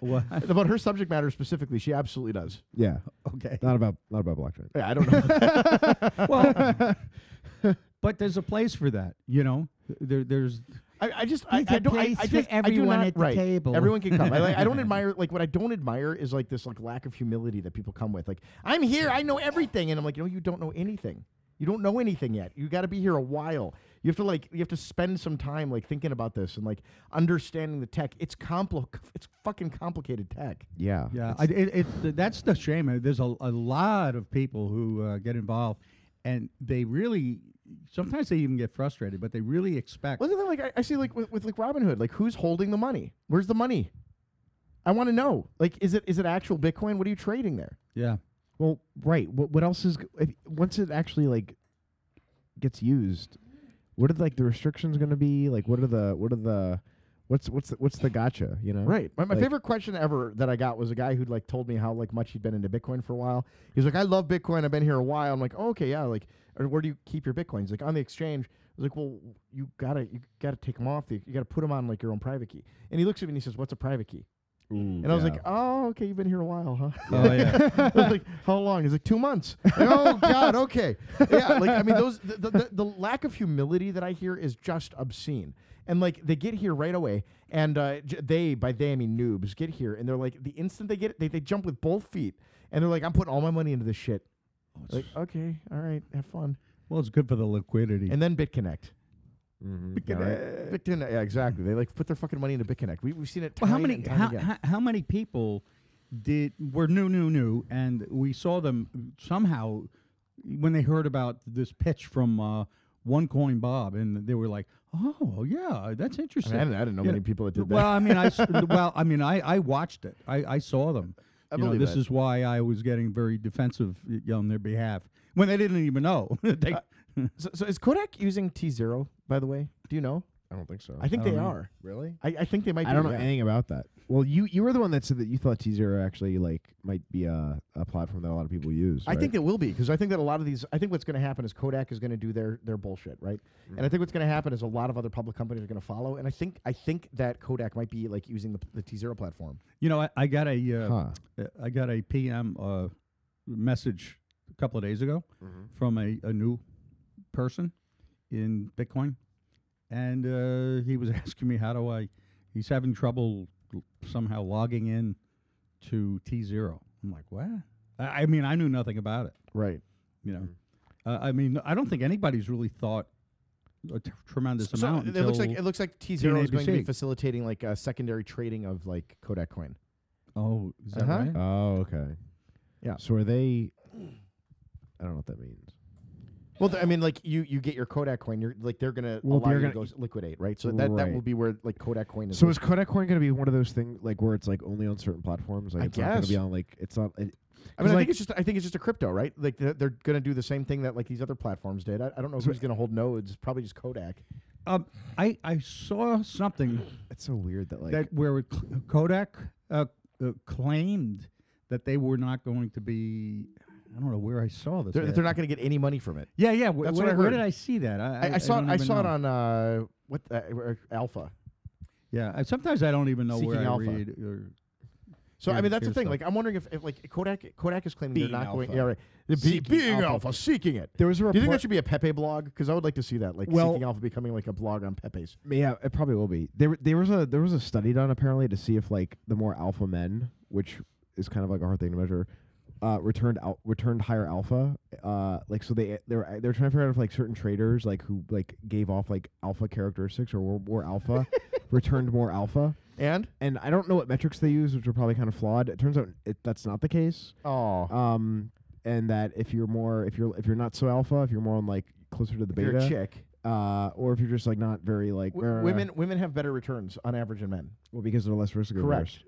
[SPEAKER 2] What?
[SPEAKER 1] about her subject matter specifically, she absolutely does.
[SPEAKER 3] yeah,
[SPEAKER 2] okay.
[SPEAKER 3] not about not about blockchain.
[SPEAKER 1] Yeah, I don't know.
[SPEAKER 2] well, but there's a place for that, you know. There, there's
[SPEAKER 1] I, I just I,
[SPEAKER 4] There's
[SPEAKER 1] I
[SPEAKER 4] a
[SPEAKER 1] don't I,
[SPEAKER 4] place
[SPEAKER 1] I
[SPEAKER 4] for
[SPEAKER 1] just I do
[SPEAKER 4] everyone
[SPEAKER 1] not-
[SPEAKER 4] at the
[SPEAKER 1] right.
[SPEAKER 4] table.
[SPEAKER 1] Everyone can come. I, like, I don't admire like what I don't admire is like this like lack of humility that people come with. Like I'm here, I know everything, and I'm like, no, you don't know anything. You don't know anything yet. You got to be here a while. You have to like you have to spend some time like thinking about this and like understanding the tech. It's compli- It's fucking complicated tech.
[SPEAKER 3] Yeah,
[SPEAKER 2] yeah, I, it, it, th- that's the shame. Uh, There's a, a lot of people who uh, get involved, and they really sometimes they even get frustrated, but they really expect.
[SPEAKER 1] Wasn't that like I, I see like with, with like Robin Hood, like who's holding the money? Where's the money? I want to know. Like, is it is it actual Bitcoin? What are you trading there?
[SPEAKER 2] Yeah,
[SPEAKER 3] Well, right. What what else is g- if, once it actually like gets used? What are like the restrictions going to be? Like, what are the what are the what's what's the, what's the gotcha? You know,
[SPEAKER 1] Right. My, my
[SPEAKER 3] Like-
[SPEAKER 1] favorite question ever that I got was a guy who'd like told me how like much he'd been into Bitcoin for a while. He was like, I love Bitcoin. I've been here a while. I'm like, oh, okay, yeah. Like, or where do you keep your Bitcoins? Like on the exchange. I was like, well, you gotta you gotta take them off. The, you gotta put them on like your own private key. And he looks at me and he says, what's a private key?
[SPEAKER 3] Ooh,
[SPEAKER 1] And I was like, oh, okay, you've been here a while, huh?
[SPEAKER 2] oh yeah,
[SPEAKER 1] I was like, how long? He's like, two months. Like, oh God, okay. Yeah, like I mean, those the, the, the, the lack of humility that I hear is just obscene. And like they get here right away, and uh, j- they by they I mean noobs get here, and they're like the instant they get it, they they jump with both feet, and they're like, I'm putting all my money into this shit. Like, okay, all right, have fun.
[SPEAKER 2] well, it's good for the liquidity.
[SPEAKER 1] And then BitConnect.
[SPEAKER 3] mm-hmm.
[SPEAKER 1] BitConnect, yeah, exactly. They like put their fucking money into BitConnect. We we've seen it.
[SPEAKER 2] well, how
[SPEAKER 1] time
[SPEAKER 2] many
[SPEAKER 1] and time
[SPEAKER 2] how,
[SPEAKER 1] again.
[SPEAKER 2] how, how many people did were new, new, new, and we saw them somehow when they heard about this pitch from uh, One Coin Bob, and they were like, "Oh yeah, that's
[SPEAKER 1] I,
[SPEAKER 2] interesting."
[SPEAKER 1] mean, I didn't, I didn't know
[SPEAKER 2] You
[SPEAKER 1] many
[SPEAKER 2] know,
[SPEAKER 1] people that did that.
[SPEAKER 2] Well, I mean, I s- well, I mean, I, I watched it. I, I saw them.
[SPEAKER 1] I
[SPEAKER 2] you know,
[SPEAKER 1] believe
[SPEAKER 2] this
[SPEAKER 1] that.
[SPEAKER 2] is why I was getting very defensive y- on their behalf when they didn't even know. they,
[SPEAKER 1] So, so is Kodak using T zero? By the way, do you know?
[SPEAKER 3] I don't think so.
[SPEAKER 1] I think
[SPEAKER 2] I
[SPEAKER 1] they
[SPEAKER 2] don't know.
[SPEAKER 1] are.
[SPEAKER 3] really.
[SPEAKER 1] I, I think they might.
[SPEAKER 3] I
[SPEAKER 1] be,
[SPEAKER 3] don't know
[SPEAKER 1] yeah.
[SPEAKER 3] anything about that. Well, you you were the one that said that you thought T zero actually like might be a, a platform that a lot of people use.
[SPEAKER 1] I think it will be because I think that a lot of these. I think what's going to happen is Kodak is going to do their their bullshit, right?
[SPEAKER 3] Mm.
[SPEAKER 1] And I think what's going to happen is a lot of other public companies are going to follow. And I think I think that Kodak might be like using the, the T zero platform.
[SPEAKER 2] You know, I, I got a uh,
[SPEAKER 3] huh?
[SPEAKER 2] uh, I got a PM uh, message a couple of days ago
[SPEAKER 1] Mm-hmm.
[SPEAKER 2] from a, a new person in Bitcoin, and uh, he was asking me how do I. He's having trouble l- somehow logging in to T zero. I'm like, what? I, I mean, I knew nothing about it.
[SPEAKER 1] Right.
[SPEAKER 2] You know,
[SPEAKER 1] Mm-hmm.
[SPEAKER 2] uh, I mean, I don't think anybody's really thought a t- tremendous
[SPEAKER 1] So
[SPEAKER 2] amount.
[SPEAKER 1] it looks like it
[SPEAKER 2] until-
[SPEAKER 1] looks like T zero is going to be
[SPEAKER 2] TNABC.
[SPEAKER 1] facilitating like uh, secondary trading of like Kodak coin.
[SPEAKER 2] oh, is that
[SPEAKER 1] Uh-huh.
[SPEAKER 2] right?
[SPEAKER 3] Oh, okay.
[SPEAKER 1] Yeah.
[SPEAKER 3] So are they? I don't know what that means.
[SPEAKER 1] Well, th- I mean, like you you get your Kodak coin, you're like they're going to
[SPEAKER 3] Well,
[SPEAKER 1] allow
[SPEAKER 3] they're
[SPEAKER 1] you to go
[SPEAKER 3] gonna- e
[SPEAKER 1] s- liquidate, right? So that that will
[SPEAKER 3] Right.
[SPEAKER 1] be where like Kodak coin is.
[SPEAKER 3] So is Kodak Coin going to be one of those things like where it's like only on certain platforms? Like
[SPEAKER 1] I
[SPEAKER 3] it's not going to be
[SPEAKER 1] guess.
[SPEAKER 3] on like it's not. It,
[SPEAKER 1] I mean, I
[SPEAKER 3] like-
[SPEAKER 1] think it's just I think it's just a crypto, right? Like they're, they're going to do the same thing that like these other platforms did. I, I don't know who's going to hold nodes. Probably just Kodak.
[SPEAKER 2] Um, I I saw something
[SPEAKER 3] it's so weird that like
[SPEAKER 2] that where it cl- Kodak uh, uh, claimed that they were not going to be. I don't know where I saw this.
[SPEAKER 1] They're,
[SPEAKER 2] at.
[SPEAKER 1] they're not going to get any money from it.
[SPEAKER 2] Yeah, yeah.
[SPEAKER 1] That's
[SPEAKER 2] wh- where,
[SPEAKER 1] what I
[SPEAKER 2] where
[SPEAKER 1] heard.
[SPEAKER 2] did I see that? I,
[SPEAKER 1] I, I saw it,
[SPEAKER 2] don't
[SPEAKER 1] I
[SPEAKER 2] even
[SPEAKER 1] saw it
[SPEAKER 2] know.
[SPEAKER 1] on uh, what the, uh, Alpha.
[SPEAKER 2] Yeah, I, sometimes I don't even know where
[SPEAKER 1] Seeking
[SPEAKER 2] I
[SPEAKER 1] Alpha.
[SPEAKER 2] read. uh, Or,
[SPEAKER 1] So I
[SPEAKER 2] Here's-
[SPEAKER 1] mean that's the
[SPEAKER 2] here's
[SPEAKER 1] thing.
[SPEAKER 2] the-
[SPEAKER 1] Like I'm wondering if, if like Kodak Kodak is claiming
[SPEAKER 2] Being
[SPEAKER 1] they're not going.
[SPEAKER 2] alpha.
[SPEAKER 1] Yeah, right. Be-
[SPEAKER 3] Seeking
[SPEAKER 1] being alpha.
[SPEAKER 3] alpha.
[SPEAKER 1] seeking it.
[SPEAKER 3] there was a
[SPEAKER 1] Do you think
[SPEAKER 3] report.
[SPEAKER 1] that should be a Pepe blog? Because I would like to see that, like
[SPEAKER 3] Well-
[SPEAKER 1] seeking alpha becoming like a blog on Pepe's.
[SPEAKER 3] yeah, it probably will be. There there was a there was a study done apparently to see if like the more alpha men, which is kind of like a hard thing to measure, uh, returned out returned higher alpha. Uh, like so they they were they were trying to figure out if like certain traders like who like gave off like alpha characteristics or were more alpha returned more alpha.
[SPEAKER 1] And
[SPEAKER 3] And I don't know what metrics they use, which are probably kind of flawed. It turns out it, that's not the case.
[SPEAKER 1] oh,
[SPEAKER 3] um, and that if you're more if you're if you're not so alpha, if you're more on like closer to the
[SPEAKER 1] if you're a
[SPEAKER 3] beta,
[SPEAKER 1] chick.
[SPEAKER 3] uh, or if you're just like not very like
[SPEAKER 1] W-
[SPEAKER 3] rah, rah, rah,
[SPEAKER 1] women women have better returns on average than men.
[SPEAKER 3] well because they're less risk averse.
[SPEAKER 1] Correct.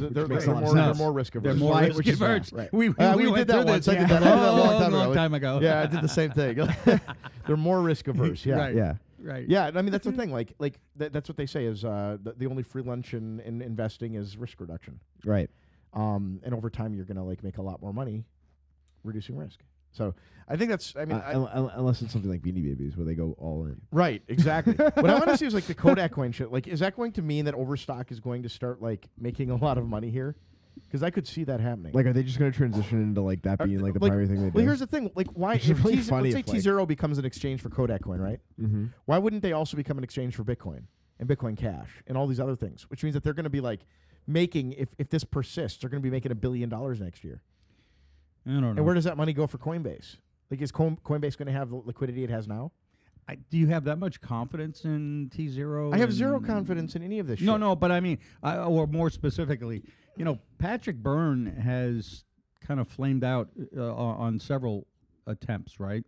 [SPEAKER 1] They're, they're,
[SPEAKER 3] makes a
[SPEAKER 1] they're
[SPEAKER 3] lot of
[SPEAKER 1] more, they're
[SPEAKER 2] sense.
[SPEAKER 1] more risk
[SPEAKER 2] they're
[SPEAKER 1] averse.
[SPEAKER 2] more
[SPEAKER 3] why-
[SPEAKER 2] risk
[SPEAKER 3] which is-
[SPEAKER 2] averse.
[SPEAKER 1] yeah, right.
[SPEAKER 2] We, we,
[SPEAKER 1] Uh,
[SPEAKER 2] we
[SPEAKER 1] we
[SPEAKER 2] went
[SPEAKER 1] did that
[SPEAKER 2] through
[SPEAKER 1] once.
[SPEAKER 2] This.
[SPEAKER 1] I did that. I did that a long
[SPEAKER 2] Oh,
[SPEAKER 1] time ago.
[SPEAKER 2] ago.
[SPEAKER 1] Yeah, I did the same thing. they're more risk averse. Yeah.
[SPEAKER 2] Right.
[SPEAKER 3] Yeah,
[SPEAKER 2] Right.
[SPEAKER 1] Yeah, and I mean that's the thing. Like, like th- that's what they say is uh, the, the only free lunch in, in investing is risk reduction.
[SPEAKER 3] right.
[SPEAKER 1] um, and over time you're going to like make a lot more money reducing risk so i think that's i mean
[SPEAKER 3] Uh,
[SPEAKER 1] I-
[SPEAKER 3] un- un- unless it's something like Beanie Babies where they go all in.
[SPEAKER 1] right exactly what i want to see is like the kodak coin shit like is that going to mean that overstock is going to start like making a lot of money here because i could see that happening
[SPEAKER 3] Like, are they just going to transition into like that
[SPEAKER 1] Are-
[SPEAKER 3] being like the
[SPEAKER 1] like,
[SPEAKER 3] primary thing they
[SPEAKER 1] well
[SPEAKER 3] do?
[SPEAKER 1] here's the thing like why
[SPEAKER 3] Which is
[SPEAKER 1] if
[SPEAKER 3] really
[SPEAKER 1] T-
[SPEAKER 3] funny
[SPEAKER 1] let's say
[SPEAKER 3] if, like-
[SPEAKER 1] t0 becomes an exchange for kodak coin right
[SPEAKER 3] mm-hmm.
[SPEAKER 1] why wouldn't they also become an exchange for bitcoin and bitcoin cash and all these other things which means that they're going to be like making if, if this persists they're going to be making a billion dollars next year
[SPEAKER 2] I don't know.
[SPEAKER 1] And where does that money go for Coinbase? Like, is Coin- Coinbase going to have the liquidity it has now?
[SPEAKER 2] I, do you have that much confidence in T zero?
[SPEAKER 1] I have zero confidence in any of this.
[SPEAKER 2] Oh, mm. No,
[SPEAKER 1] shit.
[SPEAKER 2] no, but I mean, I, or more specifically, you know, Patrick Byrne has kind of flamed out uh, on on several attempts, right?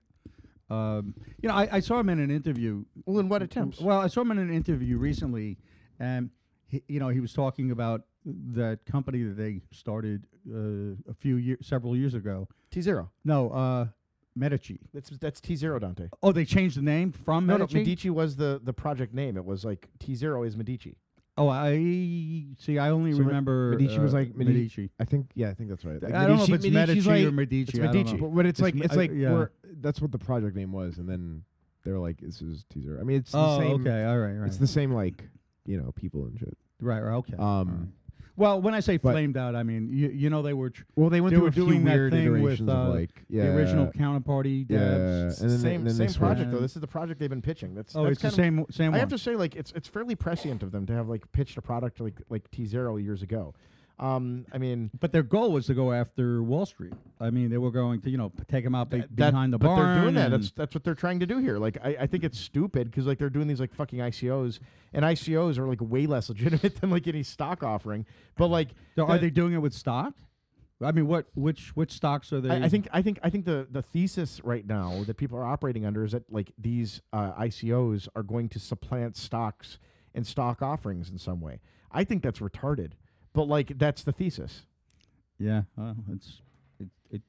[SPEAKER 2] Um, you know, I, I saw him in an interview.
[SPEAKER 1] Well, in what attempts?
[SPEAKER 2] Well, I saw him in an interview recently, and he, you know, he was talking about that company that they started uh, a few years, several years ago.
[SPEAKER 1] T zero.
[SPEAKER 2] No, uh, Medici.
[SPEAKER 1] That's that's T zero Dante.
[SPEAKER 2] Oh, they changed the name from
[SPEAKER 1] No, no,
[SPEAKER 2] Medici.
[SPEAKER 1] Medici was the the project name. It was like T zero is Medici.
[SPEAKER 2] Oh, I see. I only
[SPEAKER 3] So Me-
[SPEAKER 2] remember
[SPEAKER 3] Medici was
[SPEAKER 2] uh,
[SPEAKER 3] like Medici-
[SPEAKER 2] Medici.
[SPEAKER 3] I think yeah, I think that's right. Like,
[SPEAKER 2] I don't know if it's
[SPEAKER 3] Medici- Medici's
[SPEAKER 2] Medici
[SPEAKER 3] like-
[SPEAKER 2] or Medici.
[SPEAKER 1] it's
[SPEAKER 2] I don't
[SPEAKER 1] Medici.
[SPEAKER 2] know.
[SPEAKER 3] But what it's
[SPEAKER 2] It's
[SPEAKER 3] like,
[SPEAKER 2] m-
[SPEAKER 3] it's
[SPEAKER 2] I-
[SPEAKER 3] like
[SPEAKER 2] yeah.
[SPEAKER 3] we're, that's what the project name was, and then they're like, "This is teaser." I mean, it's the
[SPEAKER 2] Oh,
[SPEAKER 3] same.
[SPEAKER 2] okay. All right, right.
[SPEAKER 3] It's the same like you know people and shit.
[SPEAKER 2] right, right. Okay. all
[SPEAKER 3] Um,
[SPEAKER 2] right. Well, when I say
[SPEAKER 3] but-
[SPEAKER 2] flamed out, I mean you, you know they were tr-
[SPEAKER 3] Well, they went
[SPEAKER 2] They
[SPEAKER 3] through
[SPEAKER 2] were
[SPEAKER 3] a few
[SPEAKER 2] doing that
[SPEAKER 3] weird
[SPEAKER 2] thing with,
[SPEAKER 3] iterations
[SPEAKER 2] uh,
[SPEAKER 3] of like yeah,
[SPEAKER 2] the original counterparty
[SPEAKER 3] yeah,
[SPEAKER 2] devs.
[SPEAKER 3] and
[SPEAKER 1] same
[SPEAKER 3] then they- and then they
[SPEAKER 1] same
[SPEAKER 3] switched.
[SPEAKER 1] project though.
[SPEAKER 2] And-
[SPEAKER 1] This is the project they've been pitching. That's
[SPEAKER 2] Oh,
[SPEAKER 1] that's
[SPEAKER 2] it's the
[SPEAKER 1] kind of-
[SPEAKER 2] same same
[SPEAKER 1] I
[SPEAKER 2] one.
[SPEAKER 1] have to say, like it's it's fairly prescient of them to have like pitched a product like like T zero years ago. Um, I mean,
[SPEAKER 2] but their goal was to go after Wall Street. I mean, they were going to you know p- take them out be-
[SPEAKER 1] th- that-
[SPEAKER 2] behind the
[SPEAKER 1] but
[SPEAKER 2] barn.
[SPEAKER 1] they're doing that. That's
[SPEAKER 2] and-
[SPEAKER 1] that's what they're trying to do here. Like I, I think it's stupid because like they're doing these like fucking ICOs, and ICOs are like way less legitimate than like any stock offering. But like,
[SPEAKER 2] so are
[SPEAKER 1] that-
[SPEAKER 2] they doing it with stock? I mean, what which which stocks are they?
[SPEAKER 1] I, I think I think I think the the thesis right now that people are operating under is that like these uh, ICOs are going to supplant stocks and stock offerings in some way. I think that's retarded. But like that's the thesis.
[SPEAKER 2] Yeah, uh, it's it. it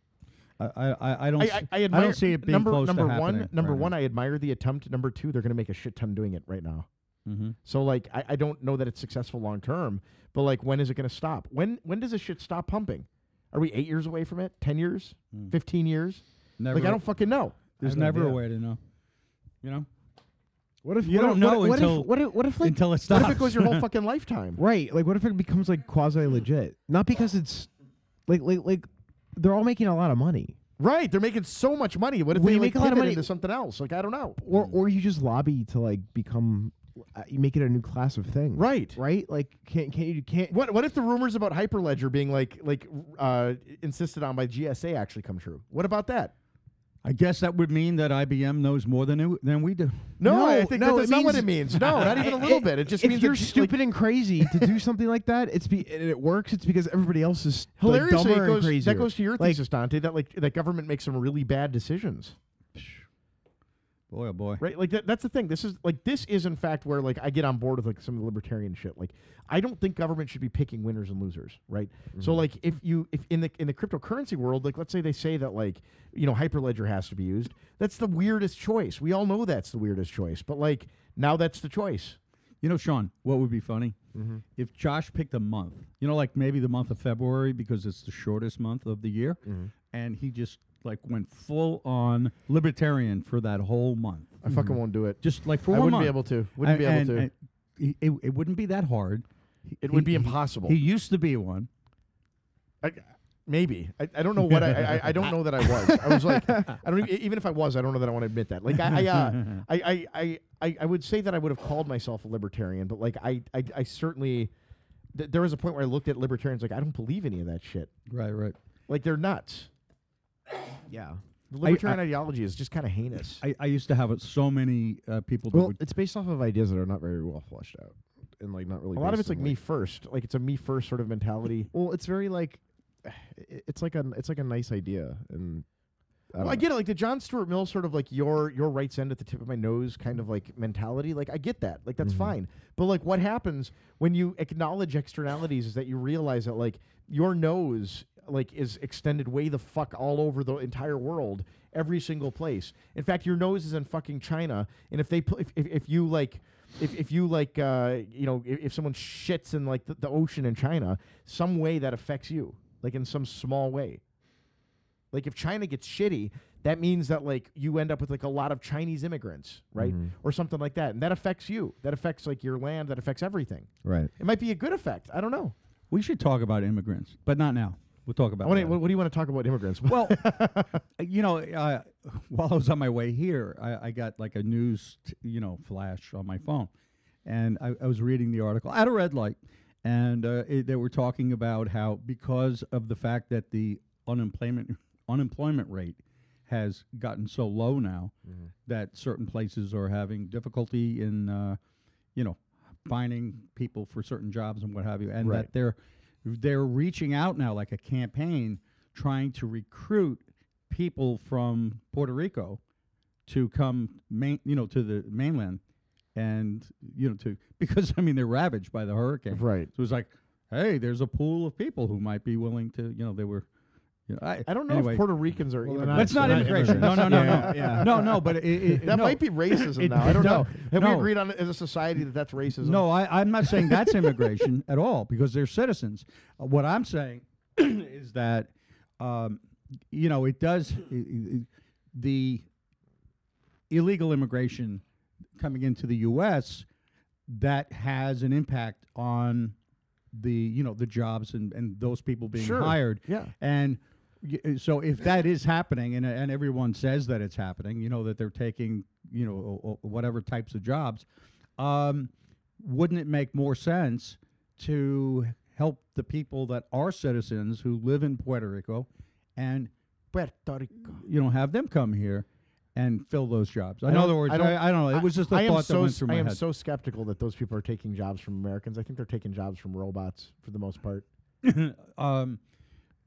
[SPEAKER 2] I, I- I I don't.
[SPEAKER 1] I,
[SPEAKER 2] s-
[SPEAKER 1] I, I admire
[SPEAKER 2] don't see it being
[SPEAKER 1] number
[SPEAKER 2] close to
[SPEAKER 1] number one
[SPEAKER 2] happening
[SPEAKER 1] number
[SPEAKER 2] right now.
[SPEAKER 1] one. I admire the attempt. Number two, they're going to make a shit ton doing it right now.
[SPEAKER 2] Mm-hmm.
[SPEAKER 1] So like I, I don't know that it's successful long term, but like when is it gonna stop? When when does this shit stop pumping? Are we eight years away from it? Ten years?
[SPEAKER 3] Hmm.
[SPEAKER 2] Mm.
[SPEAKER 1] Fifteen years?
[SPEAKER 2] Never.
[SPEAKER 1] Like I don't fucking know.
[SPEAKER 2] There's
[SPEAKER 1] I have no
[SPEAKER 2] never a
[SPEAKER 1] idea.
[SPEAKER 2] way to know. You know,
[SPEAKER 3] What if
[SPEAKER 2] you don't know
[SPEAKER 1] what,
[SPEAKER 2] until
[SPEAKER 1] what if, what if what if like
[SPEAKER 2] until it stops.
[SPEAKER 1] what if it goes your whole fucking lifetime?
[SPEAKER 3] Right. Like, what if it becomes like quasi legit? Not because it's like, like, like, they're all making a lot of money.
[SPEAKER 1] Right. They're making so much money. What if
[SPEAKER 3] Well,
[SPEAKER 1] they
[SPEAKER 3] you
[SPEAKER 1] like,
[SPEAKER 3] make a lot of
[SPEAKER 1] pivot
[SPEAKER 3] money-
[SPEAKER 1] into something else? Like I don't know.
[SPEAKER 3] Or, or you just lobby to like become, uh, you make it a new class of thing.
[SPEAKER 1] Right.
[SPEAKER 3] Right. Like, can't, can't you, can't,
[SPEAKER 1] What what if the rumors about Hyperledger being like like uh, insisted on by GSA actually come true? What about that?
[SPEAKER 2] I guess that would mean that IBM knows more than it, than we do.
[SPEAKER 1] No, I
[SPEAKER 3] No,
[SPEAKER 1] think
[SPEAKER 3] no,
[SPEAKER 1] that's
[SPEAKER 3] it
[SPEAKER 1] not what
[SPEAKER 3] means-
[SPEAKER 1] it means. No, not even a little bit. It just
[SPEAKER 3] if
[SPEAKER 1] means
[SPEAKER 3] you're
[SPEAKER 1] that, like,
[SPEAKER 3] stupid and crazy to do something like that. It's be and it works. It's because everybody else is like,
[SPEAKER 1] hilariously
[SPEAKER 3] dumber
[SPEAKER 1] it goes,
[SPEAKER 3] and crazier.
[SPEAKER 1] that goes to your
[SPEAKER 3] Like-
[SPEAKER 1] thesis dante that like that government makes some really bad decisions
[SPEAKER 2] Boy, oh boy.
[SPEAKER 1] right like that, that's the thing this is like this is in fact where like i get on board with like some of the libertarian shit like i don't think government should be picking winners and losers right so
[SPEAKER 2] Mm-hmm.
[SPEAKER 1] like if you if in the in the cryptocurrency world like let's say they say that like you know hyperledger has to be used that's the weirdest choice we all know that's the weirdest choice but like now that's the choice
[SPEAKER 2] You know, Sean, what would be funny
[SPEAKER 1] Mm-hmm.
[SPEAKER 2] if Josh picked a month? You know, like maybe the month of February because it's the shortest month of the year,
[SPEAKER 1] Mm-hmm.
[SPEAKER 2] and he just like went full on libertarian for that whole month,
[SPEAKER 1] i fucking won't do it
[SPEAKER 2] just like for
[SPEAKER 1] i
[SPEAKER 2] Mm-hmm. one
[SPEAKER 1] wouldn't
[SPEAKER 2] month.
[SPEAKER 1] be able to wouldn't be able
[SPEAKER 2] And-
[SPEAKER 1] to
[SPEAKER 2] and- and it, it wouldn't be that hard.
[SPEAKER 1] it would
[SPEAKER 2] he-
[SPEAKER 1] be impossible
[SPEAKER 2] He used to be one.
[SPEAKER 1] I, maybe I, I don't know what I, I I don't know that I was I was like I don't even, even if I was I don't know that I want to admit that like I I, uh, I, I I I I would say that I would have called myself a libertarian but like I I, I certainly th- there was a point where I looked at libertarians like I don't believe any of that shit
[SPEAKER 2] Right, right.
[SPEAKER 1] like they're nuts
[SPEAKER 3] yeah.
[SPEAKER 1] the libertarian ideology is just kind of heinous
[SPEAKER 2] I, I used to have so many uh, people that
[SPEAKER 3] Well,
[SPEAKER 2] would
[SPEAKER 3] it's based off of ideas that are not very well fleshed out, and like not really.
[SPEAKER 1] a lot of
[SPEAKER 3] based
[SPEAKER 1] it's like
[SPEAKER 3] on,
[SPEAKER 1] me first like it's a me first sort of mentality
[SPEAKER 3] Well, it's very like, i- it's like a it's like a nice idea, and I,
[SPEAKER 1] Well,
[SPEAKER 3] don't
[SPEAKER 1] I
[SPEAKER 3] know.
[SPEAKER 1] get it, like the John Stuart Mill sort of like your your rights end at the tip of my nose kind of like mentality. Like I get that, like that's
[SPEAKER 3] Mm-hmm.
[SPEAKER 1] fine. But like, what happens when you acknowledge externalities is that you realize that like your nose like is extended way the fuck all over the entire world, every single place. In fact, your nose is in fucking China, and if they pl- if, if if you like. If, if you like uh, you know if, if someone shits in like the, the ocean in China, some way that affects you, like in some small way. Like if China gets shitty, that means that like you end up with like a lot of Chinese immigrants, right?
[SPEAKER 2] Mm-hmm.
[SPEAKER 1] Or something like that. And that affects you. That affects like your land, that affects everything.
[SPEAKER 3] right.
[SPEAKER 1] It might be a good effect. I don't know.
[SPEAKER 2] We should talk about immigrants, but not now. We'll talk
[SPEAKER 1] I
[SPEAKER 2] about.
[SPEAKER 1] wanna,
[SPEAKER 2] it
[SPEAKER 1] what, what do you want to talk about immigrants?
[SPEAKER 2] Well, you know, uh, while I was on my way here, I, I got like a news, t- you know, flash on my phone, and I, I was reading the article at a red light, and uh, it, they were talking about how because of the fact that the unemployment unemployment rate has gotten so low now that certain places are having difficulty in, uh, you know, finding people for certain jobs and what have you, and
[SPEAKER 1] Right.
[SPEAKER 2] that they're they're reaching out now like a campaign trying to recruit people from Puerto Rico to come main, you know, to the mainland and you know to because I mean they're ravaged by the hurricane.
[SPEAKER 1] right.
[SPEAKER 2] So it's like, hey, there's a pool of people who might be willing to, you know, they were you know, I,
[SPEAKER 1] I don't know
[SPEAKER 2] anyway,
[SPEAKER 1] if Puerto Ricans are
[SPEAKER 3] they're
[SPEAKER 1] immigrants.
[SPEAKER 2] that's not
[SPEAKER 3] They're not
[SPEAKER 2] immigration. No, no, no, no.
[SPEAKER 3] immigrants. Yeah, yeah.
[SPEAKER 2] No, no, but it, it,
[SPEAKER 1] that
[SPEAKER 2] no.
[SPEAKER 1] might be racism
[SPEAKER 2] It-
[SPEAKER 1] now. I don't
[SPEAKER 2] no,
[SPEAKER 1] know. Have we
[SPEAKER 2] no.
[SPEAKER 1] agreed on as a society that that's racism?
[SPEAKER 2] No, I, I'm not saying that's immigration at all because they're citizens. Uh, what I'm saying is that, um, you know, it does i- i- i- the illegal immigration coming into the U.S. that has an impact on the you know the jobs and, and those people being
[SPEAKER 1] Sure.
[SPEAKER 2] hired.
[SPEAKER 1] Yeah.
[SPEAKER 2] And y- uh, so if that is happening, and, and everyone says that it's happening, you know, that they're taking, you know, o- o- whatever types of jobs, um, wouldn't it make more sense to help the people that are citizens who live in Puerto Rico and,
[SPEAKER 1] Puerto Rico.
[SPEAKER 2] you know, have them come here and fill those jobs? In
[SPEAKER 1] don't-
[SPEAKER 2] other words,
[SPEAKER 1] I
[SPEAKER 2] I
[SPEAKER 1] don't-
[SPEAKER 2] don't, I, don't know. It was just a
[SPEAKER 1] I am
[SPEAKER 2] thought
[SPEAKER 1] so
[SPEAKER 2] that went
[SPEAKER 1] s-
[SPEAKER 2] through
[SPEAKER 1] I
[SPEAKER 2] my
[SPEAKER 1] am
[SPEAKER 2] head.
[SPEAKER 1] so skeptical that those people are taking jobs from Americans. I think they're taking jobs from robots for the most part.
[SPEAKER 2] um,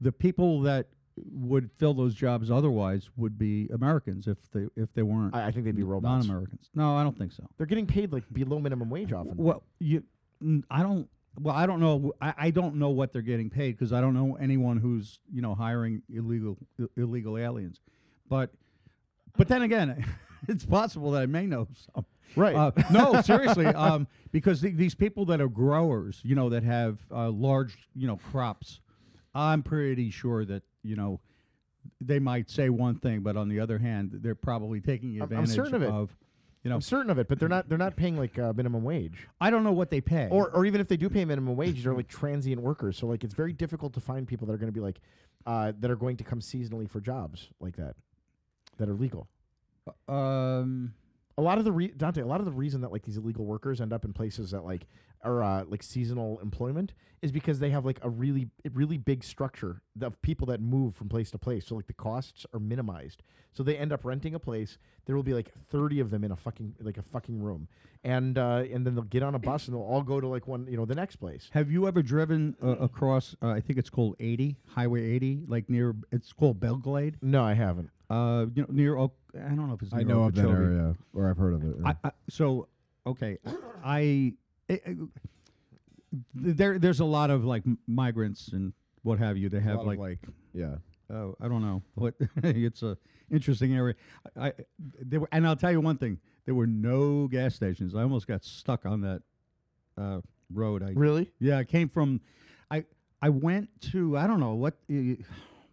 [SPEAKER 2] the people that would fill those jobs otherwise would be Americans if they if they weren't
[SPEAKER 1] I, I think they'd be robots.
[SPEAKER 2] non-Americans. No, I don't think so.
[SPEAKER 1] They're getting paid like below minimum wage often.
[SPEAKER 2] Well, you, n- I don't. Well, I don't know. I, I don't know what they're getting paid because I don't know anyone who's you know hiring illegal i- illegal aliens. But but then again, it's possible that I may know some.
[SPEAKER 1] Right.
[SPEAKER 2] Uh, no, seriously, um, because the, these people that are growers, you know, that have uh, large, you know, crops, I'm pretty sure that you know they might say one thing, but on the other hand, they're probably taking
[SPEAKER 1] I'm-
[SPEAKER 2] advantage
[SPEAKER 1] I'm certain of it.
[SPEAKER 2] you know,
[SPEAKER 1] I'm certain of it, but they're not. They're not paying like uh, minimum wage,
[SPEAKER 2] I don't know what they pay.
[SPEAKER 1] or or even if they do pay minimum wage, they're like transient workers. So like, it's very difficult to find people that are going to be like, uh, that are going to come seasonally for jobs like that, that are legal.
[SPEAKER 2] um,
[SPEAKER 1] a lot of the re- Dante, a lot of the reason that like these illegal workers end up in places that like are uh, like seasonal employment is because they have like a really a really big structure th- of people that move from place to place. So like the costs are minimized. So they end up renting a place. There will be like thirty of them in a fucking like a fucking room, and uh, and then they'll get on a bus and they'll all go to like one you know the next place.
[SPEAKER 2] Have you ever driven uh, across? Uh, I think it's called 80 Highway 80, like near. It's called Belglade.
[SPEAKER 1] No, I haven't.
[SPEAKER 2] Uh, you know, near Oak. I don't know if it's. Near
[SPEAKER 3] I know of that
[SPEAKER 2] Okeechobee.
[SPEAKER 3] area, or I've heard of it. yeah.
[SPEAKER 2] I, I, so okay, I, I- I- there there's a lot of like m- migrants and what have you. They
[SPEAKER 3] A
[SPEAKER 2] have
[SPEAKER 3] lot of,
[SPEAKER 2] like,
[SPEAKER 3] yeah.
[SPEAKER 2] oh I don't know what it's a interesting area. I, I there were and I'll tell you one thing. There were no gas stations. I almost got stuck on that uh, road. I
[SPEAKER 1] Really?
[SPEAKER 2] yeah, I came from. I I went to I don't know what uh,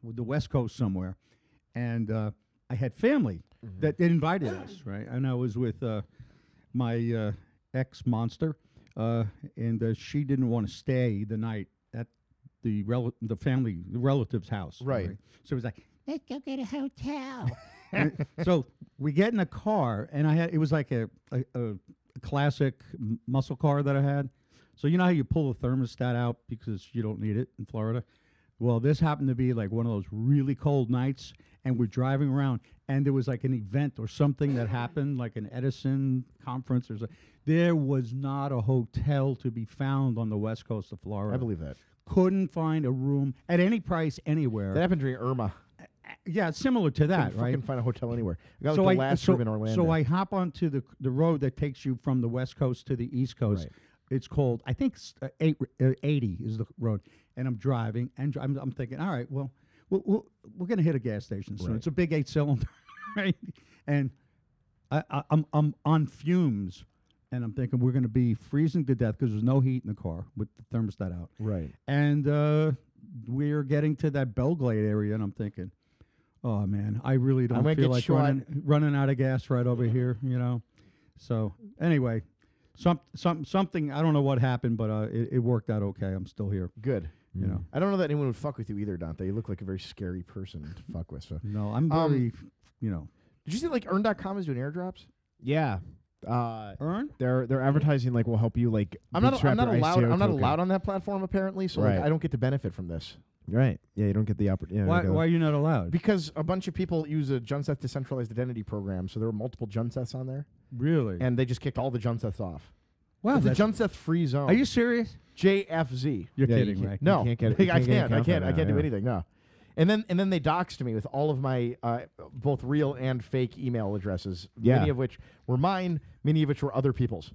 [SPEAKER 2] the West Coast somewhere, and uh, I had family that invited us, right? And I was with uh, my uh, ex monster, uh, and uh, she didn't want to stay the night at the rel- the family the relative's house,
[SPEAKER 1] Right.
[SPEAKER 2] So it was like, let's go get a hotel. And so we get in a car, and I had it was like a a, a classic m- muscle car that I had. So you know how you pull the thermostat out because you don't need it in Florida. Well, this happened to be like one of those really cold nights, and we're driving around, and there was like an event or something that happened, like an Edison conference or something. There was not a hotel to be found on the west coast of Florida.
[SPEAKER 1] I believe that.
[SPEAKER 2] couldn't find a room at any price anywhere.
[SPEAKER 1] That happened during Irma.
[SPEAKER 2] yeah, similar to that,
[SPEAKER 1] Couldn't
[SPEAKER 2] right?
[SPEAKER 1] fucking find a hotel anywhere. I got like the last
[SPEAKER 2] so,
[SPEAKER 1] room in Orlando.
[SPEAKER 2] So I hop onto the the road that takes you from the west coast to the east coast.
[SPEAKER 1] Right.
[SPEAKER 2] It's called I think s- uh, eight, uh, 80 is the road, and I'm driving and dri- I'm, I'm thinking, all right, well, we're, we're, we're gonna hit a gas station soon.
[SPEAKER 1] Right.
[SPEAKER 2] It's a big eight cylinder, right? And I, I, I'm I'm on fumes, and I'm thinking we're gonna be freezing to death because there's no heat in the car with the thermostat out
[SPEAKER 1] right.
[SPEAKER 2] and uh, we're getting to that Belglade area, and I'm thinking, oh man, I really don't
[SPEAKER 1] might
[SPEAKER 2] feel
[SPEAKER 1] get
[SPEAKER 2] like
[SPEAKER 1] shot.
[SPEAKER 2] running, running out of gas right over here, you know. So anyway, some some something I don't know what happened, but uh, it, it worked out okay. I'm still here,
[SPEAKER 1] Good.
[SPEAKER 3] Mm-hmm.
[SPEAKER 2] you know.
[SPEAKER 1] I don't know that anyone would fuck with you either, Dante. You look like a very scary person to fuck with. So,
[SPEAKER 2] No, I'm
[SPEAKER 1] Um,
[SPEAKER 2] very, you know,
[SPEAKER 1] did you see like Earn.com is doing airdrops?
[SPEAKER 3] Yeah. Uh,
[SPEAKER 2] earn.
[SPEAKER 3] they're they're advertising like will help you like.
[SPEAKER 1] I'm not.
[SPEAKER 3] bootstrap
[SPEAKER 1] I'm not
[SPEAKER 3] your
[SPEAKER 1] allowed.
[SPEAKER 3] ICO
[SPEAKER 1] I'm not
[SPEAKER 3] token.
[SPEAKER 1] allowed on that platform apparently. So
[SPEAKER 3] Right.
[SPEAKER 1] like, I don't get to benefit from this
[SPEAKER 3] Right. Yeah, you don't get the opportunity.
[SPEAKER 2] Why, why are you not allowed?
[SPEAKER 1] because a bunch of people use a Junseth decentralized identity program. So there were multiple Junseths on there,
[SPEAKER 2] really?
[SPEAKER 1] and they just kicked all the Junseths off.
[SPEAKER 2] wow,
[SPEAKER 1] it's a
[SPEAKER 2] that's-
[SPEAKER 1] Junseth free zone.
[SPEAKER 2] are you serious?
[SPEAKER 1] JFZ?
[SPEAKER 2] You're
[SPEAKER 3] Yeah, you
[SPEAKER 2] kidding,
[SPEAKER 3] can't-
[SPEAKER 2] right?
[SPEAKER 1] No,
[SPEAKER 3] can't get- you
[SPEAKER 1] I
[SPEAKER 3] can't get an
[SPEAKER 1] can't. I can't.
[SPEAKER 3] account right
[SPEAKER 1] I
[SPEAKER 3] now,
[SPEAKER 1] can't do
[SPEAKER 3] yeah.
[SPEAKER 1] anything. No. And then and then they doxed me with all of my uh, both real and fake email addresses,
[SPEAKER 3] Yeah.
[SPEAKER 1] many of which were mine, many of which were other people's.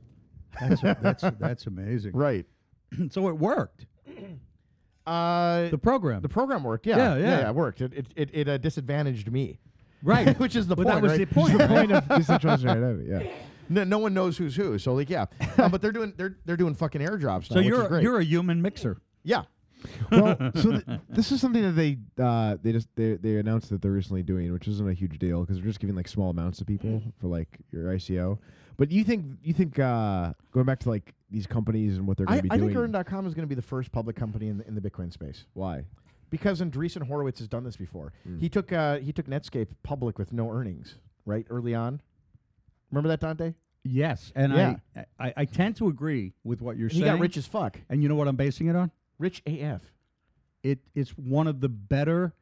[SPEAKER 2] That's, that's that's amazing.
[SPEAKER 1] Right.
[SPEAKER 2] so it worked.
[SPEAKER 1] Uh,
[SPEAKER 2] The program.
[SPEAKER 1] The program worked, yeah,
[SPEAKER 2] Yeah, yeah.
[SPEAKER 1] it worked. It it, it, it uh, disadvantaged me,
[SPEAKER 2] right.
[SPEAKER 1] which is the
[SPEAKER 2] but
[SPEAKER 1] point.
[SPEAKER 2] that was
[SPEAKER 1] right?
[SPEAKER 2] the point. right?
[SPEAKER 3] Point of decentralized identity. Yeah.
[SPEAKER 1] No, no one knows who's who, so like, yeah. Uh, but they're doing they're they're doing fucking airdrops now,
[SPEAKER 2] So
[SPEAKER 1] which
[SPEAKER 2] you're
[SPEAKER 1] is great.
[SPEAKER 2] you're a human mixer.
[SPEAKER 1] yeah,
[SPEAKER 3] well, so th- this is something that they uh, they just they, they announced that they're recently doing, which isn't a huge deal because they're just giving like small amounts to people
[SPEAKER 1] Mm.
[SPEAKER 3] for like your ICO. But you think you think uh, going back to like these companies and what they're going
[SPEAKER 1] I,
[SPEAKER 3] to be
[SPEAKER 1] I
[SPEAKER 3] doing?
[SPEAKER 1] think Earn.com is going to be the first public company in the, in the Bitcoin space
[SPEAKER 3] why?
[SPEAKER 1] because Andreessen Horowitz has done this before.
[SPEAKER 3] Mm.
[SPEAKER 1] He took uh, he took Netscape public with no earnings, right early on. Remember that Dante?
[SPEAKER 2] Yes, and
[SPEAKER 1] Yeah.
[SPEAKER 2] I, I I tend to agree with what you're
[SPEAKER 1] He
[SPEAKER 2] saying.
[SPEAKER 1] got rich as fuck,
[SPEAKER 2] and you know what I'm basing it on?
[SPEAKER 1] rich AF.
[SPEAKER 2] It it's one of the better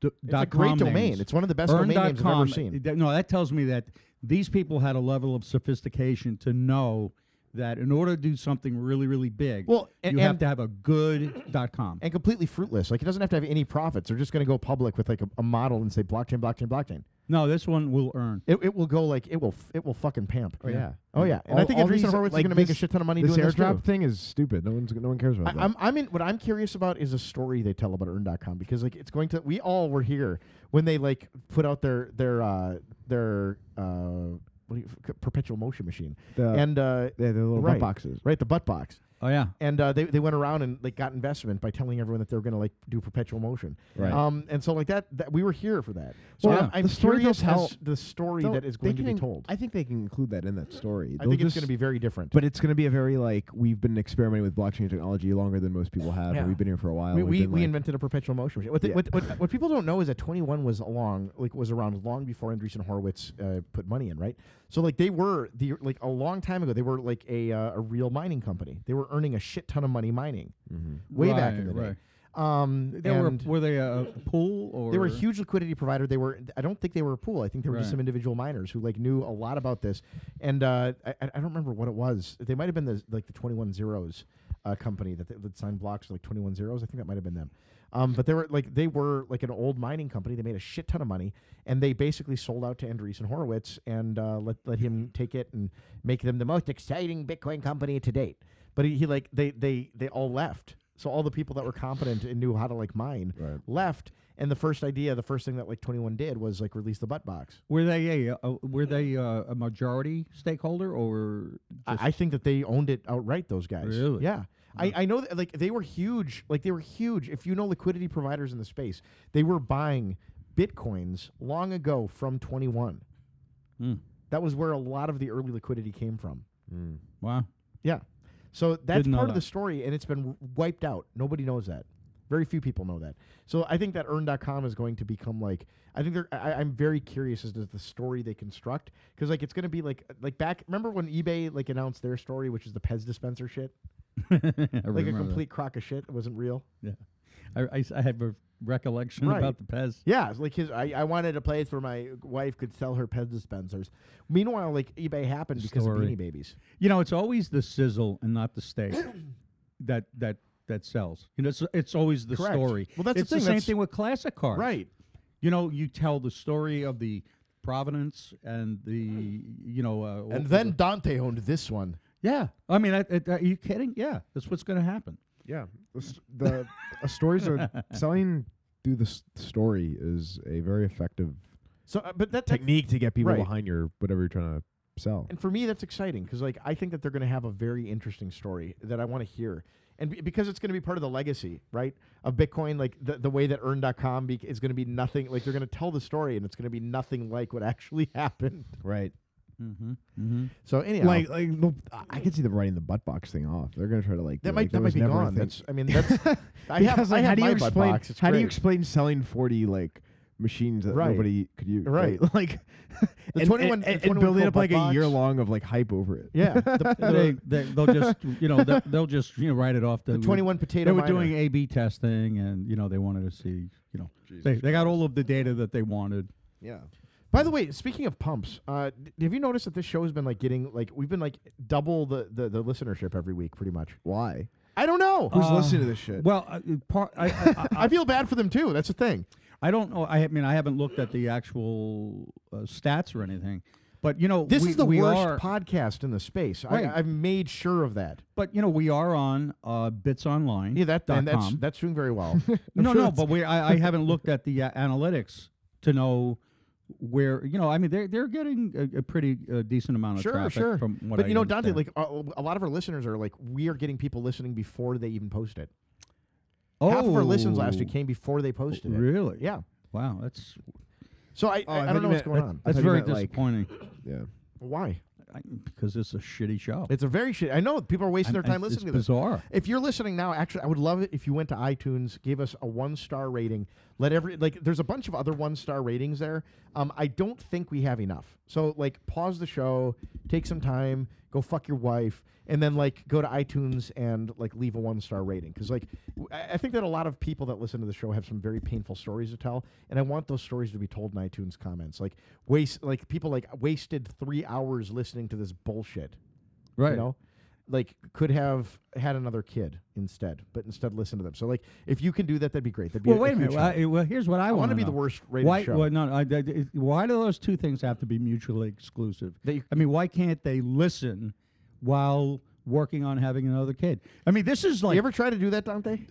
[SPEAKER 2] d-
[SPEAKER 1] It's
[SPEAKER 2] dot
[SPEAKER 1] a great
[SPEAKER 2] com
[SPEAKER 1] domain.
[SPEAKER 2] names.
[SPEAKER 1] It's one of the best domain names I've
[SPEAKER 2] Earn.com,
[SPEAKER 1] ever seen.
[SPEAKER 2] th- no, that tells me that these people had a level of sophistication to know that in order to do something really really big,
[SPEAKER 1] Well, a-
[SPEAKER 2] you have
[SPEAKER 1] and-
[SPEAKER 2] to have a good dot com.
[SPEAKER 1] and completely fruitless. Like it doesn't have to have any profits. They're just going to go public with like a, a model and say blockchain, blockchain, blockchain.
[SPEAKER 2] No, this one will earn.
[SPEAKER 1] It, it will go like it will f- it will fucking pamp.
[SPEAKER 3] Oh, yeah.
[SPEAKER 1] Oh yeah. And I
[SPEAKER 3] All-
[SPEAKER 1] think
[SPEAKER 3] all
[SPEAKER 1] Andreessen
[SPEAKER 3] these,
[SPEAKER 1] Horowitz is
[SPEAKER 3] like,
[SPEAKER 1] going to make a
[SPEAKER 3] this-
[SPEAKER 1] shit ton of money
[SPEAKER 3] this
[SPEAKER 1] doing
[SPEAKER 3] airdrop
[SPEAKER 1] this too.
[SPEAKER 3] thing is stupid. No one's no one cares about
[SPEAKER 1] I, I'm I'm in what I'm curious about is a story they tell about earn.com because like it's going to we all were here when they like put out their their uh their uh what do you, c- perpetual motion machine,
[SPEAKER 3] The,
[SPEAKER 1] and uh,
[SPEAKER 3] yeah, the little
[SPEAKER 1] right.
[SPEAKER 3] butt boxes.
[SPEAKER 1] right the butt box.
[SPEAKER 2] Oh yeah.
[SPEAKER 1] And uh, they they went around and like got investment by telling everyone that they were going to like do perpetual motion.
[SPEAKER 3] Right.
[SPEAKER 1] Um, and so like that, that we were here for that. So
[SPEAKER 3] Well,
[SPEAKER 1] I'm,
[SPEAKER 3] yeah.
[SPEAKER 1] I'm
[SPEAKER 3] the story they'll
[SPEAKER 1] curious
[SPEAKER 3] tell-
[SPEAKER 1] as the story
[SPEAKER 3] They'll-
[SPEAKER 1] that is
[SPEAKER 3] they
[SPEAKER 1] going to
[SPEAKER 3] can
[SPEAKER 1] be
[SPEAKER 3] in-
[SPEAKER 1] told.
[SPEAKER 3] I think they can include that in that story.
[SPEAKER 1] I
[SPEAKER 3] They'll
[SPEAKER 1] think it's
[SPEAKER 3] just-
[SPEAKER 1] going to be very different.
[SPEAKER 3] But it's going to be a very like we've been experimenting with blockchain technology longer than most people have,
[SPEAKER 1] Yeah.
[SPEAKER 3] and we've been here for a while.
[SPEAKER 1] we
[SPEAKER 3] We've
[SPEAKER 1] we,
[SPEAKER 3] been,
[SPEAKER 1] we
[SPEAKER 3] Uh, like-
[SPEAKER 1] invented a perpetual motion machine. What, the-
[SPEAKER 3] Yeah.
[SPEAKER 1] what, what, what people don't know is that 21 was along like was around long before Andreessen Horowitz uh, put money in, right? So like they were the like a long time ago they were like a uh, a real mining company. They were earning a shit ton of money mining
[SPEAKER 3] Mhm.
[SPEAKER 1] way back
[SPEAKER 2] Right,
[SPEAKER 1] in the day.
[SPEAKER 2] right.
[SPEAKER 1] Um,
[SPEAKER 2] They were
[SPEAKER 1] and
[SPEAKER 2] were they a, a pool or
[SPEAKER 1] they were a huge liquidity provider. They were I don't think they were a pool. I think they were just
[SPEAKER 2] Right.
[SPEAKER 1] some individual miners who like knew a lot about this. And uh, I I I don't remember what it was. They might have been the like the 21 zeros uh, company that th- that signed blocks for like 21 zeros. I think that might have been them. Um, but they were like they were like an old mining company. They made a shit ton of money, and they basically sold out to Andreessen Horowitz and uh, let let him take it and make them the most exciting Bitcoin company to date. But he, he like they they they all left. So all the people that were competent and knew how to like mine
[SPEAKER 3] Right.
[SPEAKER 1] left and the first idea the first thing that like 21 did was like release the butt box
[SPEAKER 2] Were they a, a were they uh, a majority stakeholder or just
[SPEAKER 1] I, I think that they owned it outright those guys
[SPEAKER 2] Really?
[SPEAKER 1] yeah I, I know that like they were huge like they were huge if you know liquidity providers in the space they were buying bitcoins long ago from 21
[SPEAKER 2] Mm,
[SPEAKER 1] that was where a lot of the early liquidity came from
[SPEAKER 3] Mm.
[SPEAKER 2] wow?
[SPEAKER 1] yeah so that's
[SPEAKER 2] Didn't know
[SPEAKER 1] part of
[SPEAKER 2] that.
[SPEAKER 1] the story and it's been w- wiped out nobody knows that very few people know that so i think that earn.com is going to become like i think they're I, i'm very curious as to the story they construct because like it's going to be like like back remember when ebay like announced their story which is the pez dispenser shit
[SPEAKER 2] I
[SPEAKER 1] like a
[SPEAKER 2] remember that.
[SPEAKER 1] complete crock of shit it wasn't real
[SPEAKER 2] I, I s- I have a recollection
[SPEAKER 1] Right.
[SPEAKER 2] about the Pez.
[SPEAKER 1] Yeah, it's like his. I, I wanted a place where my wife could sell her Pez dispensers. Meanwhile, like eBay happened because of
[SPEAKER 2] Story.
[SPEAKER 1] Beanie Babies.
[SPEAKER 2] You know, it's always the sizzle and not the steak that that that sells. You know, it's, it's always the
[SPEAKER 1] Correct.
[SPEAKER 2] story.
[SPEAKER 1] Well, that's the
[SPEAKER 2] it's the,
[SPEAKER 1] thing,
[SPEAKER 2] same
[SPEAKER 1] that's-
[SPEAKER 2] thing with classic cars, You know, you tell the story of the provenance and the you know, uh, what
[SPEAKER 1] And
[SPEAKER 2] was
[SPEAKER 1] then
[SPEAKER 2] it?
[SPEAKER 1] Dante owned this one.
[SPEAKER 2] yeah. I mean, I, I, are you kidding? Yeah, that's what's going to happen.
[SPEAKER 3] Yeah, the, s- the uh, stories are selling through the s- story is a very effective
[SPEAKER 1] So, uh, but that, that
[SPEAKER 3] technique to get people
[SPEAKER 1] Right.
[SPEAKER 3] behind your whatever you're trying to sell.
[SPEAKER 1] and for me that's exciting because like i think that they're going to have a very interesting story that i want to hear and be- because it's going to be part of the legacy right of bitcoin like the, the way that earn.com be- is going to be nothing like they're going to tell the story and it's going to be nothing like what actually happened
[SPEAKER 3] Right.
[SPEAKER 2] Mm-hmm. Mm-hmm.
[SPEAKER 1] so anyhow
[SPEAKER 3] Like, like the, I could see them writing the butt box thing off. They're gonna try to like be
[SPEAKER 1] that
[SPEAKER 3] like,
[SPEAKER 1] might
[SPEAKER 3] there
[SPEAKER 1] that might
[SPEAKER 3] was
[SPEAKER 1] be
[SPEAKER 3] never a
[SPEAKER 1] gone
[SPEAKER 3] thing.
[SPEAKER 1] that's i mean that's i have,
[SPEAKER 3] Because, like,
[SPEAKER 1] I
[SPEAKER 3] how
[SPEAKER 1] have
[SPEAKER 3] do you
[SPEAKER 1] my
[SPEAKER 3] explain
[SPEAKER 1] butt box It's
[SPEAKER 3] how do you
[SPEAKER 1] great.
[SPEAKER 3] explain selling forty like machines that
[SPEAKER 1] Right.
[SPEAKER 3] nobody could use?
[SPEAKER 1] Right.
[SPEAKER 3] Like
[SPEAKER 1] The
[SPEAKER 3] and,
[SPEAKER 1] 21
[SPEAKER 3] and,
[SPEAKER 1] the
[SPEAKER 3] and
[SPEAKER 1] 21
[SPEAKER 3] building
[SPEAKER 1] cool
[SPEAKER 3] up like
[SPEAKER 1] butt
[SPEAKER 3] a year
[SPEAKER 1] box.
[SPEAKER 3] long of like hype over it.
[SPEAKER 1] yeah the,
[SPEAKER 2] they,
[SPEAKER 1] the,
[SPEAKER 2] they, they'll just you know they'll, they'll just you know write it off.
[SPEAKER 1] the
[SPEAKER 2] They were-
[SPEAKER 1] 21
[SPEAKER 2] They
[SPEAKER 1] potato
[SPEAKER 2] were
[SPEAKER 1] miner.
[SPEAKER 2] doing A/B testing, and you know they wanted to see you know they, they got all of the data that they wanted.
[SPEAKER 3] Yeah.
[SPEAKER 1] By the way, speaking of pumps, uh, d- have you noticed that this show has been like getting like we've been like double the, the, the listenership every week, pretty much.
[SPEAKER 3] Why?
[SPEAKER 1] I don't know.
[SPEAKER 3] Who's
[SPEAKER 2] Uh,
[SPEAKER 3] listening to this shit?
[SPEAKER 2] Well, uh, part I, I, I,
[SPEAKER 1] I feel bad for them too. That's the thing.
[SPEAKER 2] I don't know. I mean, I haven't looked at the actual uh, stats or anything, but you know
[SPEAKER 1] This
[SPEAKER 2] we-
[SPEAKER 1] is the
[SPEAKER 2] we
[SPEAKER 1] worst
[SPEAKER 2] are-
[SPEAKER 1] podcast in the space.
[SPEAKER 2] Right.
[SPEAKER 1] I, I've made sure of that.
[SPEAKER 2] but you know we are on uh, bits online.
[SPEAKER 1] Yeah, that
[SPEAKER 2] dot
[SPEAKER 1] and that's
[SPEAKER 2] com.
[SPEAKER 1] that's doing very well.
[SPEAKER 2] no,
[SPEAKER 3] sure
[SPEAKER 2] no,
[SPEAKER 3] that's-
[SPEAKER 2] but we I, I haven't looked at the uh, analytics to know where you know. I mean, they're they're getting a, a pretty uh, decent amount of
[SPEAKER 1] sure,
[SPEAKER 2] traffic
[SPEAKER 1] sure.
[SPEAKER 2] from what
[SPEAKER 1] but
[SPEAKER 2] I
[SPEAKER 1] you know, Dante,
[SPEAKER 2] understand.
[SPEAKER 1] like uh, a lot of our listeners are like, we are getting people listening before they even post it.
[SPEAKER 2] oh,
[SPEAKER 1] Half of our listens last week came before they posted it.
[SPEAKER 2] Really?
[SPEAKER 1] Yeah.
[SPEAKER 2] Wow, that's
[SPEAKER 1] So I
[SPEAKER 3] Oh, I
[SPEAKER 1] I, I
[SPEAKER 3] thought
[SPEAKER 1] don't
[SPEAKER 3] you
[SPEAKER 1] know what's
[SPEAKER 3] meant-
[SPEAKER 1] going on.
[SPEAKER 3] I
[SPEAKER 2] that's
[SPEAKER 3] thought you
[SPEAKER 2] very
[SPEAKER 3] meant, like-
[SPEAKER 2] disappointing
[SPEAKER 3] yeah.
[SPEAKER 1] Why?
[SPEAKER 2] I, because it's a shitty show.
[SPEAKER 1] It's a very shit. I know people are wasting their
[SPEAKER 2] I'm-
[SPEAKER 1] time
[SPEAKER 2] it's-
[SPEAKER 1] listening to
[SPEAKER 2] it's
[SPEAKER 1] this.
[SPEAKER 2] bizarre.
[SPEAKER 1] If you're listening now, actually, I would love it if you went to iTunes, gave us a one star rating. Let every like, there's a bunch of other one star ratings there. Um, I don't think we have enough. So like, pause the show, take some time, go fuck your wife, and then like go to iTunes and like leave a one star rating because like w- I I think that a lot of people that listen to the show have some very painful stories to tell, and I want those stories to be told in iTunes comments. Like waste like people like wasted three hours listening to this bullshit
[SPEAKER 2] Right.
[SPEAKER 1] you know like could have had another kid instead but instead listen to them so like if you can do that that'd be great that'd be
[SPEAKER 2] Well,
[SPEAKER 1] a,
[SPEAKER 2] wait a minute.
[SPEAKER 1] huge
[SPEAKER 2] Well,
[SPEAKER 1] help.
[SPEAKER 2] I, well, here's what I,
[SPEAKER 1] I
[SPEAKER 2] want
[SPEAKER 1] wanna
[SPEAKER 2] to
[SPEAKER 1] be the worst rated
[SPEAKER 2] why,
[SPEAKER 1] show.
[SPEAKER 2] Well, no, I, I- it- why do those two things have to be mutually exclusive?
[SPEAKER 1] They-
[SPEAKER 2] I mean, why can't they listen while working on having another kid? I mean, this is like
[SPEAKER 1] you ever try to do that dante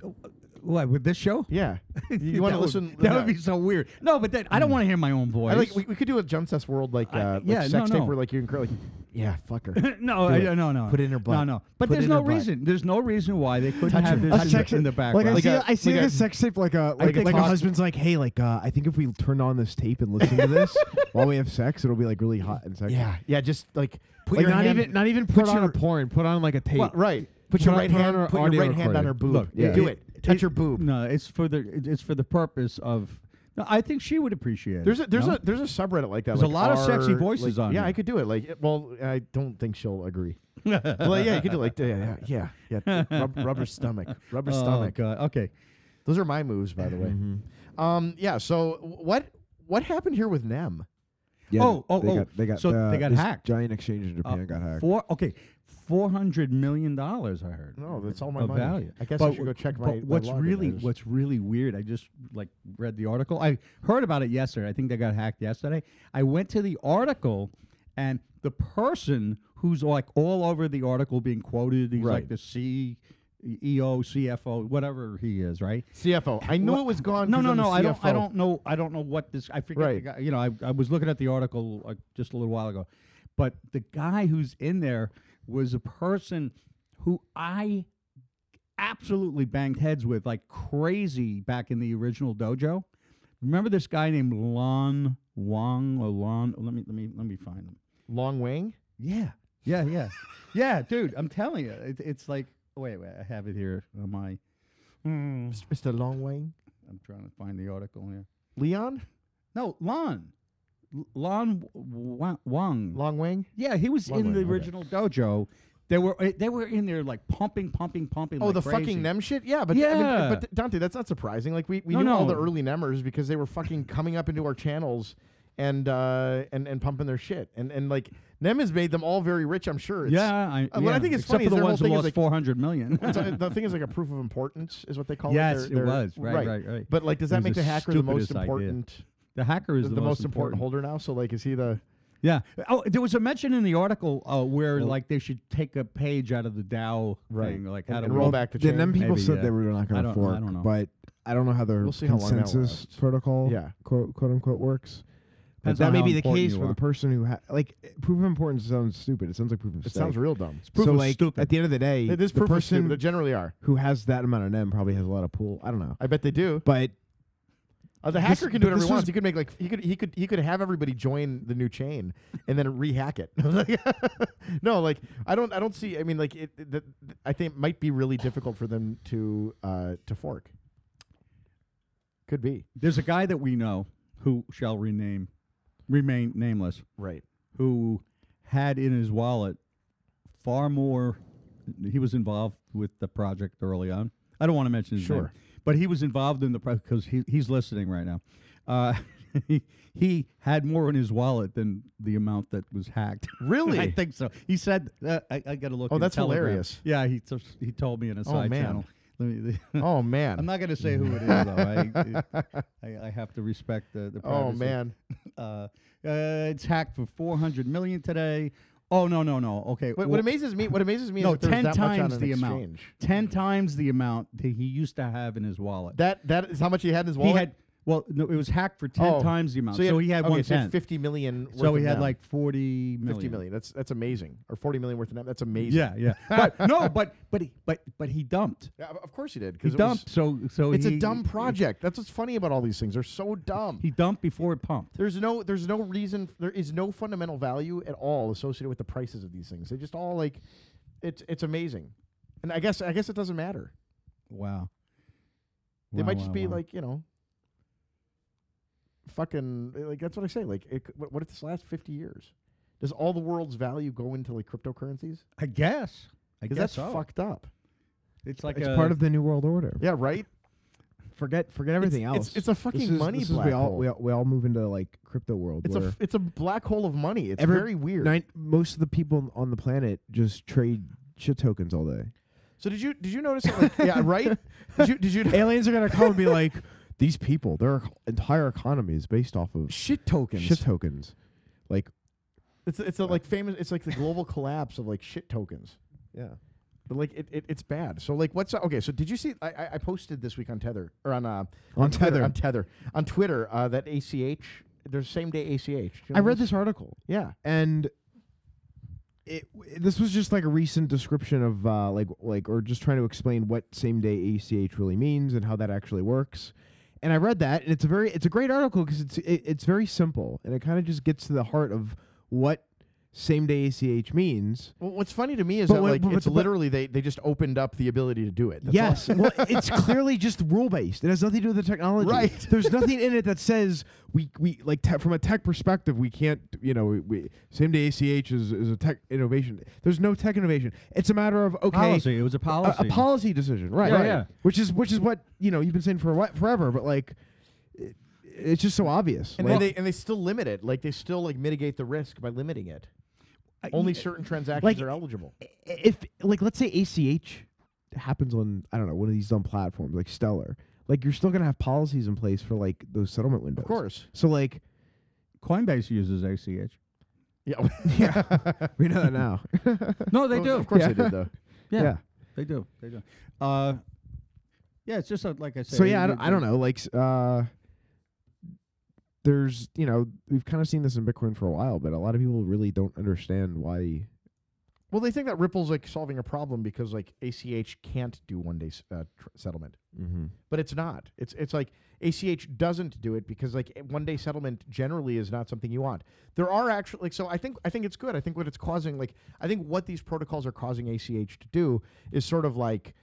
[SPEAKER 2] What with this show?
[SPEAKER 1] Yeah. You want
[SPEAKER 2] That
[SPEAKER 1] to
[SPEAKER 2] would-
[SPEAKER 1] listen? Hmm.
[SPEAKER 2] That would be so weird. No, but that I don't want to hear my own voice.
[SPEAKER 1] I like we, we could do a Jump Cess World like,
[SPEAKER 2] I-
[SPEAKER 1] uh, like
[SPEAKER 2] yeah,
[SPEAKER 1] sex
[SPEAKER 2] no,
[SPEAKER 1] tape
[SPEAKER 2] no.
[SPEAKER 1] where like you can cr- like yeah fucker
[SPEAKER 2] no,
[SPEAKER 1] Do
[SPEAKER 2] I,
[SPEAKER 1] it.
[SPEAKER 2] no, no.
[SPEAKER 1] Put it in her
[SPEAKER 2] No,
[SPEAKER 1] butt.
[SPEAKER 2] no. But
[SPEAKER 1] Put it
[SPEAKER 2] there's
[SPEAKER 1] in
[SPEAKER 2] no
[SPEAKER 1] her butt.
[SPEAKER 2] reason. There's no reason why they couldn't
[SPEAKER 1] Touch
[SPEAKER 2] have
[SPEAKER 1] her.
[SPEAKER 2] this
[SPEAKER 1] A
[SPEAKER 2] in,
[SPEAKER 1] sex-
[SPEAKER 2] the, in the
[SPEAKER 3] Like
[SPEAKER 2] background. uh,
[SPEAKER 3] I
[SPEAKER 1] Like
[SPEAKER 3] see,
[SPEAKER 1] a-
[SPEAKER 3] I see
[SPEAKER 1] like
[SPEAKER 3] like
[SPEAKER 1] a-
[SPEAKER 3] a sex tape, like a like,
[SPEAKER 1] think
[SPEAKER 3] like a
[SPEAKER 1] talk-
[SPEAKER 3] husband's like, hey, like uh, I think if we turn on this tape and listen to this while we have sex, it'll be like really hot and sexy.
[SPEAKER 1] yeah yeah just like put
[SPEAKER 3] like
[SPEAKER 1] your
[SPEAKER 3] not
[SPEAKER 1] hand,
[SPEAKER 3] even not even put, on
[SPEAKER 1] your-
[SPEAKER 3] a porn, put on like a tape.
[SPEAKER 1] Well, right put your
[SPEAKER 3] Put-
[SPEAKER 1] right
[SPEAKER 3] put on
[SPEAKER 1] hand
[SPEAKER 3] her
[SPEAKER 1] put your
[SPEAKER 3] audio
[SPEAKER 1] right hand on
[SPEAKER 3] recording.
[SPEAKER 1] her boob
[SPEAKER 2] Look, yeah.
[SPEAKER 1] do
[SPEAKER 2] it-
[SPEAKER 1] it, touch
[SPEAKER 2] it-
[SPEAKER 1] her boob
[SPEAKER 2] No, it's for the it- it's for the purpose of. No, I think she would appreciate
[SPEAKER 1] There's a
[SPEAKER 2] it.
[SPEAKER 1] there's
[SPEAKER 2] no?
[SPEAKER 1] a there's a subreddit like that.
[SPEAKER 2] There's a
[SPEAKER 1] like
[SPEAKER 2] lot of sexy
[SPEAKER 1] R-
[SPEAKER 2] voices
[SPEAKER 1] like-
[SPEAKER 2] on
[SPEAKER 1] Yeah,
[SPEAKER 2] there.
[SPEAKER 1] I could do it. Like, it- well, I don't think she'll agree. well, yeah, you could do like, yeah, yeah, yeah, yeah, rub, rubber stomach, rubber
[SPEAKER 2] oh,
[SPEAKER 1] stomach.
[SPEAKER 2] God. Mm-hmm. Okay.
[SPEAKER 1] Those are my moves, by the way. Um, yeah. So wh- what what happened here with Nem?
[SPEAKER 4] Yeah,
[SPEAKER 2] Oh, oh,
[SPEAKER 4] they
[SPEAKER 2] oh.
[SPEAKER 4] Got, they got
[SPEAKER 2] So
[SPEAKER 4] the-
[SPEAKER 2] they got
[SPEAKER 4] this
[SPEAKER 2] hacked.
[SPEAKER 4] Giant exchange in Japan
[SPEAKER 2] Uh,
[SPEAKER 4] got hacked.
[SPEAKER 2] Four. Okay. Four hundred million dollars. I heard.
[SPEAKER 1] No, that's all my
[SPEAKER 2] of
[SPEAKER 1] money.
[SPEAKER 2] value.
[SPEAKER 1] I guess I should go check my.
[SPEAKER 2] but
[SPEAKER 1] my
[SPEAKER 2] what's
[SPEAKER 1] login. I
[SPEAKER 2] really
[SPEAKER 1] just-
[SPEAKER 2] what's really weird. I just like read the article. I heard about it yesterday. I think they got hacked yesterday. I went to the article, and the person who's like all over the article being quoted, he's
[SPEAKER 1] Right.
[SPEAKER 2] like the E CEO, CFO, whatever he is, right?
[SPEAKER 1] CFO. I knew
[SPEAKER 2] Wha-
[SPEAKER 1] it was gone.
[SPEAKER 2] No,
[SPEAKER 1] 'cause
[SPEAKER 2] no,
[SPEAKER 1] I'm the
[SPEAKER 2] no. I don't. I
[SPEAKER 1] CFO.
[SPEAKER 2] don't know. I don't know what this. I forget. The
[SPEAKER 1] Right.
[SPEAKER 2] guy, you know, I, I was looking at the article like just a little while ago, but the guy who's in there was a person who I absolutely banged heads with like crazy back in the original dojo. Remember this guy named Lon Wong or Lon? Let me let me let me find him.
[SPEAKER 1] Long wing.
[SPEAKER 2] Yeah, yeah, yeah, yeah, dude. I'm telling you, it, it's like wait, wait. I have it here on my. Hmm,
[SPEAKER 1] Mr. Long Wang.
[SPEAKER 2] I'm trying to find the article here.
[SPEAKER 1] Leon.
[SPEAKER 2] No, Lon. L- Lon W- Wa- Wang.
[SPEAKER 1] Long Wang.
[SPEAKER 2] Yeah, he was
[SPEAKER 1] Lon
[SPEAKER 2] in the
[SPEAKER 1] Wang, okay.
[SPEAKER 2] original dojo. They were eh, they were in there like pumping, pumping, pumping.
[SPEAKER 1] Oh,
[SPEAKER 2] like
[SPEAKER 1] the
[SPEAKER 2] crazy.
[SPEAKER 1] fucking Nem shit. Yeah, but I mean,
[SPEAKER 2] Yeah.
[SPEAKER 1] uh, but Dante, that's not surprising. Like we, we
[SPEAKER 2] No,
[SPEAKER 1] knew all the
[SPEAKER 2] no.
[SPEAKER 1] early Nemmers because they were fucking coming up into our channels and uh and and pumping their shit and and like Nem has made them all very rich. I'm sure. It's,
[SPEAKER 2] Yeah, I,
[SPEAKER 1] Uh, what I
[SPEAKER 2] yeah,
[SPEAKER 1] think is
[SPEAKER 2] except
[SPEAKER 1] funny
[SPEAKER 2] for
[SPEAKER 1] is
[SPEAKER 2] the
[SPEAKER 1] their whole
[SPEAKER 2] ones who
[SPEAKER 1] thing is
[SPEAKER 2] lost
[SPEAKER 1] like-
[SPEAKER 2] four hundred million.
[SPEAKER 1] It's a- the thing is like a proof of importance is what they call
[SPEAKER 2] yes,
[SPEAKER 1] it.
[SPEAKER 2] it
[SPEAKER 1] They're- they're-
[SPEAKER 2] was right, right, right,
[SPEAKER 1] But like, does
[SPEAKER 2] It
[SPEAKER 1] that
[SPEAKER 2] was
[SPEAKER 1] make
[SPEAKER 2] the
[SPEAKER 1] the hacker the most
[SPEAKER 2] stupidest idea.
[SPEAKER 1] important?
[SPEAKER 2] The hacker
[SPEAKER 1] The,
[SPEAKER 2] is the,
[SPEAKER 1] most important holder now. So like, is he the?
[SPEAKER 2] Yeah. Oh, there was a mention in the article uh, where like they should take a page out of the Dow
[SPEAKER 1] Right.
[SPEAKER 2] thing, like how
[SPEAKER 1] And,
[SPEAKER 2] to
[SPEAKER 1] and
[SPEAKER 2] win.
[SPEAKER 1] roll back the
[SPEAKER 3] The
[SPEAKER 1] chain.
[SPEAKER 3] them people
[SPEAKER 2] Maybe,
[SPEAKER 3] said
[SPEAKER 2] yeah.
[SPEAKER 3] they were not
[SPEAKER 2] I
[SPEAKER 3] going
[SPEAKER 2] don't-
[SPEAKER 3] to
[SPEAKER 2] I
[SPEAKER 3] fork,
[SPEAKER 2] don't know.
[SPEAKER 3] but I don't know how their
[SPEAKER 1] We'll see how long that
[SPEAKER 3] consensus
[SPEAKER 1] lasts.
[SPEAKER 3] protocol,
[SPEAKER 1] Yeah.
[SPEAKER 3] quote quote unquote, works. But
[SPEAKER 2] Depends
[SPEAKER 3] that
[SPEAKER 2] on
[SPEAKER 3] may
[SPEAKER 2] how
[SPEAKER 3] be the
[SPEAKER 2] important
[SPEAKER 3] case
[SPEAKER 2] you
[SPEAKER 3] for
[SPEAKER 2] are.
[SPEAKER 3] the person who ha- like proof of importance sounds stupid. It sounds like proof of
[SPEAKER 1] It
[SPEAKER 3] stake.
[SPEAKER 1] sounds real dumb.
[SPEAKER 2] proof
[SPEAKER 3] so
[SPEAKER 2] of
[SPEAKER 3] like
[SPEAKER 2] stupid.
[SPEAKER 3] at the end of the day,
[SPEAKER 1] It is
[SPEAKER 3] the
[SPEAKER 1] proof of stupid.
[SPEAKER 3] person
[SPEAKER 1] They generally are.
[SPEAKER 3] who has that amount of nem probably has a lot of pool. I don't know,
[SPEAKER 1] I bet they do.
[SPEAKER 3] but
[SPEAKER 1] Uh, the
[SPEAKER 3] This-
[SPEAKER 1] hacker can do
[SPEAKER 3] but
[SPEAKER 1] whatever he
[SPEAKER 3] this
[SPEAKER 1] wants.
[SPEAKER 3] was-
[SPEAKER 1] He could make like he could he could he could have everybody join the new chain and then rehack it. no, like I don't I don't see. I mean, like it. it- that I think it might be really difficult for them to uh to fork. Could be
[SPEAKER 2] There's a guy that we know who shall rename, remain nameless.
[SPEAKER 1] right.
[SPEAKER 2] who had in his wallet far more. He was involved with the project early on. I don't want to mention his name,
[SPEAKER 1] Sure.
[SPEAKER 2] but he was involved in the project because he, he's listening right now. Uh, he, he had more in his wallet than the amount that was hacked.
[SPEAKER 1] Really?
[SPEAKER 2] I think so. He said, uh, "I, I got to look."
[SPEAKER 1] Oh,
[SPEAKER 2] in
[SPEAKER 1] that's
[SPEAKER 2] Telegram.
[SPEAKER 1] hilarious. Oh,
[SPEAKER 2] Yeah, he t- he told me in a side
[SPEAKER 1] man.
[SPEAKER 2] channel. Let me,
[SPEAKER 1] Oh man.
[SPEAKER 2] I'm not going to say who it is though. I, I, I have to respect the the.
[SPEAKER 1] oh
[SPEAKER 2] privacy
[SPEAKER 1] man.
[SPEAKER 2] uh, uh, it's hacked for 400 million today. Oh no no no. Okay,
[SPEAKER 1] What,
[SPEAKER 2] well,
[SPEAKER 1] what amazes me what amazes me
[SPEAKER 2] no,
[SPEAKER 1] is that there's
[SPEAKER 2] 10
[SPEAKER 1] that much on
[SPEAKER 2] times
[SPEAKER 1] an
[SPEAKER 2] the amount.
[SPEAKER 1] exchange.
[SPEAKER 2] ten times the amount that he used to have in his wallet.
[SPEAKER 1] That that is how much he had in his
[SPEAKER 2] he
[SPEAKER 1] wallet.
[SPEAKER 2] had well, no, it was hacked for ten
[SPEAKER 1] Oh,
[SPEAKER 2] times the amount. So
[SPEAKER 1] he
[SPEAKER 2] he
[SPEAKER 1] had,
[SPEAKER 2] had,
[SPEAKER 1] okay,
[SPEAKER 2] one
[SPEAKER 1] so he
[SPEAKER 2] ten.
[SPEAKER 1] had fifty million.
[SPEAKER 2] So
[SPEAKER 1] worth
[SPEAKER 2] he
[SPEAKER 1] of
[SPEAKER 2] had
[SPEAKER 1] them.
[SPEAKER 2] like 40 million.
[SPEAKER 1] fifty million. That's that's amazing. Or forty million worth of them. That's amazing.
[SPEAKER 2] Yeah, yeah. But no, but but he, but but he dumped.
[SPEAKER 1] Yeah, of course he did.
[SPEAKER 2] He
[SPEAKER 1] Because
[SPEAKER 2] dumped. So so
[SPEAKER 1] It's
[SPEAKER 2] he-
[SPEAKER 1] a dumb project. That's what's funny about all these things. They're so dumb.
[SPEAKER 2] He dumped before it pumped.
[SPEAKER 1] There's no there's no reason there is no fundamental value at all associated with the prices of these things. They just all like it's it's amazing. And I guess I guess it doesn't matter.
[SPEAKER 2] Wow.
[SPEAKER 1] They
[SPEAKER 2] Wow,
[SPEAKER 1] might just
[SPEAKER 2] wow,
[SPEAKER 1] be
[SPEAKER 2] wow.
[SPEAKER 1] like, you know, fucking eh, like that's what I say. Like it, c- what, what if this last 50 years? Does all the world's value go into like cryptocurrencies?
[SPEAKER 2] I guess. I guess
[SPEAKER 1] Because that's
[SPEAKER 2] so.
[SPEAKER 1] fucked up.
[SPEAKER 2] It's like
[SPEAKER 3] it's
[SPEAKER 2] a-
[SPEAKER 3] part of the new world order.
[SPEAKER 1] Yeah, right?
[SPEAKER 3] Forget forget everything else.
[SPEAKER 1] It's, it's a fucking
[SPEAKER 3] This is-
[SPEAKER 1] money
[SPEAKER 3] this is
[SPEAKER 1] black
[SPEAKER 3] we all,
[SPEAKER 1] hole.
[SPEAKER 3] We all we all move into like crypto world.
[SPEAKER 1] it's a
[SPEAKER 3] where
[SPEAKER 1] f- it's a black hole of money. It's
[SPEAKER 3] Every-
[SPEAKER 1] very weird.
[SPEAKER 3] nine, most of the people on the planet just trade shit tokens all day.
[SPEAKER 1] So did you did you notice that, like, yeah, right? Did you did you
[SPEAKER 3] Aliens are gonna come and be like, these people, their entire economy is based off of
[SPEAKER 1] shit tokens?
[SPEAKER 3] shit tokens. Like
[SPEAKER 1] It's it's a, like famous. It's like the global collapse of like shit tokens.
[SPEAKER 3] yeah,
[SPEAKER 1] But like it, it, it's bad. So like what's okay? So did you see? I- I, I posted this week on Tether or on uh
[SPEAKER 3] On
[SPEAKER 1] Twitter-
[SPEAKER 3] Tether.
[SPEAKER 1] on Tether on Twitter uh, that ACH there's same day ACH. Do you
[SPEAKER 3] I
[SPEAKER 1] know
[SPEAKER 3] read this article.
[SPEAKER 1] Yeah,
[SPEAKER 3] and it w- this was just like a recent description of uh, like like or just trying to explain what same day ACH really means and how that actually works. And I read that, and it's a very it's a great article because it's it, it's very simple and it kind of just gets to the heart of what same day ACH means.
[SPEAKER 1] Well, what's funny to me is
[SPEAKER 3] But
[SPEAKER 1] that
[SPEAKER 3] when-
[SPEAKER 1] like
[SPEAKER 3] but- but
[SPEAKER 1] it's
[SPEAKER 3] the- but-
[SPEAKER 1] literally they, they just opened up the ability to do it. That's all.
[SPEAKER 3] yes, well, it's clearly just rule based. It has nothing to do with the technology.
[SPEAKER 1] Right.
[SPEAKER 3] There's nothing in it that says we we like te- from a tech perspective we can't you know we, we same day ACH is, is a tech innovation. There's no tech innovation. It's a matter of okay.
[SPEAKER 2] Policy. It was a
[SPEAKER 3] a-
[SPEAKER 2] policy.
[SPEAKER 3] A, policy decision, right?
[SPEAKER 2] Yeah,
[SPEAKER 3] right.
[SPEAKER 2] yeah.
[SPEAKER 3] Which is which is what you know you've been saying for a whi- forever, but like, it, it's just so obvious.
[SPEAKER 1] And
[SPEAKER 3] like,
[SPEAKER 1] then they and they still limit it. Like they still like mitigate the risk by limiting it.
[SPEAKER 2] I-
[SPEAKER 1] Only certain transactions
[SPEAKER 3] like-
[SPEAKER 1] are eligible.
[SPEAKER 3] if like let's say ACH happens on I don't know one of these dumb platforms like Stellar, like you're still gonna have policies in place for like those settlement windows.
[SPEAKER 1] Of course.
[SPEAKER 3] So like
[SPEAKER 2] Coinbase uses ACH.
[SPEAKER 1] Yeah.
[SPEAKER 3] yeah, we know that now.
[SPEAKER 2] No, they
[SPEAKER 1] Of-
[SPEAKER 2] do.
[SPEAKER 1] Of course
[SPEAKER 3] Yeah.
[SPEAKER 1] they did though.
[SPEAKER 2] Yeah,
[SPEAKER 3] yeah.
[SPEAKER 2] they do. They do. Uh, yeah, it's just a, like I said.
[SPEAKER 3] So
[SPEAKER 2] it-
[SPEAKER 3] yeah, I
[SPEAKER 2] it-
[SPEAKER 3] don't, I don't know. Like, s- uh, there's you know we've kind of seen this in Bitcoin for a while, but a lot of people really don't understand why.
[SPEAKER 1] Well, they think that Ripple's like solving a problem because like ACH can't do one day s- uh, tr- settlement,
[SPEAKER 3] Mm-hmm.
[SPEAKER 1] but it's not. It's it's like ACH doesn't do it because like one day settlement generally is not something you want. There are actually like so I think I think it's good. I think what it's causing like I think what these protocols are causing ACH to do is sort of like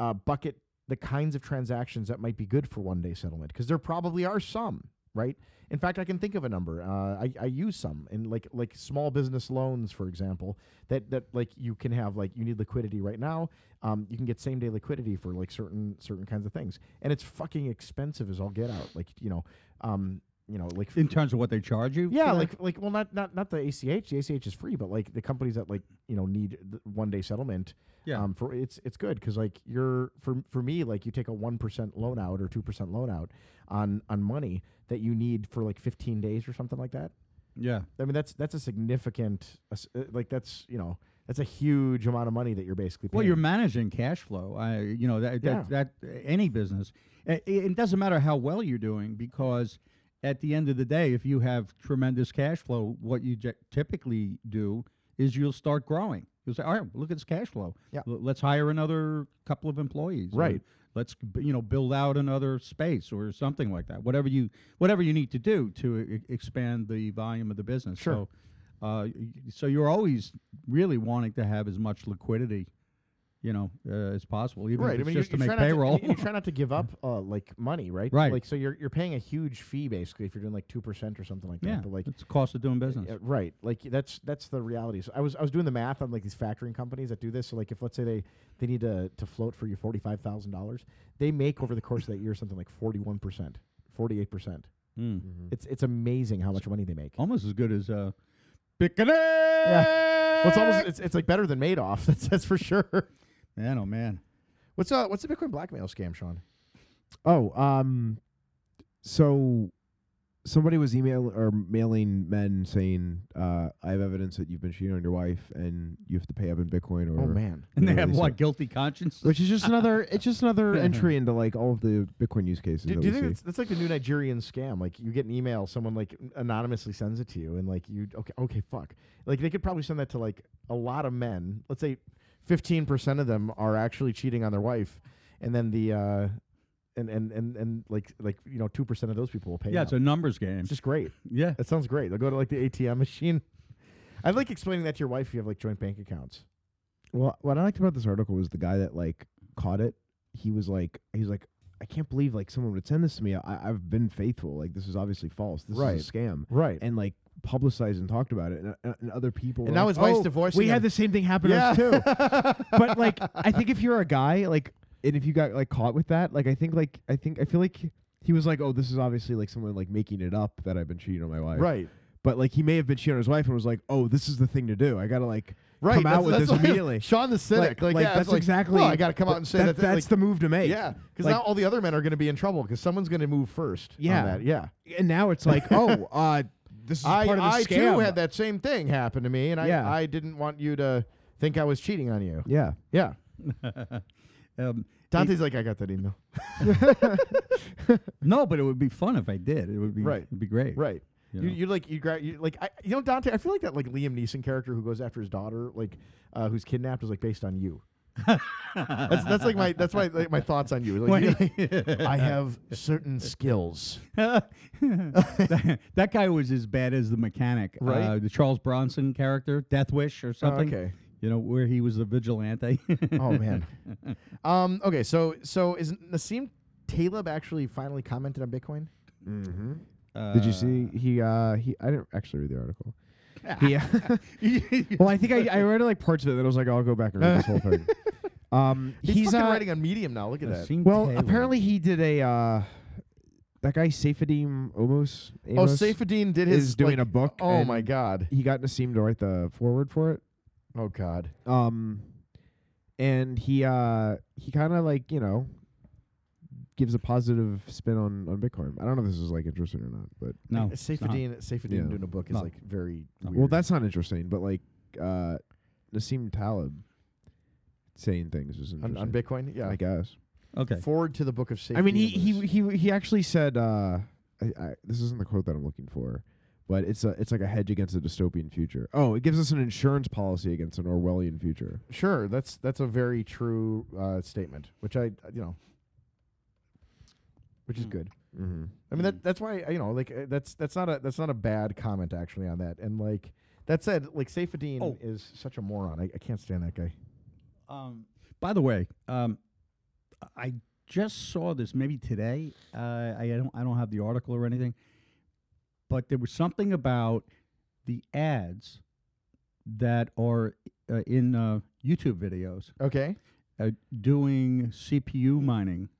[SPEAKER 1] uh, bucket the kinds of transactions that might be good for one day settlement because there probably are some right in fact i can think of a number uh, I, I use some in like like small business loans for example that that like you can have like you need liquidity right now um, you can get same day liquidity for like certain certain kinds of things and it's fucking expensive as all get out like you know um you know like
[SPEAKER 2] In terms of what they charge you.
[SPEAKER 1] yeah,
[SPEAKER 2] for that?
[SPEAKER 1] like like well, not not not the ACH. The ACH is free, but like the companies that like you know need th- one day settlement.
[SPEAKER 2] Yeah.
[SPEAKER 1] Um, for it's it's good because like you're for for me like you take a one percent loan out or two percent loan out on on money that you need for like fifteen days or something like that.
[SPEAKER 2] yeah.
[SPEAKER 1] I mean that's that's a significant a s- uh, like that's you know that's a huge amount of money that you're basically. Paying.
[SPEAKER 2] Well, you're managing cash flow. I, you know, that that, that any business, it, it doesn't matter how well you're doing because at the end of the day, if you have tremendous cash flow, what you ge- typically do is you'll start growing. You'll say, all right, look at this cash flow.
[SPEAKER 1] Yeah.
[SPEAKER 2] L- let's hire another couple of employees. or
[SPEAKER 1] Right.
[SPEAKER 2] Let's b- you know build out another space or something like that. Whatever you whatever you need to do to e- expand the volume of the business.
[SPEAKER 1] Sure.
[SPEAKER 2] So, uh, y- so you're always really wanting to have as much liquidity you know, uh, as possible, even
[SPEAKER 1] right. I
[SPEAKER 2] if it's
[SPEAKER 1] mean,
[SPEAKER 2] just
[SPEAKER 1] you're,
[SPEAKER 2] to
[SPEAKER 1] you
[SPEAKER 2] make
[SPEAKER 1] try
[SPEAKER 2] payroll.
[SPEAKER 1] Not to, and you- you try not to give up uh, like money, right?
[SPEAKER 2] Right.
[SPEAKER 1] Like so you're you're paying a huge fee basically if you're doing like two percent or something like
[SPEAKER 2] yeah,
[SPEAKER 1] that. But like
[SPEAKER 2] it's the cost of doing business.
[SPEAKER 1] Yeah, right. Like that's that's the reality. So I was I was doing the math on like these factoring companies that do this. So like if let's say they they need to to float for you forty five thousand dollars, they make over the course of that year something like forty one percent, forty eight percent.
[SPEAKER 2] Mm.
[SPEAKER 1] It's it's amazing how much money they make.
[SPEAKER 2] Almost as good as uh, Bicanet.
[SPEAKER 1] Well, it's almost it's, it's like better than Madoff. That's that's for sure.
[SPEAKER 2] man, oh man.
[SPEAKER 1] What's uh what's the Bitcoin blackmail scam, Sean?
[SPEAKER 3] Oh, um, so somebody was email or mailing men saying, uh, "I have evidence that you've been cheating on your wife, and you have to pay up in Bitcoin." Or
[SPEAKER 1] Oh man.
[SPEAKER 2] And they have
[SPEAKER 3] release
[SPEAKER 2] what
[SPEAKER 3] it."
[SPEAKER 2] guilty conscience?
[SPEAKER 3] Which is just another. It's just another entry into like all of the Bitcoin use cases.
[SPEAKER 1] Do,
[SPEAKER 3] that
[SPEAKER 1] do you
[SPEAKER 3] we
[SPEAKER 1] think
[SPEAKER 3] see.
[SPEAKER 1] that's, that's like the new Nigerian scam? Like you get an email, someone like n- anonymously sends it to you, and like you okay, okay, fuck. Like they could probably send that to like a lot of men. Let's say fifteen percent of them are actually cheating on their wife, and then the uh, and and and and like like you know two percent of those people will pay.
[SPEAKER 2] yeah,
[SPEAKER 1] up.
[SPEAKER 2] it's a numbers game.
[SPEAKER 1] it's just great.
[SPEAKER 2] yeah.
[SPEAKER 1] That sounds great. They'll go to like the ATM machine. I like explaining that to your wife if you have like joint bank accounts.
[SPEAKER 3] Well, what I liked about this article was the guy that like caught it. He was like, he was like, I can't believe like someone would send this to me. I, I've been faithful. Like this is obviously false. This
[SPEAKER 1] Right.
[SPEAKER 3] is a scam.
[SPEAKER 1] Right.
[SPEAKER 3] And like publicized and talked about it, and, uh, and other people.
[SPEAKER 1] And
[SPEAKER 3] were
[SPEAKER 1] now
[SPEAKER 3] like,
[SPEAKER 1] his wife's
[SPEAKER 3] "Oh,
[SPEAKER 1] divorcing
[SPEAKER 3] We
[SPEAKER 1] him."
[SPEAKER 3] had the same thing happen to us too. but like, I think if you're a guy, like, and if you got like caught with that, like, I think like I think I feel like he was like, oh, this is obviously like someone like making it up that I've been cheating on my wife.
[SPEAKER 1] right.
[SPEAKER 3] But like he may have been cheating on his wife and was like, oh, this is the thing to do. I gotta like
[SPEAKER 1] Right,
[SPEAKER 3] come
[SPEAKER 1] that's-
[SPEAKER 3] out with
[SPEAKER 1] that's
[SPEAKER 3] this
[SPEAKER 1] like
[SPEAKER 3] immediately.
[SPEAKER 1] Sean the cynic, like, yeah, it's
[SPEAKER 3] that's
[SPEAKER 1] like,
[SPEAKER 3] exactly.
[SPEAKER 1] well, I gotta come out and say that- that,
[SPEAKER 3] that's
[SPEAKER 1] like-
[SPEAKER 3] the move to make.
[SPEAKER 1] Yeah, because
[SPEAKER 3] Like-
[SPEAKER 1] now all the other men are going to be in trouble because someone's going to move first. on
[SPEAKER 3] Yeah.
[SPEAKER 1] that. yeah.
[SPEAKER 3] and now it's like, oh, uh, this is
[SPEAKER 1] I,
[SPEAKER 3] part of the
[SPEAKER 1] I
[SPEAKER 3] scam.
[SPEAKER 1] too had that same thing happen to me, and
[SPEAKER 3] Yeah.
[SPEAKER 1] I, I didn't want you to think I was cheating on you.
[SPEAKER 3] Yeah,
[SPEAKER 1] Yeah,
[SPEAKER 2] um,
[SPEAKER 1] Dante's like, I got that email.
[SPEAKER 2] no, but it would be fun if I did. It would be
[SPEAKER 1] Right.
[SPEAKER 2] It'd be great.
[SPEAKER 1] Right.
[SPEAKER 2] You
[SPEAKER 1] You,
[SPEAKER 2] know?
[SPEAKER 1] you like you grab you like I you know Dante. I feel like that like Liam Neeson character who goes after his daughter, like uh, who's kidnapped, is like based on you. that's that's like my that's my like, my thoughts on you. Like, you- I have certain skills.
[SPEAKER 2] that, that guy was as bad as the mechanic,
[SPEAKER 1] Right.
[SPEAKER 2] Uh, the Charles Bronson character, Death Wish
[SPEAKER 3] Oh,
[SPEAKER 2] or something.
[SPEAKER 1] okay.
[SPEAKER 2] You know where he was the vigilante.
[SPEAKER 1] Oh man. um. Okay. So so is Nassim Taleb actually finally commented on Bitcoin?
[SPEAKER 3] Mm-hmm. Did you see he uh he I didn't actually read the article.
[SPEAKER 2] Uh,
[SPEAKER 3] Yeah. well, I think I, I read like parts of it, then I was like, I'll go back and read this whole thing. Um,
[SPEAKER 1] He's,
[SPEAKER 3] he's
[SPEAKER 1] fucking
[SPEAKER 3] uh,
[SPEAKER 1] writing on Medium now. Look at that.
[SPEAKER 3] well. Apparently, he did a uh, that guy Saifuddin Omos.
[SPEAKER 1] Oh,
[SPEAKER 3] Amos,
[SPEAKER 1] Saifuddin did his
[SPEAKER 3] is doing
[SPEAKER 1] like-
[SPEAKER 3] a book.
[SPEAKER 1] Oh
[SPEAKER 3] and
[SPEAKER 1] my god.
[SPEAKER 3] He got Nassim to write the foreword for it.
[SPEAKER 1] Oh god.
[SPEAKER 3] Um, and he uh he kind of like you know gives a positive spin on on Bitcoin. I don't know if this is like interesting or not, but
[SPEAKER 2] no, it's not.
[SPEAKER 1] Saifuddin Saifuddin
[SPEAKER 3] Yeah.
[SPEAKER 1] doing a book is
[SPEAKER 2] No.
[SPEAKER 1] like very
[SPEAKER 2] No.
[SPEAKER 1] weird.
[SPEAKER 3] well, that's not interesting. But like uh Nassim Taleb saying things is
[SPEAKER 1] on,
[SPEAKER 3] interesting.
[SPEAKER 1] on Bitcoin. Yeah.
[SPEAKER 3] I guess.
[SPEAKER 2] Okay.
[SPEAKER 1] Forward to the book of safety.
[SPEAKER 3] I mean, he he
[SPEAKER 1] Others.
[SPEAKER 3] he he actually said uh, I, I, this isn't the quote that I'm looking for, but it's a it's like a hedge against a dystopian future. Oh, it gives us an insurance policy against an Orwellian future.
[SPEAKER 1] sure that's that's a very true uh, statement, which I you know, which is
[SPEAKER 2] Mm.
[SPEAKER 1] good.
[SPEAKER 3] Mm-hmm.
[SPEAKER 1] I mean that that's why you know like uh, that's that's not a that's not a bad comment actually on that. And like that said, like Saifuddin
[SPEAKER 2] Oh.
[SPEAKER 1] is such a moron. I, I can't stand that guy.
[SPEAKER 2] Um, by the way, um, I just saw this maybe today. Uh, I, I don't I don't have the article or anything, but there was something about the ads that are uh, in uh, YouTube videos
[SPEAKER 1] Okay.
[SPEAKER 2] uh, doing CPU mining.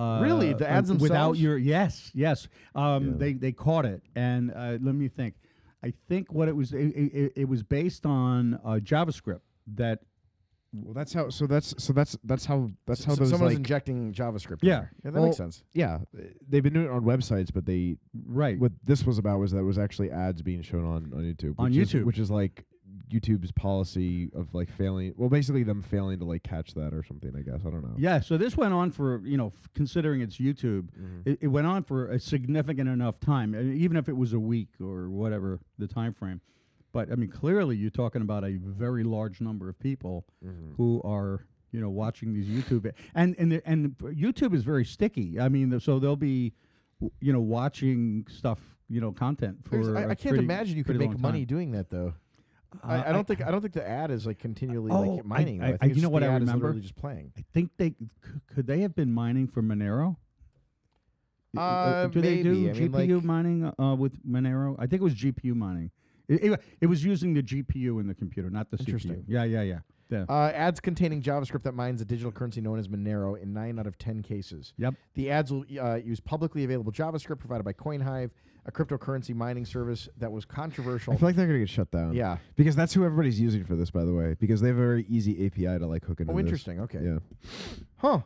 [SPEAKER 2] Uh,
[SPEAKER 1] Really? The
[SPEAKER 2] uh,
[SPEAKER 1] ads
[SPEAKER 2] without
[SPEAKER 1] themselves?
[SPEAKER 2] your yes, yes.
[SPEAKER 3] Yeah.
[SPEAKER 2] Um, They they caught it, and uh, let me think. I think what it was it, it, it was based on uh, JavaScript that
[SPEAKER 3] Well, that's how. So that's so that's that's how that's how
[SPEAKER 1] So-
[SPEAKER 3] those
[SPEAKER 1] someone's
[SPEAKER 3] like
[SPEAKER 1] injecting JavaScript.
[SPEAKER 2] Yeah.
[SPEAKER 1] In there. yeah that
[SPEAKER 3] Well,
[SPEAKER 1] makes sense.
[SPEAKER 3] yeah they've been doing it on websites, but they
[SPEAKER 2] right
[SPEAKER 3] what this was about was that it was actually ads being shown on on YouTube.
[SPEAKER 2] On
[SPEAKER 3] which is-
[SPEAKER 2] YouTube.
[SPEAKER 3] which is like YouTube's policy of like failing. Well, basically them failing to like catch that or something. I guess I don't know.
[SPEAKER 2] Yeah, so this went on for you know, f- considering it's YouTube,
[SPEAKER 1] Mm-hmm,
[SPEAKER 2] it, it went on for a significant enough time, I mean, even if it was a week or whatever the time frame. But I mean, clearly you're talking about a very large number of people
[SPEAKER 1] mm-hmm.
[SPEAKER 2] who are you know watching these YouTube a- and and the, and p- YouTube is very sticky. I mean, th- so they'll be w- you know watching stuff you know content
[SPEAKER 1] There's-
[SPEAKER 2] for.
[SPEAKER 1] I,
[SPEAKER 2] a
[SPEAKER 1] I can't
[SPEAKER 2] pretty-
[SPEAKER 1] imagine you could
[SPEAKER 2] pretty
[SPEAKER 1] make
[SPEAKER 2] long
[SPEAKER 1] money
[SPEAKER 2] time.
[SPEAKER 1] doing that though.
[SPEAKER 2] Uh,
[SPEAKER 1] I, I don't think I don't think the ad is like continually like
[SPEAKER 2] Oh,
[SPEAKER 1] mining.
[SPEAKER 2] I-
[SPEAKER 1] though.
[SPEAKER 2] I-
[SPEAKER 1] think it's
[SPEAKER 2] you know
[SPEAKER 1] just
[SPEAKER 2] what
[SPEAKER 1] the
[SPEAKER 2] I
[SPEAKER 1] ad is
[SPEAKER 2] remember?
[SPEAKER 1] literally just playing.
[SPEAKER 2] I think they c- could they have been mining for Monero. Uh,
[SPEAKER 1] Uh,
[SPEAKER 2] do
[SPEAKER 1] maybe.
[SPEAKER 2] they do
[SPEAKER 1] I mean,
[SPEAKER 2] GPU
[SPEAKER 1] like-
[SPEAKER 2] mining uh, with Monero? I think it was GPU mining. It, it, wa- it was using the GPU in the computer, not the
[SPEAKER 1] Interesting.
[SPEAKER 2] CPU. Yeah, yeah, yeah. yeah.
[SPEAKER 1] Uh, ads containing JavaScript that mines a digital currency known as Monero in nine out of ten cases.
[SPEAKER 2] Yep.
[SPEAKER 1] The ads will uh, use publicly available JavaScript provided by CoinHive, a cryptocurrency mining service that was
[SPEAKER 3] I
[SPEAKER 1] controversial.
[SPEAKER 3] feel like they're gonna get shut down.
[SPEAKER 1] yeah.
[SPEAKER 3] Because that's who everybody's using for this, by the way. Because they have a very easy API to like hook into.
[SPEAKER 1] Oh,
[SPEAKER 3] this.
[SPEAKER 1] interesting. Okay.
[SPEAKER 3] Yeah.
[SPEAKER 1] Huh.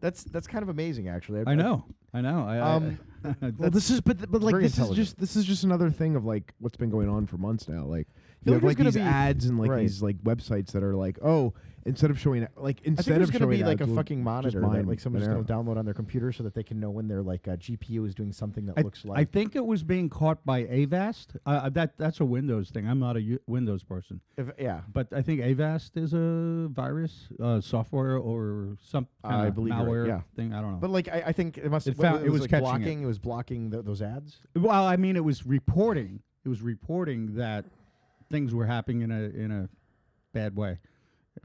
[SPEAKER 1] That's that's kind of amazing, actually.
[SPEAKER 2] I know. I know. I, I-
[SPEAKER 1] Um,
[SPEAKER 3] Well, this is but but like
[SPEAKER 1] very
[SPEAKER 3] this is
[SPEAKER 1] intelligent.
[SPEAKER 3] just this is just another thing of like what's been going on for months now. Like you
[SPEAKER 1] feel
[SPEAKER 3] have
[SPEAKER 1] like
[SPEAKER 3] like
[SPEAKER 1] there's
[SPEAKER 3] these
[SPEAKER 1] gonna be-
[SPEAKER 3] ads and like
[SPEAKER 1] right.
[SPEAKER 3] these like websites that are like oh instead of showing like
[SPEAKER 1] I
[SPEAKER 3] instead
[SPEAKER 1] think there's
[SPEAKER 3] of
[SPEAKER 1] going to
[SPEAKER 3] showing
[SPEAKER 1] be like
[SPEAKER 3] ads,
[SPEAKER 1] a
[SPEAKER 3] we'll
[SPEAKER 1] fucking
[SPEAKER 3] just
[SPEAKER 1] monitor
[SPEAKER 3] mine
[SPEAKER 1] that like someone's going
[SPEAKER 3] Monero.
[SPEAKER 1] to download on their computer so that they can know when their like uh, GPU is doing something that
[SPEAKER 2] I-
[SPEAKER 1] looks
[SPEAKER 2] I
[SPEAKER 1] like.
[SPEAKER 2] think it was being caught by Avast. Uh, Uh, that that's a Windows thing. I'm not a U- Windows person,
[SPEAKER 1] if- yeah.
[SPEAKER 2] but I think Avast is a virus uh, software or some kind
[SPEAKER 1] I
[SPEAKER 2] of
[SPEAKER 1] believe you're right,
[SPEAKER 2] malware
[SPEAKER 1] yeah.
[SPEAKER 2] thing. I don't know.
[SPEAKER 1] But like I, I think it must
[SPEAKER 2] It
[SPEAKER 1] have well,
[SPEAKER 2] found- it was
[SPEAKER 1] like
[SPEAKER 2] catching it.
[SPEAKER 1] blocking. It. was blocking th- those ads.
[SPEAKER 2] Well, I mean, it was reporting. It was reporting that things were happening in a in a bad way,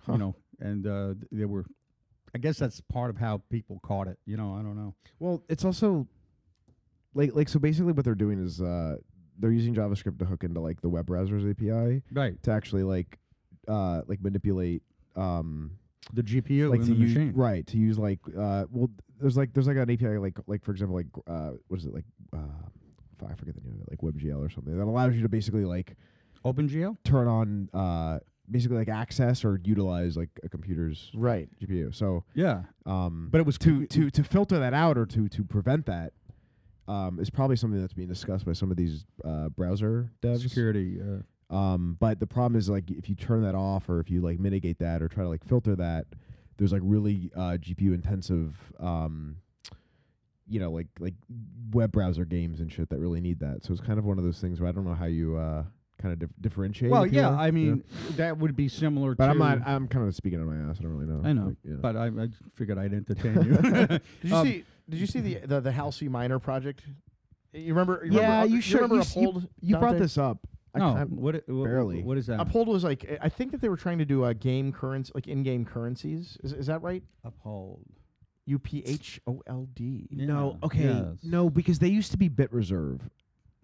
[SPEAKER 1] Huh.
[SPEAKER 2] you know. And uh, th- there were, I guess that's part of how people caught it. You know, I don't know.
[SPEAKER 3] Well, it's also like like so basically what they're doing is uh they're using JavaScript to hook into like the web browser's API
[SPEAKER 2] Right,
[SPEAKER 3] to actually like uh like manipulate um
[SPEAKER 2] the GPU
[SPEAKER 3] like
[SPEAKER 2] in
[SPEAKER 3] to
[SPEAKER 2] the
[SPEAKER 3] use
[SPEAKER 2] machine.
[SPEAKER 3] right to use like uh well there's like there's like an API like like for example like uh what is it like uh fuck, I forget the name of it like WebGL or something that allows you to basically like
[SPEAKER 2] OpenGL.
[SPEAKER 3] turn on uh basically like access or utilize like a computer's
[SPEAKER 1] Right.
[SPEAKER 3] GPU so
[SPEAKER 2] Yeah,
[SPEAKER 3] um
[SPEAKER 2] but it was
[SPEAKER 3] to to to filter that out or to to prevent that um is probably something that's being discussed by some of these uh browser devs
[SPEAKER 2] security. Uh,
[SPEAKER 3] Um, but the problem is like if you turn that off or if you like mitigate that or try to like filter that, there's like really uh, GPU intensive, um, you know, like like web browser games and shit that really need that. So it's kind of one of those things where I don't know how you uh, kind of dif- differentiate.
[SPEAKER 2] Well,
[SPEAKER 3] if you
[SPEAKER 2] yeah,
[SPEAKER 3] will,
[SPEAKER 2] I
[SPEAKER 3] you know?
[SPEAKER 2] mean that would be similar.
[SPEAKER 3] But
[SPEAKER 2] to
[SPEAKER 3] I'm not. I'm kind of speaking on my ass. I don't really know.
[SPEAKER 2] I know,
[SPEAKER 3] Like, yeah.
[SPEAKER 2] but I, I figured I'd entertain you.
[SPEAKER 1] Did you
[SPEAKER 2] Um,
[SPEAKER 1] see? Did you see the the, the Halsey Minor project? You remember? uh, You
[SPEAKER 3] Yeah,
[SPEAKER 1] remember,
[SPEAKER 3] you
[SPEAKER 1] should
[SPEAKER 3] showed-
[SPEAKER 1] remember
[SPEAKER 3] you s-
[SPEAKER 1] Uphold.
[SPEAKER 3] you brought
[SPEAKER 1] Dante?
[SPEAKER 3] this up. I
[SPEAKER 2] no,
[SPEAKER 3] kind-
[SPEAKER 2] what, i- wha-
[SPEAKER 3] barely.
[SPEAKER 2] What is that?
[SPEAKER 1] Uphold was like I- I think that they were trying to do a game currency, like in-game currencies. Is, is that right?
[SPEAKER 2] Uphold.
[SPEAKER 1] U P H O L D.
[SPEAKER 2] Yeah.
[SPEAKER 3] No, okay.
[SPEAKER 2] Yes.
[SPEAKER 3] No, because they used to be Bit Reserve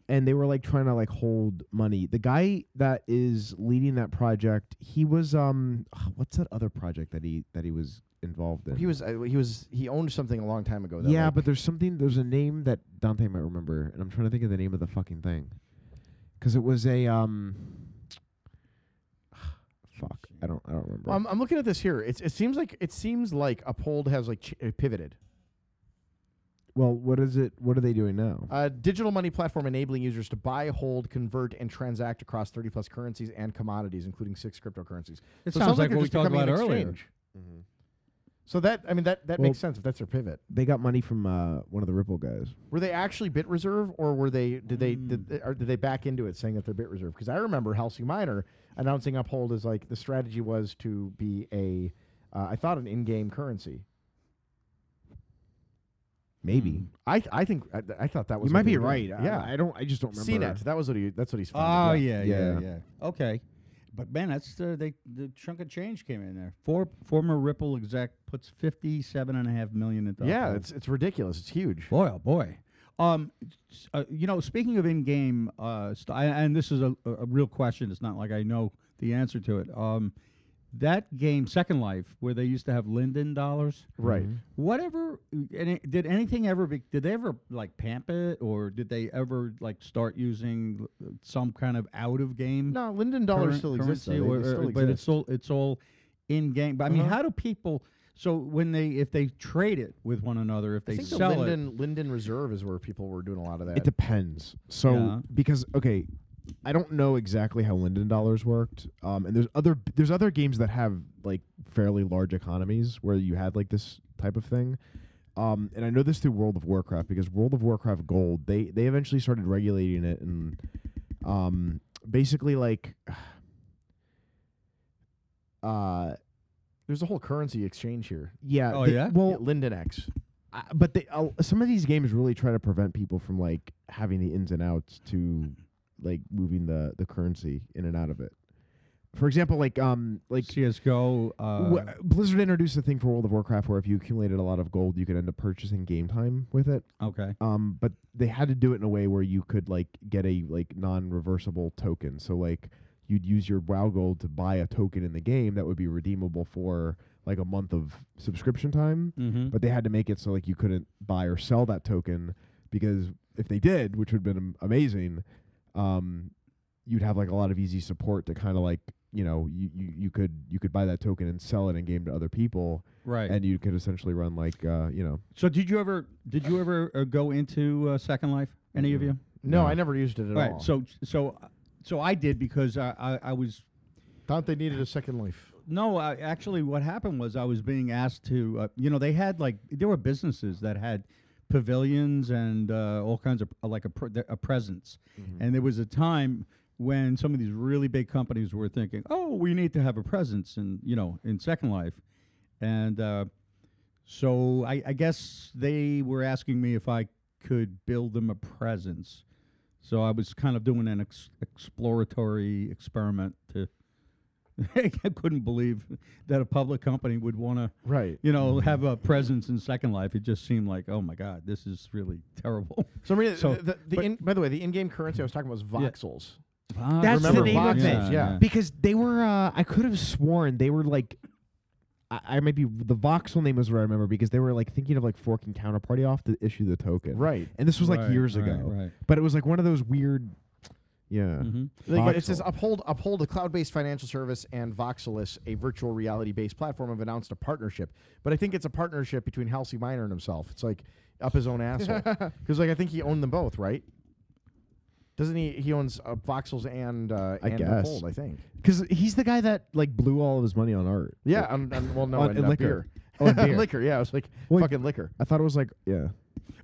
[SPEAKER 3] and they were like trying to like hold money. The guy that is leading that project, he was um what's that other project that he that he was involved in? Oh,
[SPEAKER 1] He was uh, he was he owned something a long time ago. That
[SPEAKER 3] Yeah,
[SPEAKER 1] like-
[SPEAKER 3] but there's something there's a name that Dante might remember and I'm trying to think of the name of the fucking thing. Cuz it was a um fuck, I don't I don't remember.
[SPEAKER 1] Well, I'm, I'm looking at this here. It's, it seems like it seems like Uphold has like ch- uh, pivoted.
[SPEAKER 3] well, what is it? What are they doing now?
[SPEAKER 1] A digital money platform enabling users to buy, hold, convert, and transact across 30 plus currencies and commodities, including six cryptocurrencies.
[SPEAKER 2] It
[SPEAKER 1] So
[SPEAKER 2] sounds like
[SPEAKER 1] they're
[SPEAKER 2] what we
[SPEAKER 1] just
[SPEAKER 2] talked
[SPEAKER 1] becoming
[SPEAKER 2] about
[SPEAKER 1] an
[SPEAKER 2] earlier.
[SPEAKER 1] exchange. So that I mean that that
[SPEAKER 3] Well-
[SPEAKER 1] makes sense if that's their pivot.
[SPEAKER 3] They got money from uh, one of the Ripple guys.
[SPEAKER 1] Were they actually Bit Reserve or were they did they did
[SPEAKER 2] Mm.
[SPEAKER 1] they, or did they back into it saying that they're Bit Reserve? Because I remember Halsey Minor announcing Uphold as like the strategy was to be a uh, I thought an in-game currency.
[SPEAKER 3] Maybe.
[SPEAKER 2] Hmm.
[SPEAKER 1] I th- I think I, I thought that was
[SPEAKER 3] You
[SPEAKER 1] what
[SPEAKER 3] might
[SPEAKER 1] they
[SPEAKER 3] be
[SPEAKER 1] were doing.
[SPEAKER 3] right. I-
[SPEAKER 1] Yeah,
[SPEAKER 3] I don't. I just don't remember.
[SPEAKER 1] CNET. That was what he. That's what he's.
[SPEAKER 2] Oh
[SPEAKER 1] Founded.
[SPEAKER 2] yeah, yeah,
[SPEAKER 3] Yeah.
[SPEAKER 2] yeah. Okay, but man, that's the they the chunk of change came in there. Four former Ripple exec puts fifty seven and a half million into.
[SPEAKER 1] yeah.
[SPEAKER 2] Uphold.
[SPEAKER 1] It's it's ridiculous. It's huge.
[SPEAKER 2] boy, oh boy. Um, s- uh, you know, speaking of in game, uh, st- I- and this is a, a a real question. It's not like I know the answer to it. Um, that game, Second Life, where they used to have Linden dollars.
[SPEAKER 1] Right.
[SPEAKER 2] mm-hmm. Whatever, and it- did anything ever? Be, did they ever like pamp it, or did they ever like start using uh, some kind of out of game?
[SPEAKER 1] No, Linden dollars
[SPEAKER 2] current
[SPEAKER 1] still exists.
[SPEAKER 2] currency
[SPEAKER 1] though. They-
[SPEAKER 2] or-
[SPEAKER 1] they
[SPEAKER 2] or-
[SPEAKER 1] still
[SPEAKER 2] but
[SPEAKER 1] exist.
[SPEAKER 2] it's all it's all in game. But I mean,
[SPEAKER 1] Uh-huh.
[SPEAKER 2] how do people? So when they if they trade it with one another, if
[SPEAKER 1] I
[SPEAKER 2] they
[SPEAKER 1] think the
[SPEAKER 2] sell it,
[SPEAKER 1] Linden Linden Reserve is where people were doing a lot of that.
[SPEAKER 3] It depends. So
[SPEAKER 2] Yeah.
[SPEAKER 3] because okay, I don't know exactly how Linden dollars worked. Um, and there's other there's other games that have like fairly large economies where you had like this type of thing. Um, and I know this through World of Warcraft because World of Warcraft Gold they they eventually started regulating it and um basically like uh
[SPEAKER 1] There's a whole currency exchange here.
[SPEAKER 3] yeah
[SPEAKER 2] Oh,
[SPEAKER 3] they-
[SPEAKER 2] yeah?
[SPEAKER 3] well
[SPEAKER 1] Yeah, Linden X.
[SPEAKER 3] I- but they uh, some of these games really try to prevent people from like having the ins and outs to like moving the the currency in and out of it. For example, like um like
[SPEAKER 2] CS:GO. Uh,
[SPEAKER 3] wh- Blizzard introduced a thing for World of Warcraft where if you accumulated a lot of gold, you could end up purchasing game time with it.
[SPEAKER 2] okay,
[SPEAKER 3] Um, but they had to do it in a way where you could like get a like non-reversible token. So like you'd use your WoW gold to buy a token in the game that would be redeemable for like a month of subscription time
[SPEAKER 2] mm-hmm.
[SPEAKER 3] but they had to make it so like you couldn't buy or sell that token because if they did, which would have been am- amazing, um, you'd have like a lot of easy support to kind of like you know you, you you could you could buy that token and sell it in game to other people,
[SPEAKER 2] right.
[SPEAKER 3] and you could essentially run like uh, you know
[SPEAKER 2] so did you ever did you ever uh, go into uh, Second Life? Any of
[SPEAKER 3] Mm-mm.
[SPEAKER 2] you?
[SPEAKER 1] No,
[SPEAKER 3] No.
[SPEAKER 1] I never used it at
[SPEAKER 2] right.
[SPEAKER 1] all.
[SPEAKER 2] So so so I did because I I, I was
[SPEAKER 1] thought they needed a second life.
[SPEAKER 2] No, I, actually, what happened was I was being asked to, uh, you know, they had like there were businesses that had pavilions and uh, all kinds of uh, like a, pr- th- a presence, and there was a time when some of these really big companies were thinking, oh, we need to have a presence in you know in Second Life, and uh, so I, I guess they were asking me if I could build them a presence. So I was kind of doing an ex- exploratory experiment to. I couldn't believe that a public company would want to,
[SPEAKER 1] Right.
[SPEAKER 2] you know, have a presence in Second Life. It just seemed like, oh my God, this is really terrible.
[SPEAKER 1] So, I mean,
[SPEAKER 2] So-
[SPEAKER 1] the, the, the
[SPEAKER 2] but-
[SPEAKER 1] in, by the way, the in-game currency I was talking about was voxels.
[SPEAKER 3] That's
[SPEAKER 1] Remember
[SPEAKER 3] the name of
[SPEAKER 1] voxels?
[SPEAKER 3] it.
[SPEAKER 1] Yeah.
[SPEAKER 3] because they were uh, I could have sworn they were like. I, I might be the voxel name is what I remember because they were like thinking of like forking counterparty off to issue the token,
[SPEAKER 1] Right.
[SPEAKER 3] And this was like
[SPEAKER 2] Right,
[SPEAKER 3] years
[SPEAKER 2] right,
[SPEAKER 3] ago,
[SPEAKER 2] right.
[SPEAKER 3] but it was like one of those weird, yeah.
[SPEAKER 2] Mhm.
[SPEAKER 1] Like, but it says
[SPEAKER 3] Voxel.
[SPEAKER 1] uphold uphold a cloud-based financial service and Voxelis, a virtual reality-based platform, have announced a partnership. But I think it's a partnership between Halsey Minor and himself. It's like up his own asshole because like I think he owned them both, right? Doesn't he? He owns uh, Voxels and uh,
[SPEAKER 3] I
[SPEAKER 1] and
[SPEAKER 3] guess.
[SPEAKER 1] Fold, I think.
[SPEAKER 3] Because he's the guy that like blew all of his money on art.
[SPEAKER 1] Yeah, on, on, well, no,
[SPEAKER 3] On-
[SPEAKER 1] on,
[SPEAKER 3] and
[SPEAKER 1] uh,
[SPEAKER 3] liquor.
[SPEAKER 1] beer.
[SPEAKER 3] Oh, and
[SPEAKER 1] On
[SPEAKER 3] beer.
[SPEAKER 1] liquor. Yeah, I was like
[SPEAKER 3] Wait.
[SPEAKER 1] fucking liquor.
[SPEAKER 3] I thought it was like yeah.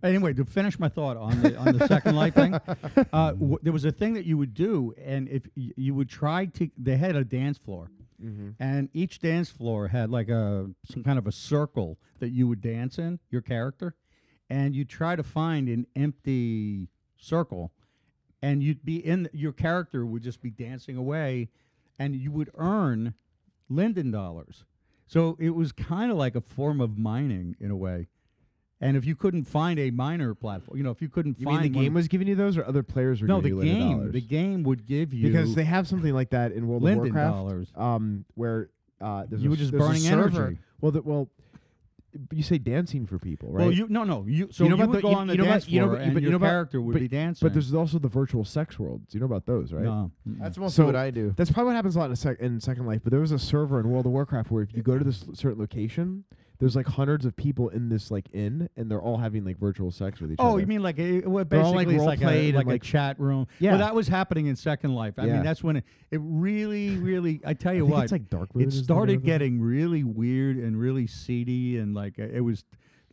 [SPEAKER 2] Anyway, to finish my thought on the on the Second Life thing, uh, w- there was a thing that you would do, and if y- you would try to, they had a dance floor,
[SPEAKER 3] Mm-hmm.
[SPEAKER 2] and each dance floor had like a some kind of a circle that you would dance in your character, and you try to find an empty circle, and you'd be in your character would just be dancing away, and you would earn Linden dollars. So it was kind of like a form of mining in a way. And if you couldn't find a miner platform, you know, if you couldn't
[SPEAKER 3] You
[SPEAKER 2] find
[SPEAKER 3] mean the
[SPEAKER 2] one-
[SPEAKER 3] game was giving you those, or other players were
[SPEAKER 2] no, the
[SPEAKER 3] giving you Linden
[SPEAKER 2] game,
[SPEAKER 3] dollars?
[SPEAKER 2] the game would give you
[SPEAKER 3] because they have something like that in World
[SPEAKER 2] Linden
[SPEAKER 3] of Warcraft,
[SPEAKER 2] dollars.
[SPEAKER 3] um, where uh, there's
[SPEAKER 2] You
[SPEAKER 3] a,
[SPEAKER 2] were
[SPEAKER 3] s-
[SPEAKER 2] just
[SPEAKER 3] there's a
[SPEAKER 2] burning
[SPEAKER 3] server-
[SPEAKER 2] energy.
[SPEAKER 3] Well, the, well, but you say dancing for people, right?
[SPEAKER 2] Well, you no no you so
[SPEAKER 3] You
[SPEAKER 2] you,
[SPEAKER 3] know about
[SPEAKER 2] would
[SPEAKER 3] the-
[SPEAKER 2] go
[SPEAKER 3] you-
[SPEAKER 2] on the
[SPEAKER 3] you know about-
[SPEAKER 2] dance
[SPEAKER 3] you know
[SPEAKER 2] floor
[SPEAKER 3] about-
[SPEAKER 2] and
[SPEAKER 3] but you
[SPEAKER 2] your
[SPEAKER 3] know about-
[SPEAKER 2] character would
[SPEAKER 3] but-
[SPEAKER 2] be dancing.
[SPEAKER 3] but there's also the virtual sex worlds. You know about those, right?
[SPEAKER 2] no, mm-mm.
[SPEAKER 1] That's mostly
[SPEAKER 3] So-
[SPEAKER 1] what I do.
[SPEAKER 3] That's probably what happens a lot in, sec- in Second Life. But there was a server in World of Warcraft where if you go to this l- certain location, there's like hundreds of people in this like inn, and they're all having like virtual sex with each other.
[SPEAKER 2] Oh, you mean like a, well,
[SPEAKER 3] They're all,
[SPEAKER 2] basically
[SPEAKER 3] like,
[SPEAKER 2] it's like
[SPEAKER 3] role-played and,
[SPEAKER 2] a, like a
[SPEAKER 3] like-
[SPEAKER 2] chat room.
[SPEAKER 3] Yeah.
[SPEAKER 2] Well, that was happening in Second Life. I
[SPEAKER 3] Yeah.
[SPEAKER 2] mean, that's when it, it really, really. I tell
[SPEAKER 3] I
[SPEAKER 2] you
[SPEAKER 3] think
[SPEAKER 2] what,
[SPEAKER 3] it's like Dark Moon
[SPEAKER 2] it
[SPEAKER 3] is the name
[SPEAKER 2] started
[SPEAKER 3] of it.
[SPEAKER 2] getting really weird and really seedy, and like uh, it was,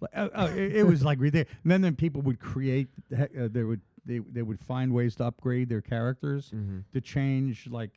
[SPEAKER 2] like, uh, uh, it, it was like ridiculous. And then, then people would create. the heck- Uh, they would they they would find ways to upgrade their characters
[SPEAKER 3] Mm-hmm.
[SPEAKER 2] to change like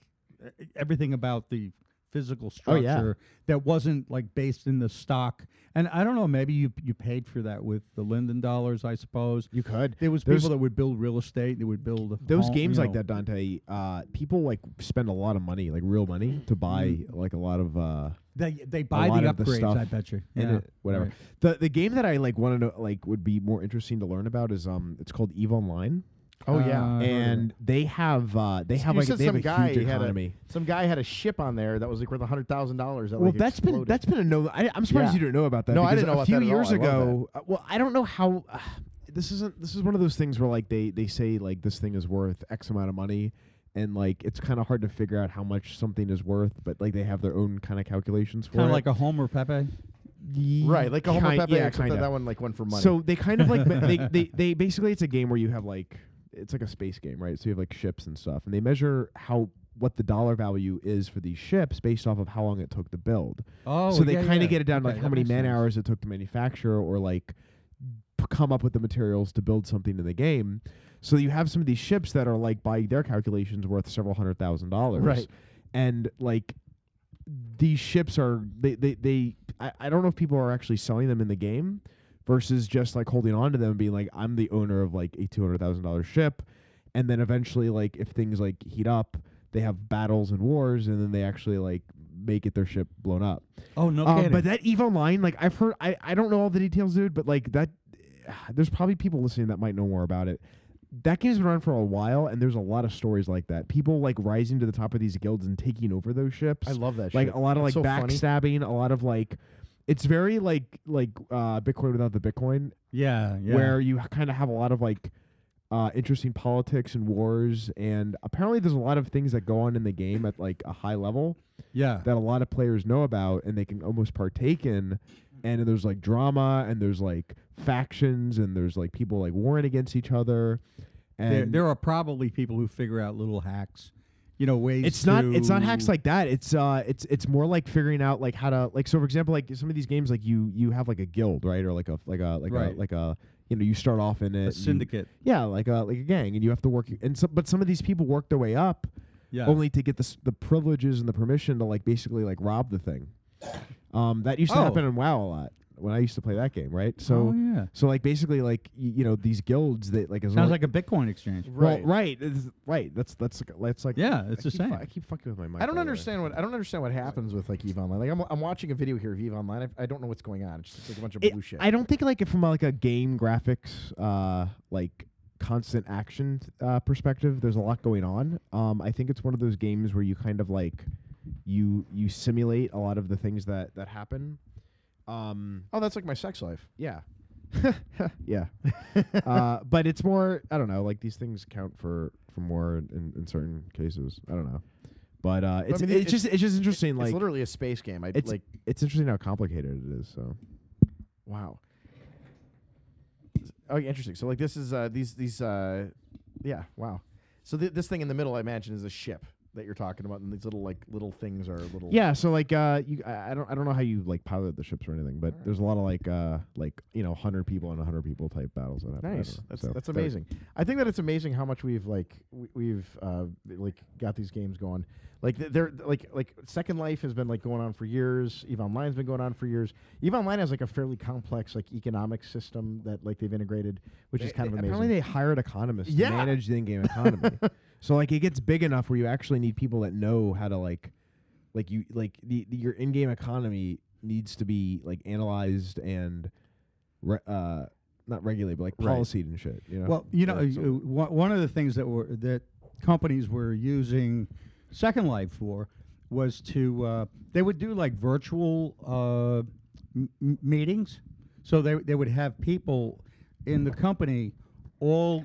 [SPEAKER 2] uh, everything about the physical
[SPEAKER 3] Oh, yeah.
[SPEAKER 2] structure that wasn't like based in the stock. And I don't know, maybe you you paid for that with the Linden dollars, I suppose.
[SPEAKER 3] you could.
[SPEAKER 2] There was
[SPEAKER 3] There's-
[SPEAKER 2] people that would build real estate. They would build
[SPEAKER 3] Those
[SPEAKER 2] home-
[SPEAKER 3] games
[SPEAKER 2] you
[SPEAKER 3] like
[SPEAKER 2] know.
[SPEAKER 3] that, Dante. Uh, people like spend a lot of money, like real money,
[SPEAKER 2] Mm-hmm.
[SPEAKER 3] to buy like a lot of uh,
[SPEAKER 2] They they buy
[SPEAKER 3] lot
[SPEAKER 2] the
[SPEAKER 3] of the
[SPEAKER 2] upgrades.
[SPEAKER 3] stuff
[SPEAKER 2] I bet you.
[SPEAKER 3] in
[SPEAKER 2] Yeah.
[SPEAKER 3] it, whatever.
[SPEAKER 2] Right.
[SPEAKER 3] The the game that I like want to know, like would be more interesting to learn about is um, it's called Eve Online,
[SPEAKER 1] Oh yeah,
[SPEAKER 2] Uh, I've heard of
[SPEAKER 3] and they have uh, they
[SPEAKER 1] You
[SPEAKER 3] have like
[SPEAKER 1] said
[SPEAKER 3] they have
[SPEAKER 1] some
[SPEAKER 3] a
[SPEAKER 1] guy
[SPEAKER 3] huge
[SPEAKER 1] had
[SPEAKER 3] economy.
[SPEAKER 1] a some guy had a ship on there that was like worth a hundred thousand dollars.
[SPEAKER 3] well, that's been that's been a no. I, I'm surprised
[SPEAKER 1] Yeah.
[SPEAKER 3] you didn't know about that.
[SPEAKER 1] No, I
[SPEAKER 3] because
[SPEAKER 1] didn't know
[SPEAKER 3] A
[SPEAKER 1] about
[SPEAKER 3] few
[SPEAKER 1] that at all.
[SPEAKER 3] years
[SPEAKER 1] I love
[SPEAKER 3] ago, uh, well, I don't know how. Uh, this isn't. This is one of those things where like they they say like this thing is worth X amount of money, and like it's kind of hard to figure out how much something is worth. But like they have their own kind of calculations for
[SPEAKER 2] Kind
[SPEAKER 3] it.
[SPEAKER 2] of like a Homer Pepe.
[SPEAKER 1] right, like a Homo
[SPEAKER 3] Kind-
[SPEAKER 1] Pepe,
[SPEAKER 3] yeah,
[SPEAKER 1] except that
[SPEAKER 3] kinda.
[SPEAKER 1] that one like went for money.
[SPEAKER 3] So they kind of like me- they, they they basically it's a game where you have like it's like a space game, right? So you have like ships and stuff, and they measure how what the dollar value is for these ships based off of how long it took to build.
[SPEAKER 2] Oh,
[SPEAKER 3] so they
[SPEAKER 2] yeah,
[SPEAKER 3] kind of
[SPEAKER 2] yeah.
[SPEAKER 3] get it down to
[SPEAKER 2] Okay,
[SPEAKER 3] like how
[SPEAKER 2] that
[SPEAKER 3] many
[SPEAKER 2] makes
[SPEAKER 3] man
[SPEAKER 2] sense.
[SPEAKER 3] hours it took to manufacture or like p- come up with the materials to build something in the game. So you have some of these ships that are like by their calculations worth several hundred thousand dollars.
[SPEAKER 1] Right.
[SPEAKER 3] And like these ships are they they, they I, I don't know if people are actually selling them in the game versus just like holding on to them and being like, I'm the owner of like a two hundred thousand dollar ship and then eventually like if things like heat up, they have battles and wars and then they actually like make it their ship blown up.
[SPEAKER 2] Oh no,
[SPEAKER 3] Um,
[SPEAKER 2] kidding.
[SPEAKER 3] but that Eve Online, like I've heard, I, I don't know all the details, dude. But like that, there's probably people listening that might know more about it. That game's been around for a while, and there's a lot of stories like that. People like rising to the top of these guilds and taking over those ships.
[SPEAKER 1] I love that.
[SPEAKER 3] like oh,
[SPEAKER 1] shit.
[SPEAKER 3] a lot of like
[SPEAKER 1] That's so funny.
[SPEAKER 3] backstabbing, a lot of like, it's very like like uh, Bitcoin without the Bitcoin,
[SPEAKER 2] yeah, yeah.
[SPEAKER 3] where you kind of have a lot of like. Uh, interesting politics and wars, and apparently there's a lot of things that go on in the game at like a high level
[SPEAKER 2] yeah.
[SPEAKER 3] that a lot of players know about and they can almost partake in and there's like drama and there's like factions and there's like people like warring against each other and
[SPEAKER 2] There, there are probably people who figure out little hacks. You know ways.
[SPEAKER 3] it's not it's not hacks
[SPEAKER 2] to-
[SPEAKER 3] like that it's uh it's it's more like figuring out like how to like so for example like some of these games like you you have like a guild right or like a like a like a
[SPEAKER 2] Right.
[SPEAKER 3] like a you know you start off in it
[SPEAKER 2] a
[SPEAKER 3] and you-
[SPEAKER 2] syndicate.
[SPEAKER 3] yeah like a like a gang and you have to work and so, but some of these people work their way up
[SPEAKER 2] Yeah.
[SPEAKER 3] only to get the s- the privileges and the permission to like basically like rob the thing. Um, that used to
[SPEAKER 2] Oh.
[SPEAKER 3] happen in WoW a lot when I used to play that game, right? So
[SPEAKER 2] oh, yeah.
[SPEAKER 3] so like basically like y- you know these guilds that like as
[SPEAKER 2] Sounds
[SPEAKER 3] long-
[SPEAKER 2] like a Bitcoin exchange.
[SPEAKER 3] well,
[SPEAKER 1] right.
[SPEAKER 3] right this is- right that's that's that's like
[SPEAKER 2] Yeah, it's
[SPEAKER 3] I keep
[SPEAKER 2] the
[SPEAKER 3] fu-
[SPEAKER 2] same.
[SPEAKER 3] I keep fucking with my mic.
[SPEAKER 1] I don't
[SPEAKER 3] by the way.
[SPEAKER 1] understand what I don't understand what happens with like Eve Online. Like I'm, I'm watching a video here of Eve Online. I, I don't know what's going on. It's just like a bunch of
[SPEAKER 3] It-
[SPEAKER 1] blue shit.
[SPEAKER 3] I don't think like if from like a game graphics uh like constant action uh, perspective there's a lot going on um i think it's one of those games where you kind of like you you simulate a lot of the things that that happen um
[SPEAKER 1] oh, that's like my sex life.
[SPEAKER 3] Yeah. yeah. uh, but it's more, I don't know, like these things count for, for more in, in certain cases. I don't know. But uh, it's,
[SPEAKER 1] mean,
[SPEAKER 3] it's,
[SPEAKER 1] it-
[SPEAKER 3] just it's just interesting
[SPEAKER 1] it's
[SPEAKER 3] like it's,
[SPEAKER 1] literally a space game. I
[SPEAKER 3] it's
[SPEAKER 1] like
[SPEAKER 3] interesting how complicated it is. So
[SPEAKER 1] wow. Oh, yeah, interesting. So like this is uh, these these uh, yeah wow. So th- this thing in the middle, I imagine, is a ship that you're talking about, and these little like little things are little.
[SPEAKER 3] Yeah, so like uh, you, I I don't, I don't know how you like pilot the ships or anything, but
[SPEAKER 1] Alright.
[SPEAKER 3] there's a lot of like, uh, like you know, hundred people and hundred people type battles that happen. I
[SPEAKER 1] Nice.
[SPEAKER 3] don't know.
[SPEAKER 1] That's
[SPEAKER 3] So
[SPEAKER 1] that's
[SPEAKER 3] that-
[SPEAKER 1] amazing. I think that it's amazing how much we've like we, we've uh, like got these games going. Like th- they're like like Second Life has been like going on for years. Eve Online's been going on for years. Eve Online has like a fairly complex like economic system that like they've integrated, which is
[SPEAKER 3] They-
[SPEAKER 1] kind
[SPEAKER 3] they-
[SPEAKER 1] of amazing.
[SPEAKER 3] Apparently, they hired economists
[SPEAKER 1] Yeah.
[SPEAKER 3] to manage the in-game economy. so like, it gets big enough where you actually need people that know how to like, like you like the, the your in-game economy needs to be like analyzed and, re- uh, not regulated, but like
[SPEAKER 1] Right.
[SPEAKER 3] policied and shit. You know.
[SPEAKER 2] Well, you know,
[SPEAKER 3] Yeah, so-
[SPEAKER 2] uh, one one of the things that were that companies were using Second Life for was to uh, they would do like virtual uh, m- m- meetings, so they they would have people in the company all,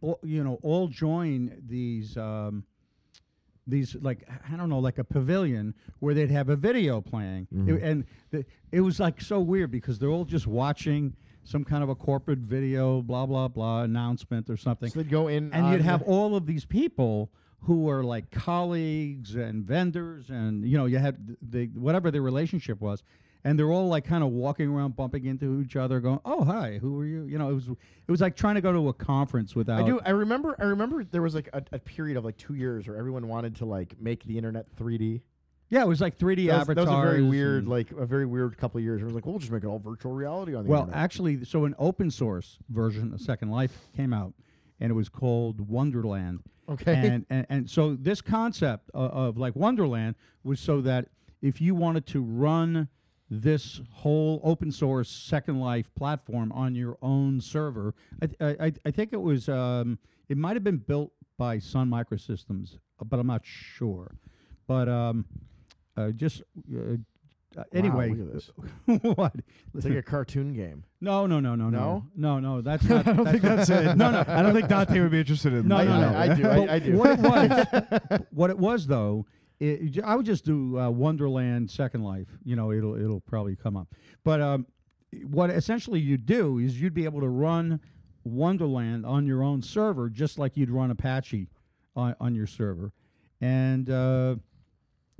[SPEAKER 2] all you know all join these. Um, these like I don't know like a pavilion where they'd have a video playing
[SPEAKER 1] Mm-hmm.
[SPEAKER 2] It- and the, it was like so weird because they're all just watching some kind of a corporate video blah blah blah announcement or something
[SPEAKER 1] so they'd go in
[SPEAKER 2] and
[SPEAKER 1] on
[SPEAKER 2] you'd have
[SPEAKER 1] the-
[SPEAKER 2] all of these people who were like colleagues and vendors and you know you had th- the whatever their relationship was and they're all like kind of walking around bumping into each other going oh hi who are you you know it was it was like trying to go to a conference without
[SPEAKER 1] I do. I remember. I remember there was like a, a period of like two years where everyone wanted to like make the internet 3D.
[SPEAKER 2] yeah it was like 3d
[SPEAKER 1] that, was, that was
[SPEAKER 2] avatars
[SPEAKER 1] a very
[SPEAKER 2] and-
[SPEAKER 1] weird, like a very weird couple of years. Everyone's like, we'll just make it all virtual reality on the
[SPEAKER 2] Well,
[SPEAKER 1] internet.
[SPEAKER 2] actually, so an open source version of Second Life came out, and it was called Wonderland.
[SPEAKER 1] Okay.
[SPEAKER 2] And and, and so this concept of, of like Wonderland was so that if you wanted to run this whole open source Second Life platform on your own server, I th- I, I, I think it was um, it might have been built by Sun Microsystems, uh, but I'm not sure. But um, uh, just uh, uh, anyway,
[SPEAKER 1] look at this.
[SPEAKER 2] what?
[SPEAKER 1] it's like a cartoon game.
[SPEAKER 2] No, no, no, no, no, no, no. That's not.
[SPEAKER 3] I don't think that's it.
[SPEAKER 2] No, no.
[SPEAKER 3] I don't think Dante would be interested in.
[SPEAKER 2] No,
[SPEAKER 3] that.
[SPEAKER 2] no, no.
[SPEAKER 1] I, I do. I, I
[SPEAKER 2] But
[SPEAKER 1] do.
[SPEAKER 2] What it was, what it was though, it, j- I would just do uh, Wonderland Second Life. You know, it'll it'll probably come up. But um, what essentially you do is you'd be able to run Wonderland on your own server, just like you'd run Apache on, on your server, and. Uh,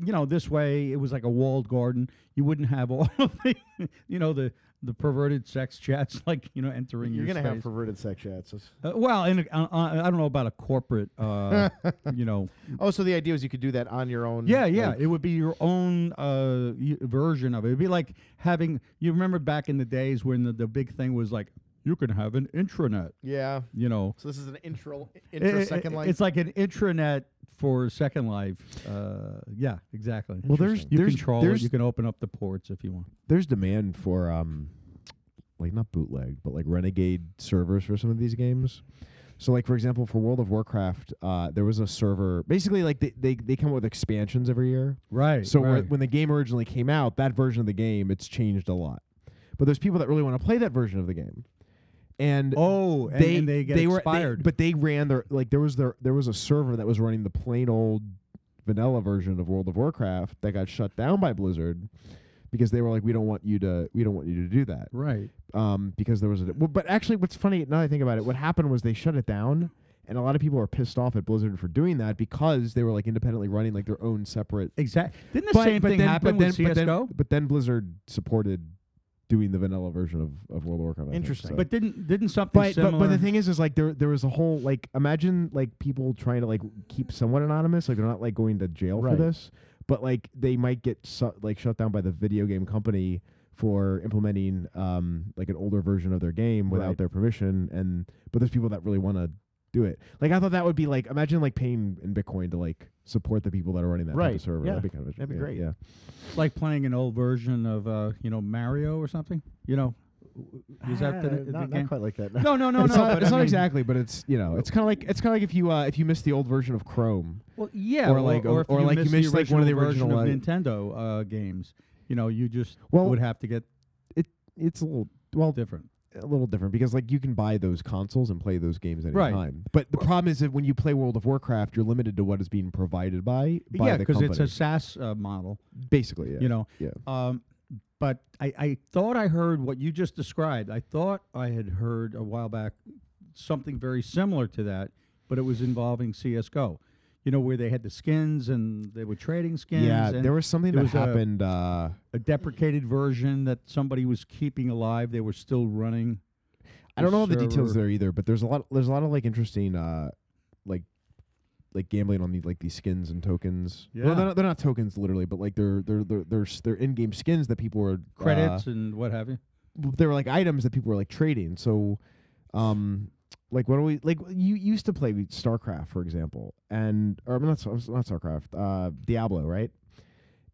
[SPEAKER 2] you know, this way it was like a walled garden. You wouldn't have all of the, you know, the the perverted sex chats, like you know, entering
[SPEAKER 1] You're
[SPEAKER 2] your
[SPEAKER 1] gonna
[SPEAKER 2] space.
[SPEAKER 1] have perverted sex chats. It's-
[SPEAKER 2] Uh, well, and uh, uh, I don't know about a corporate, uh, you know.
[SPEAKER 1] Oh, so the idea was you could do that on your own.
[SPEAKER 2] Mm. Yeah, yeah.
[SPEAKER 1] like-
[SPEAKER 2] it would be your own uh, y- version of it. It'd be like having. You remember back in the days when the, the big thing was like you can have an intranet.
[SPEAKER 1] yeah.
[SPEAKER 2] You know,
[SPEAKER 1] So this is an intro,
[SPEAKER 2] It-
[SPEAKER 1] intro
[SPEAKER 2] it-
[SPEAKER 1] second
[SPEAKER 2] it-
[SPEAKER 1] life.
[SPEAKER 2] It's like an intranet for Second Life. Uh, yeah, exactly.
[SPEAKER 3] Well, there's-
[SPEAKER 2] you
[SPEAKER 3] there's-
[SPEAKER 2] control
[SPEAKER 3] there's-
[SPEAKER 2] it. You can open up the ports if you want.
[SPEAKER 3] there's demand for um like not bootleg but like renegade servers for some of these games so like for example for world of warcraft uh, there was a server basically like they, they, they come up with expansions every year
[SPEAKER 2] Right.
[SPEAKER 3] so where- when the game originally came out that version of the game it's changed a lot but there's people that really want to play that version of the game and
[SPEAKER 2] oh, and
[SPEAKER 3] they
[SPEAKER 2] and they get
[SPEAKER 3] were-
[SPEAKER 2] expired.
[SPEAKER 3] but they ran their like there was their there was a server that was running the plain old vanilla version of World of Warcraft that got shut down by Blizzard because they were like we don't want you to we don't want you to do that
[SPEAKER 2] right.
[SPEAKER 3] um, because there was a well, but actually what's funny now that I think about it what happened was they shut it down and a lot of people are pissed off at Blizzard for doing that because they were like independently running like their own separate
[SPEAKER 2] Exactly. Didn't the
[SPEAKER 3] but,
[SPEAKER 2] same
[SPEAKER 3] but
[SPEAKER 2] thing
[SPEAKER 3] then,
[SPEAKER 2] happen
[SPEAKER 3] but
[SPEAKER 2] with
[SPEAKER 3] then, but then-
[SPEAKER 2] CS:GO?
[SPEAKER 3] but then Blizzard supported doing the vanilla version of, of World of Warcraft I think,
[SPEAKER 1] Interesting.
[SPEAKER 3] so.
[SPEAKER 2] But didn't didn't something
[SPEAKER 3] But,
[SPEAKER 2] similar?
[SPEAKER 3] but but the thing is, is like there there was a whole like imagine like people trying to like keep somewhat anonymous, like they're not like going to jail
[SPEAKER 1] Right.
[SPEAKER 3] for this, but like they might get su- like shut down by the video game company for implementing um like an older version of their game without
[SPEAKER 1] Right.
[SPEAKER 3] their permission, and but there's people that really want to do it. Like I thought that would be like imagine like paying in Bitcoin to like support the people that are running that type of
[SPEAKER 1] Right,
[SPEAKER 3] server.
[SPEAKER 1] yeah.
[SPEAKER 3] That'd be kind of
[SPEAKER 1] That'd be
[SPEAKER 3] yeah,
[SPEAKER 1] great.
[SPEAKER 3] Yeah.
[SPEAKER 2] It's like playing an old version of uh, you know Mario or something. You know, is that the,
[SPEAKER 1] Ah,
[SPEAKER 2] the
[SPEAKER 1] not, not
[SPEAKER 2] game?
[SPEAKER 1] quite like that?
[SPEAKER 2] No, no, no,
[SPEAKER 3] it's
[SPEAKER 2] Oh, no.
[SPEAKER 3] not,
[SPEAKER 2] but
[SPEAKER 3] it's
[SPEAKER 2] I
[SPEAKER 3] not
[SPEAKER 2] mean-
[SPEAKER 3] exactly, but it's you know, it's kind of like it's kind of like if you uh, if you missed the old version of Chrome,
[SPEAKER 2] Well, yeah,
[SPEAKER 3] or like-
[SPEAKER 2] or,
[SPEAKER 3] or-
[SPEAKER 2] if
[SPEAKER 3] or like you
[SPEAKER 2] missed the
[SPEAKER 3] missed, like, one of the
[SPEAKER 2] version
[SPEAKER 3] original, like-
[SPEAKER 2] of Nintendo uh, games. You know, you just
[SPEAKER 3] Well-
[SPEAKER 2] would have to get
[SPEAKER 3] it's a little well
[SPEAKER 2] different.
[SPEAKER 3] a little different because like you can buy those consoles and play those games at
[SPEAKER 2] Right.
[SPEAKER 3] any time. But the problem is that when you play World of Warcraft, you're limited to what is being provided by by
[SPEAKER 2] yeah,
[SPEAKER 3] the
[SPEAKER 2] because
[SPEAKER 3] company.
[SPEAKER 2] it's a SaaS uh, model.
[SPEAKER 3] basically, yeah.
[SPEAKER 2] You know,
[SPEAKER 3] yeah.
[SPEAKER 2] Um, but I, I thought I heard what you just described. I thought I had heard a while back something very similar to that but it was involving CS:GO. You know where they had the skins and they were trading skins.
[SPEAKER 3] yeah,
[SPEAKER 2] and
[SPEAKER 3] there was something
[SPEAKER 2] there
[SPEAKER 3] that
[SPEAKER 2] was a-
[SPEAKER 3] happened. uh,
[SPEAKER 2] a deprecated version that somebody was keeping alive. They were still running.
[SPEAKER 3] I don't know all the details
[SPEAKER 2] server.
[SPEAKER 3] there either, but there's a lot. There's a lot of like interesting, uh, like, like gambling on the like these skins and tokens. Well,
[SPEAKER 2] Yeah.
[SPEAKER 3] they're not, they're not tokens literally, but like they're they're they're they're, s- they're in-game skins that people were uh,
[SPEAKER 2] Credits and what have you.
[SPEAKER 3] w- there were like items that people were like trading. So, um, like what do we like? You used to play StarCraft, for example, and or not Star- not StarCraft, uh, Diablo, right?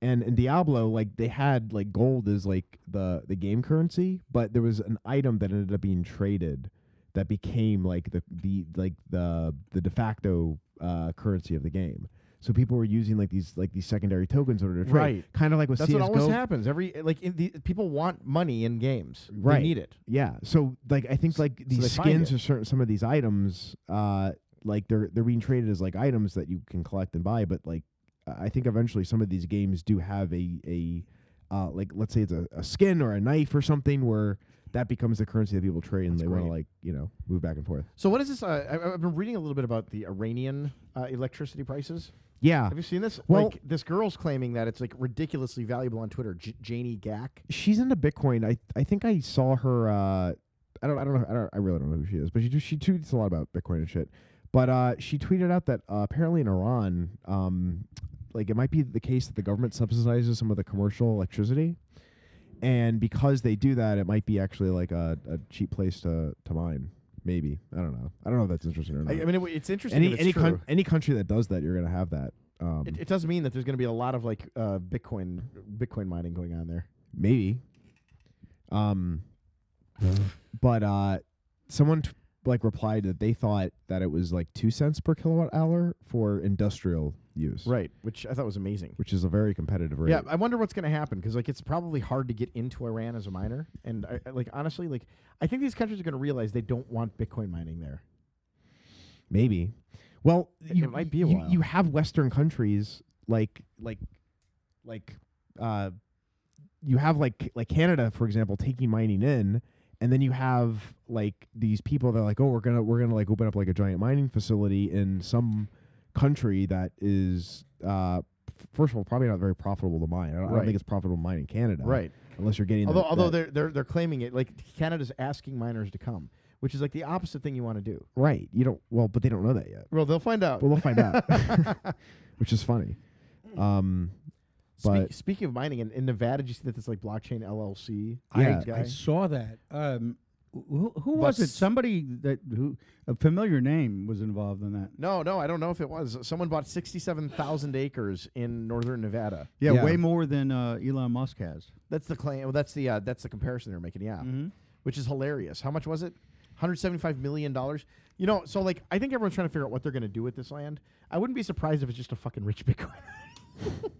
[SPEAKER 3] And in Diablo, like they had like gold as like the the game currency, but there was an item that ended up being traded that became like the the like the the de facto uh, currency of the game. So people were using like these like these secondary tokens in order to trade,
[SPEAKER 1] Right.
[SPEAKER 3] kind of like with
[SPEAKER 1] That's
[SPEAKER 3] CS:GO.
[SPEAKER 1] what always happens. Every like in the, people want money in games.
[SPEAKER 3] Right.
[SPEAKER 1] They need it.
[SPEAKER 3] Yeah. So like I think like
[SPEAKER 1] they
[SPEAKER 3] these
[SPEAKER 1] find
[SPEAKER 3] skins
[SPEAKER 1] it.
[SPEAKER 3] or certain some of these items, uh, like they're they're being traded as like items that you can collect and buy, but like I I think eventually some of these games do have a a uh, like let's say it's a, a skin or a knife or something where that becomes the currency that people trade and
[SPEAKER 1] That's
[SPEAKER 3] they want to
[SPEAKER 1] great.
[SPEAKER 3] like, you know, move back and forth.
[SPEAKER 1] So what is this? Uh, I, I've been reading a little bit about the Iranian uh, electricity prices.
[SPEAKER 3] Yeah.
[SPEAKER 1] Have you seen this?
[SPEAKER 3] Ah. Well-
[SPEAKER 1] like this girl's claiming that it's like ridiculously valuable on Twitter. J- Janie Gack.
[SPEAKER 3] She's into Bitcoin. I I think I saw her uh I don't I don't know I, don't, I really don't know who she is, but she do- she tweets a lot about Bitcoin and shit. But uh, she tweeted out that uh, apparently in Iran, um, like it might be the case that the government subsidizes some of the commercial electricity, and because they do that, it might be actually like a, a cheap place to, to mine. Maybe I don't know. I don't know if that's interesting or
[SPEAKER 1] I,
[SPEAKER 3] not.
[SPEAKER 1] I mean, it, it's interesting. if
[SPEAKER 3] any
[SPEAKER 1] it's
[SPEAKER 3] any
[SPEAKER 1] true.
[SPEAKER 3] coun- any country that does that, you're gonna have that. Um,
[SPEAKER 1] it, it doesn't mean that there's going to be a lot of like uh, Bitcoin Bitcoin mining going on there.
[SPEAKER 3] maybe um but uh someone t- like replied that they thought that it was like 2 cents per kilowatt hour for industrial use
[SPEAKER 1] Right, which I thought was amazing.
[SPEAKER 3] which is a very competitive rate
[SPEAKER 1] Yeah, I wonder what's going to happen because like it's probably hard to get into Iran as a miner, and I, I- like honestly, like I think these countries are going to realize they don't want Bitcoin mining there.
[SPEAKER 3] maybe well
[SPEAKER 1] It-
[SPEAKER 3] you,
[SPEAKER 1] it might be a
[SPEAKER 3] you,
[SPEAKER 1] while.
[SPEAKER 3] you have western countries like like like uh you have like like Canada for example taking mining in and then you have like these people that are like oh we're gonna we're gonna like open up like a giant mining facility in some country that is uh f- first of all probably not very profitable to mine I don't, I don't
[SPEAKER 1] Right.
[SPEAKER 3] think it's profitable to mine in Canada unless you're getting
[SPEAKER 1] Although
[SPEAKER 3] that-
[SPEAKER 1] although
[SPEAKER 3] that-
[SPEAKER 1] they're they're they're claiming it like Canada's asking miners to come, which is like the opposite thing you want to do.
[SPEAKER 3] right you don't well but they don't know that yet
[SPEAKER 1] Well, they'll find out.
[SPEAKER 3] well they'll find out which is funny um
[SPEAKER 1] Speak,
[SPEAKER 3] but-
[SPEAKER 1] speaking of mining in, in Nevada, did you see that this like blockchain LLC?
[SPEAKER 3] Yeah.
[SPEAKER 2] I, I
[SPEAKER 1] guy?
[SPEAKER 2] saw that. Um, who, who was it?
[SPEAKER 1] Bus.
[SPEAKER 2] Somebody that who a familiar name was involved in that.
[SPEAKER 1] no, no, I don't know if it was. Someone bought sixty-seven thousand acres in northern Nevada.
[SPEAKER 2] Yeah,
[SPEAKER 3] Yeah.
[SPEAKER 2] way more than uh, Elon Musk has.
[SPEAKER 1] That's the claim. Well, that's the uh, that's the comparison they're making. Yeah,
[SPEAKER 2] Mhm.
[SPEAKER 1] which is hilarious. How much was it? Hundred seventy-five million dollars. You know, so like I think everyone's trying to figure out what they're going to do with this land. I wouldn't be surprised if it's just a fucking rich Bitcoin.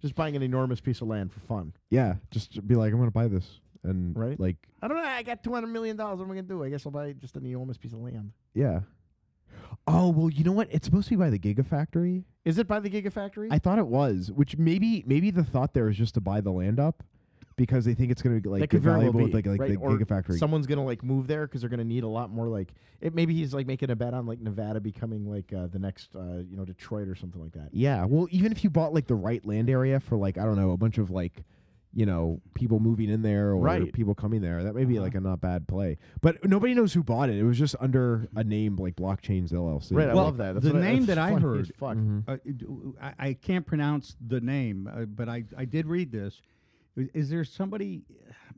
[SPEAKER 1] just buying an enormous piece of land for fun.
[SPEAKER 3] yeah, just be like, I'm gonna buy this, and
[SPEAKER 1] Right.
[SPEAKER 3] like,
[SPEAKER 1] I don't know. I got two hundred million dollars. What am I going to do? I guess I'll buy just an enormous piece of land.
[SPEAKER 3] yeah. Oh well, you know what? It's supposed to be by the Gigafactory.
[SPEAKER 1] Is it by the Gigafactory?
[SPEAKER 3] I thought it was, which maybe maybe the thought there is just to buy the land up because they think it's gonna be, like
[SPEAKER 1] that could
[SPEAKER 3] be
[SPEAKER 1] very well
[SPEAKER 3] valuable
[SPEAKER 1] be
[SPEAKER 3] with, like like
[SPEAKER 1] right?
[SPEAKER 3] the
[SPEAKER 1] Or
[SPEAKER 3] Gigafactory.
[SPEAKER 1] Someone's gonna like move there because they're gonna need a lot more like it. Maybe he's like making a bet on like Nevada becoming like uh, the next uh, you know Detroit or something like that.
[SPEAKER 3] yeah. Well, even if you bought like the right land area for like I don't know a bunch of like. You know, people moving in there or
[SPEAKER 1] Right.
[SPEAKER 3] people coming there. That may be
[SPEAKER 2] Uh-huh.
[SPEAKER 3] like a not bad play, but nobody knows who bought it. It was just under a name like Blockchains LLC.
[SPEAKER 1] Right, I
[SPEAKER 2] Well,
[SPEAKER 1] love that. That's
[SPEAKER 2] the
[SPEAKER 1] what I-
[SPEAKER 2] name
[SPEAKER 1] that's
[SPEAKER 2] that I
[SPEAKER 1] funny
[SPEAKER 2] heard-
[SPEAKER 1] as Fuck.
[SPEAKER 3] Mhm.
[SPEAKER 2] Uh, it- I, I can't pronounce the name, uh, but I, I did read this. I- Is there somebody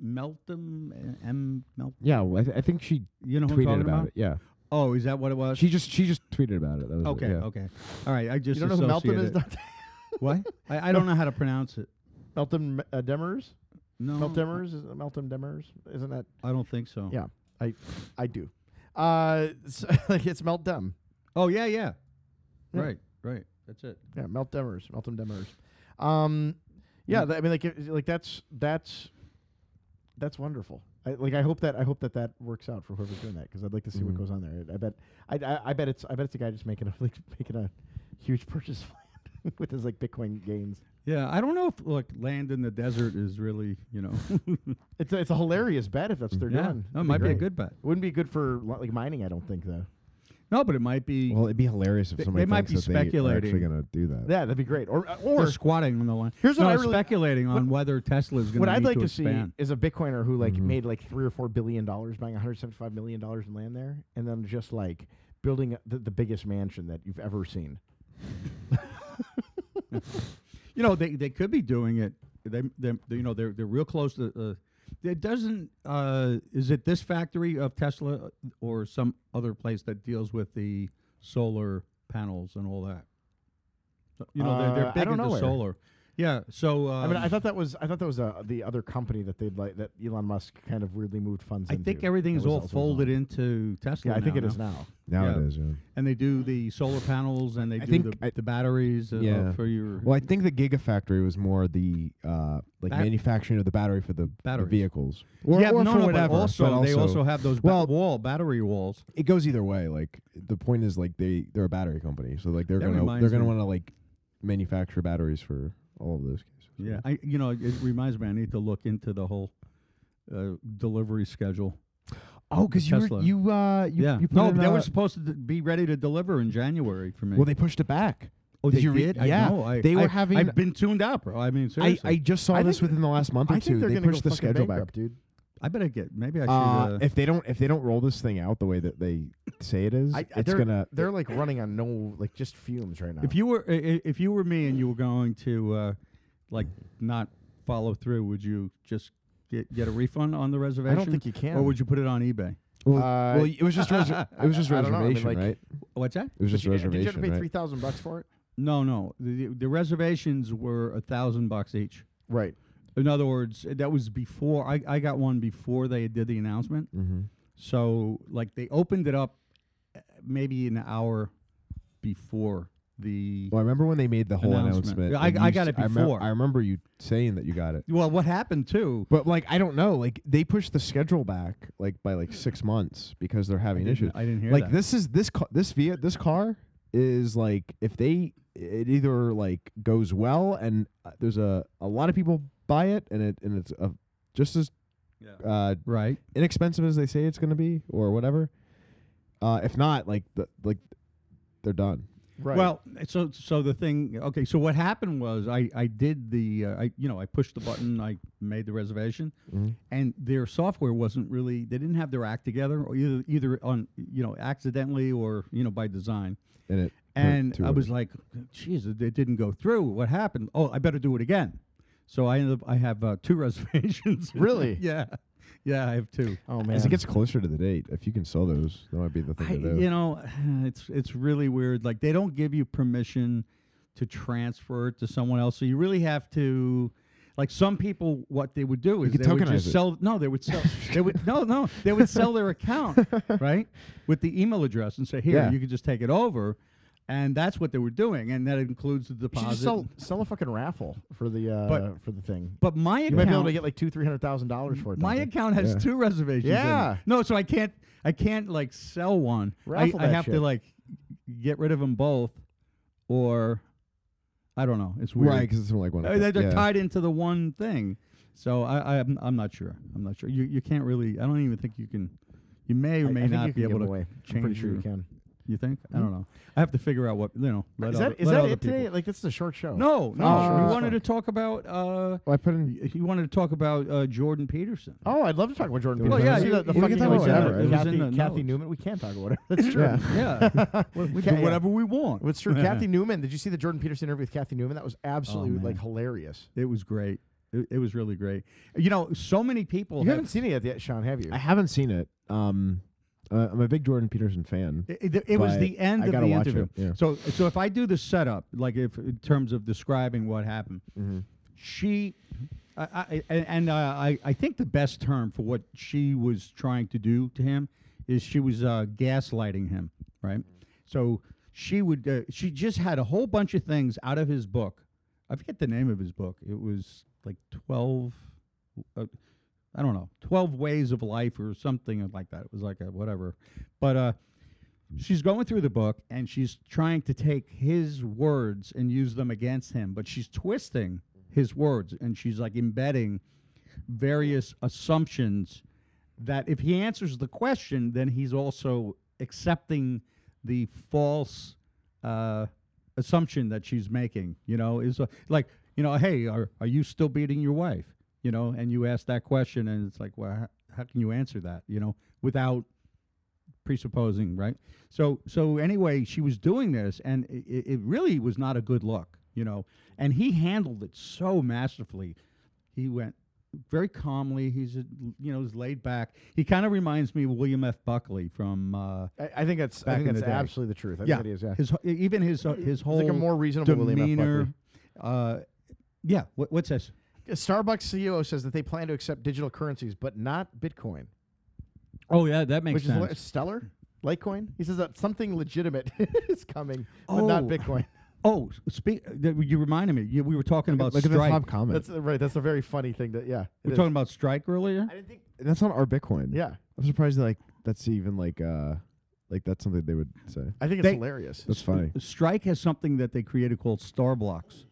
[SPEAKER 2] Meltem uh, M Melt?
[SPEAKER 3] Yeah, well, I, th- I think she
[SPEAKER 2] You know who I'm
[SPEAKER 3] tweeted
[SPEAKER 2] talking
[SPEAKER 3] about, it. Yeah.
[SPEAKER 2] Oh, is that what it was?
[SPEAKER 3] She just she just tweeted about it. That was it,
[SPEAKER 2] okay,
[SPEAKER 3] yeah.
[SPEAKER 2] okay, all right. I
[SPEAKER 1] You
[SPEAKER 2] just
[SPEAKER 1] don't know who Meltem
[SPEAKER 2] associated
[SPEAKER 1] is?
[SPEAKER 2] it. What? I, I don't know how to pronounce it.
[SPEAKER 1] Meltem uh, Demers?
[SPEAKER 2] No,
[SPEAKER 1] Meltemers? Is it Meltem Demers? Isn't that?
[SPEAKER 2] I don't think so.
[SPEAKER 1] Yeah, I I do. Uh, so, like it's Melt Dem.
[SPEAKER 2] Oh yeah, yeah.
[SPEAKER 1] Yeah.
[SPEAKER 2] Right, right. That's it.
[SPEAKER 1] Yeah, Melt Demers. Meltem Demers. Um,
[SPEAKER 2] Mm.
[SPEAKER 1] yeah, tha- I mean, like, it- like that's that's that's wonderful. I, like, I hope that I hope that that works out for whoever's doing that because I'd like to see what
[SPEAKER 2] Mm-hmm.
[SPEAKER 3] Mhm.
[SPEAKER 1] goes on there. I, I bet I, I I bet it's I bet it's a guy just making a like making a huge purchase of land with his like Bitcoin gains.
[SPEAKER 2] Yeah, I don't know if like land in the desert is really you know.
[SPEAKER 1] It's a, it's a hilarious bet if that's what they're
[SPEAKER 2] yeah, Um,
[SPEAKER 1] doing.
[SPEAKER 2] that
[SPEAKER 1] It'd
[SPEAKER 2] might be a
[SPEAKER 1] great.
[SPEAKER 2] good bet.
[SPEAKER 1] It wouldn't be good for li- like mining, I don't think, though.
[SPEAKER 2] No, but it might be
[SPEAKER 3] Well, it'd be hilarious if
[SPEAKER 2] They-
[SPEAKER 3] somebody
[SPEAKER 2] they might
[SPEAKER 3] thinks
[SPEAKER 2] be
[SPEAKER 3] that they are actually
[SPEAKER 2] speculating.
[SPEAKER 3] going to do that.
[SPEAKER 1] Yeah, that'd be great. Or uh,
[SPEAKER 2] or
[SPEAKER 1] or
[SPEAKER 2] squatting on the line.
[SPEAKER 1] Here's what
[SPEAKER 2] no,
[SPEAKER 1] I really-
[SPEAKER 2] speculating on whether Tesla's going
[SPEAKER 1] what I'd like to,
[SPEAKER 2] expand. Mm-hmm.
[SPEAKER 1] see is a Bitcoiner who like
[SPEAKER 3] Mhm.
[SPEAKER 1] made like three or four billion dollars buying 175 million dollars in land there, and then just like building the, the biggest mansion that you've ever seen.
[SPEAKER 2] You know, they, they could be doing it. They, they, they- you know they're they're real close to. Uh, it doesn't. Uh, is it this factory of Tesla or some other place that deals with the solar panels and all that? So, You know, they're,
[SPEAKER 1] Uh,
[SPEAKER 2] they're
[SPEAKER 1] I
[SPEAKER 2] big
[SPEAKER 1] don't
[SPEAKER 2] into
[SPEAKER 1] know where.
[SPEAKER 2] solar. Yeah. So um,
[SPEAKER 1] I mean, I thought that was I thought that was uh, the other company that they'd like that Elon Musk kind of weirdly moved funds.
[SPEAKER 2] I
[SPEAKER 1] into.
[SPEAKER 2] think everything's
[SPEAKER 1] That was
[SPEAKER 2] all
[SPEAKER 1] also
[SPEAKER 2] folded
[SPEAKER 1] Elon.
[SPEAKER 2] into Tesla.
[SPEAKER 1] Yeah, I think
[SPEAKER 2] now,
[SPEAKER 1] it
[SPEAKER 2] no?
[SPEAKER 1] is now.
[SPEAKER 3] Now it
[SPEAKER 2] Yeah.
[SPEAKER 3] is. Yeah.
[SPEAKER 2] And they do the solar panels and they
[SPEAKER 3] I
[SPEAKER 2] do
[SPEAKER 3] think
[SPEAKER 2] the,
[SPEAKER 3] I-
[SPEAKER 2] the batteries uh,
[SPEAKER 3] Yeah.
[SPEAKER 2] for your
[SPEAKER 3] Well, I think the gigafactory was more the uh, like
[SPEAKER 2] Bat-
[SPEAKER 3] manufacturing of the battery for the, the
[SPEAKER 2] Batteries.
[SPEAKER 3] vehicles, or,
[SPEAKER 2] yeah,
[SPEAKER 3] or
[SPEAKER 2] no,
[SPEAKER 3] for
[SPEAKER 2] no,
[SPEAKER 3] whatever.
[SPEAKER 2] But also,
[SPEAKER 3] but
[SPEAKER 2] they also have those ba-
[SPEAKER 3] well-
[SPEAKER 2] wall battery walls.
[SPEAKER 3] it goes either way. Like the point is, like they they're a battery company, so like they're
[SPEAKER 2] That
[SPEAKER 3] gonna
[SPEAKER 2] reminds
[SPEAKER 3] they're gonna
[SPEAKER 2] me-
[SPEAKER 3] want to like manufacture batteries for all of those cases.
[SPEAKER 2] Yeah, I you know it reminds me I need to look into the whole uh, delivery schedule.
[SPEAKER 3] Oh, because
[SPEAKER 2] The
[SPEAKER 3] you were,
[SPEAKER 2] Tesla.
[SPEAKER 3] you uh you,
[SPEAKER 2] yeah,
[SPEAKER 3] you put
[SPEAKER 2] no,
[SPEAKER 3] in,
[SPEAKER 2] they
[SPEAKER 3] uh,
[SPEAKER 2] were supposed to d- be ready to deliver in January for me.
[SPEAKER 3] well they pushed it back.
[SPEAKER 2] oh,
[SPEAKER 3] did
[SPEAKER 2] they
[SPEAKER 3] you read-
[SPEAKER 2] did? I
[SPEAKER 3] yeah,
[SPEAKER 2] know, I,
[SPEAKER 3] they were
[SPEAKER 2] I-
[SPEAKER 3] having-
[SPEAKER 2] I've been tuned out, bro. I mean,
[SPEAKER 3] I,
[SPEAKER 2] seriously,
[SPEAKER 3] I just saw
[SPEAKER 1] I
[SPEAKER 3] this
[SPEAKER 1] think-
[SPEAKER 3] within the last month or
[SPEAKER 1] I
[SPEAKER 3] two.
[SPEAKER 1] think they're
[SPEAKER 3] they
[SPEAKER 1] gonna
[SPEAKER 3] pushed
[SPEAKER 1] go
[SPEAKER 3] the
[SPEAKER 1] fucking
[SPEAKER 3] schedule back.
[SPEAKER 1] bankrupt, dude.
[SPEAKER 2] I better get maybe I should.
[SPEAKER 3] Uh,
[SPEAKER 2] Uh,
[SPEAKER 3] if they don't if they don't roll this thing out the way that they say it is,
[SPEAKER 1] I, I-
[SPEAKER 3] it's
[SPEAKER 1] they're,
[SPEAKER 3] gonna
[SPEAKER 1] they're like running on no like just fumes right now.
[SPEAKER 2] if you were i- i- if you were me and you were going to uh, like not follow through, would you just get get a refund on the reservation?
[SPEAKER 1] I don't think you can.
[SPEAKER 2] Or would you put it on eBay?
[SPEAKER 3] Well,
[SPEAKER 1] Uh,
[SPEAKER 3] well, it was just reser- it was just
[SPEAKER 1] I- I don't know, I mean,
[SPEAKER 3] reservation,
[SPEAKER 1] like-
[SPEAKER 3] right?
[SPEAKER 2] What's that?
[SPEAKER 3] It was just
[SPEAKER 1] Did you- did you have to
[SPEAKER 3] reservation,
[SPEAKER 1] pay three
[SPEAKER 3] right?
[SPEAKER 1] thousand bucks for it?
[SPEAKER 2] No, no. The, the reservations were a thousand bucks each.
[SPEAKER 1] Right.
[SPEAKER 2] In other words, that was before I, I got one before they did the announcement.
[SPEAKER 3] Mm-hmm.
[SPEAKER 2] So like they opened it up uh, maybe an hour before the.
[SPEAKER 3] Well, I remember when they made the whole
[SPEAKER 2] Announcement.
[SPEAKER 3] announcement.
[SPEAKER 2] I-
[SPEAKER 3] and you
[SPEAKER 2] I
[SPEAKER 3] s-
[SPEAKER 2] got it
[SPEAKER 3] I remem-
[SPEAKER 2] before.
[SPEAKER 3] I remember you saying that you got it,
[SPEAKER 2] Well, what happened too?
[SPEAKER 3] but like I don't know, like they pushed the schedule back like by like six months because they're having
[SPEAKER 2] I
[SPEAKER 3] issues.
[SPEAKER 2] didn't, I didn't hear
[SPEAKER 3] Like
[SPEAKER 2] that.
[SPEAKER 3] this is this car, this Fiat, this car is like if they it either like goes well and uh, there's a a lot of people buy it and it and it's a, just as uh,
[SPEAKER 2] Right.
[SPEAKER 3] inexpensive as they say it's going to be or whatever. Uh, if not, like the, like they're done.
[SPEAKER 1] Right.
[SPEAKER 2] Well, so so the thing. Okay, so what happened was I I did the uh, I you know I pushed the button. I made the reservation.
[SPEAKER 3] Mm-hmm.
[SPEAKER 2] and their software wasn't really they didn't have their act together or either either on you know accidentally or you know by design
[SPEAKER 3] And it
[SPEAKER 2] and
[SPEAKER 3] to
[SPEAKER 2] i was
[SPEAKER 3] it.
[SPEAKER 2] like jeez it it didn't go through what happened oh i better do it again so i ended up i have uh, two reservations
[SPEAKER 1] Really?
[SPEAKER 2] yeah yeah i have two
[SPEAKER 1] oh man.
[SPEAKER 3] as it gets closer to the date, if you can sell those, that might be the thing
[SPEAKER 2] I,
[SPEAKER 3] to do.
[SPEAKER 2] you know it's it's really weird like they don't give you permission to transfer it to someone else so you really have to like some people what they would do is
[SPEAKER 3] could
[SPEAKER 2] they would
[SPEAKER 3] tokenize
[SPEAKER 2] just
[SPEAKER 3] it.
[SPEAKER 2] sell no they would sell they would no no they would sell their account right with the email address and say here
[SPEAKER 3] Yeah.
[SPEAKER 2] you can just take it over and that's what they were doing and that includes the
[SPEAKER 1] you should
[SPEAKER 2] deposit
[SPEAKER 1] just sell sell a fucking raffle for the uh,
[SPEAKER 2] But-
[SPEAKER 1] for the thing.
[SPEAKER 2] but my
[SPEAKER 1] You might be able
[SPEAKER 2] account
[SPEAKER 1] to get like two three hundred thousand dollars for it.
[SPEAKER 2] my
[SPEAKER 1] Duncan.
[SPEAKER 2] account has
[SPEAKER 3] Yeah.
[SPEAKER 2] two reservations. in it.
[SPEAKER 1] Yeah.
[SPEAKER 2] No, so I can't. I can't like sell one. I,
[SPEAKER 1] Raffle
[SPEAKER 2] I
[SPEAKER 1] that
[SPEAKER 2] have to
[SPEAKER 1] shit.
[SPEAKER 2] like get rid of them both, or I don't know. It's weird.
[SPEAKER 3] right? Because it's like one.
[SPEAKER 2] Uh,
[SPEAKER 3] of
[SPEAKER 2] They're,
[SPEAKER 3] the-
[SPEAKER 2] they're
[SPEAKER 3] yeah.
[SPEAKER 2] tied into the one thing. So I, I I'm, I'm not sure. I'm not sure. You you can't really. I don't even think you can. You may or
[SPEAKER 1] I-
[SPEAKER 2] may
[SPEAKER 1] I think
[SPEAKER 2] not
[SPEAKER 1] you can
[SPEAKER 2] be
[SPEAKER 1] give
[SPEAKER 2] able to.
[SPEAKER 1] them away. I'm pretty
[SPEAKER 2] change
[SPEAKER 1] sure you
[SPEAKER 2] your-
[SPEAKER 1] can.
[SPEAKER 2] You think? I don't know. I have to figure out what you know. Let
[SPEAKER 1] Uh, Is
[SPEAKER 2] other,
[SPEAKER 1] that is
[SPEAKER 2] let
[SPEAKER 1] that
[SPEAKER 2] other
[SPEAKER 1] it today?
[SPEAKER 2] people-
[SPEAKER 1] Like this is a short show.
[SPEAKER 2] No, no.
[SPEAKER 1] Oh,
[SPEAKER 2] you
[SPEAKER 1] sure.
[SPEAKER 2] wanted to talk about. Uh,
[SPEAKER 3] Well, I put in.
[SPEAKER 2] y- you wanted to talk about uh, Jordan Peterson.
[SPEAKER 1] Oh, I'd love to talk about Jordan
[SPEAKER 3] Well,
[SPEAKER 1] Peterson.
[SPEAKER 3] yeah,
[SPEAKER 1] See
[SPEAKER 2] you-
[SPEAKER 1] that- the
[SPEAKER 3] we can
[SPEAKER 1] fucking
[SPEAKER 3] talk
[SPEAKER 1] thing
[SPEAKER 3] about
[SPEAKER 1] with
[SPEAKER 3] whatever. It was
[SPEAKER 1] Kathy,
[SPEAKER 2] in the
[SPEAKER 1] Kathy
[SPEAKER 2] notes.
[SPEAKER 1] Newman. We can talk about whatever. That's true.
[SPEAKER 3] Yeah.
[SPEAKER 2] Yeah. we do
[SPEAKER 1] Ca- yeah.
[SPEAKER 2] whatever we want.
[SPEAKER 1] It's true. Kathy Newman. Did you see the Jordan Peterson interview with Kathy Newman? That was absolutely
[SPEAKER 2] man.
[SPEAKER 1] like hilarious.
[SPEAKER 2] It was great. It, it was really great. You know, so many people.
[SPEAKER 1] You
[SPEAKER 2] have,
[SPEAKER 1] haven't seen it yet, Sean, have you?
[SPEAKER 3] I haven't seen it. Um, uh, I'm a big Jordan Peterson fan.
[SPEAKER 2] It, it- it was
[SPEAKER 3] but
[SPEAKER 2] the end
[SPEAKER 3] I
[SPEAKER 2] of the
[SPEAKER 3] gotta watch
[SPEAKER 2] interview.
[SPEAKER 3] it, yeah.
[SPEAKER 2] So, so if I do the setup, like if in terms of describing what happened, she, I, I, and- and uh, I, I think the best term for what she was trying to do to him is she was uh, gaslighting him, right? So she would, uh, she just had a whole bunch of things out of his book. I forget the name of his book. It was like twelve. Uh, I don't know, 12 ways of life or something like that. It was like a whatever. But uh, she's going through the book and she's trying to take his words and use them against him, but she's twisting his words and she's like embedding various assumptions that if he answers the question, then he's also accepting the false uh, assumption that she's making. You know, is uh, like you know, hey, are are you still beating your wife? You know, and you ask that question, and it's like, well, how, how can you answer that? You know, without presupposing, right? So so anyway, she was doing this, and it, it really was not a good look, you know. And he handled it so masterfully. He went very calmly. He's uh, you know he's laid back. He kind of reminds me of William F. Buckley from uh,
[SPEAKER 1] I, I think that's
[SPEAKER 2] Back
[SPEAKER 1] I think
[SPEAKER 2] in the
[SPEAKER 1] that's
[SPEAKER 2] day.
[SPEAKER 1] absolutely the truth. I
[SPEAKER 2] yeah,
[SPEAKER 1] think it is. Yeah,
[SPEAKER 2] his wh- even his uh, his
[SPEAKER 1] He's
[SPEAKER 2] whole
[SPEAKER 1] like a more reasonable William F.
[SPEAKER 2] demeanor.
[SPEAKER 1] Buckley.
[SPEAKER 2] Uh, yeah, what, what's this?
[SPEAKER 1] Starbucks CEO says that they plan to accept digital currencies, but not Bitcoin,
[SPEAKER 2] Oh yeah, that makes
[SPEAKER 1] which is
[SPEAKER 2] sense.
[SPEAKER 1] is stellar. Litecoin. He says that something legitimate is coming, but not
[SPEAKER 2] Oh.
[SPEAKER 1] Bitcoin.
[SPEAKER 2] oh, speak. That you reminded me. You, we were talking about
[SPEAKER 3] Look at the
[SPEAKER 2] strike.
[SPEAKER 3] top comment.
[SPEAKER 1] That's
[SPEAKER 3] That's,
[SPEAKER 1] uh, right. That's a very funny thing. That yeah. it
[SPEAKER 2] we're
[SPEAKER 1] is.
[SPEAKER 2] talking about strike earlier.
[SPEAKER 1] I didn't think.
[SPEAKER 3] not our Bitcoin.
[SPEAKER 1] Yeah,
[SPEAKER 3] I'm surprised that, like that's even like uh like that's something they would say.
[SPEAKER 1] I think it's
[SPEAKER 2] They-
[SPEAKER 1] hilarious.
[SPEAKER 3] That's funny.
[SPEAKER 2] Strike has something that they created called Starbucks.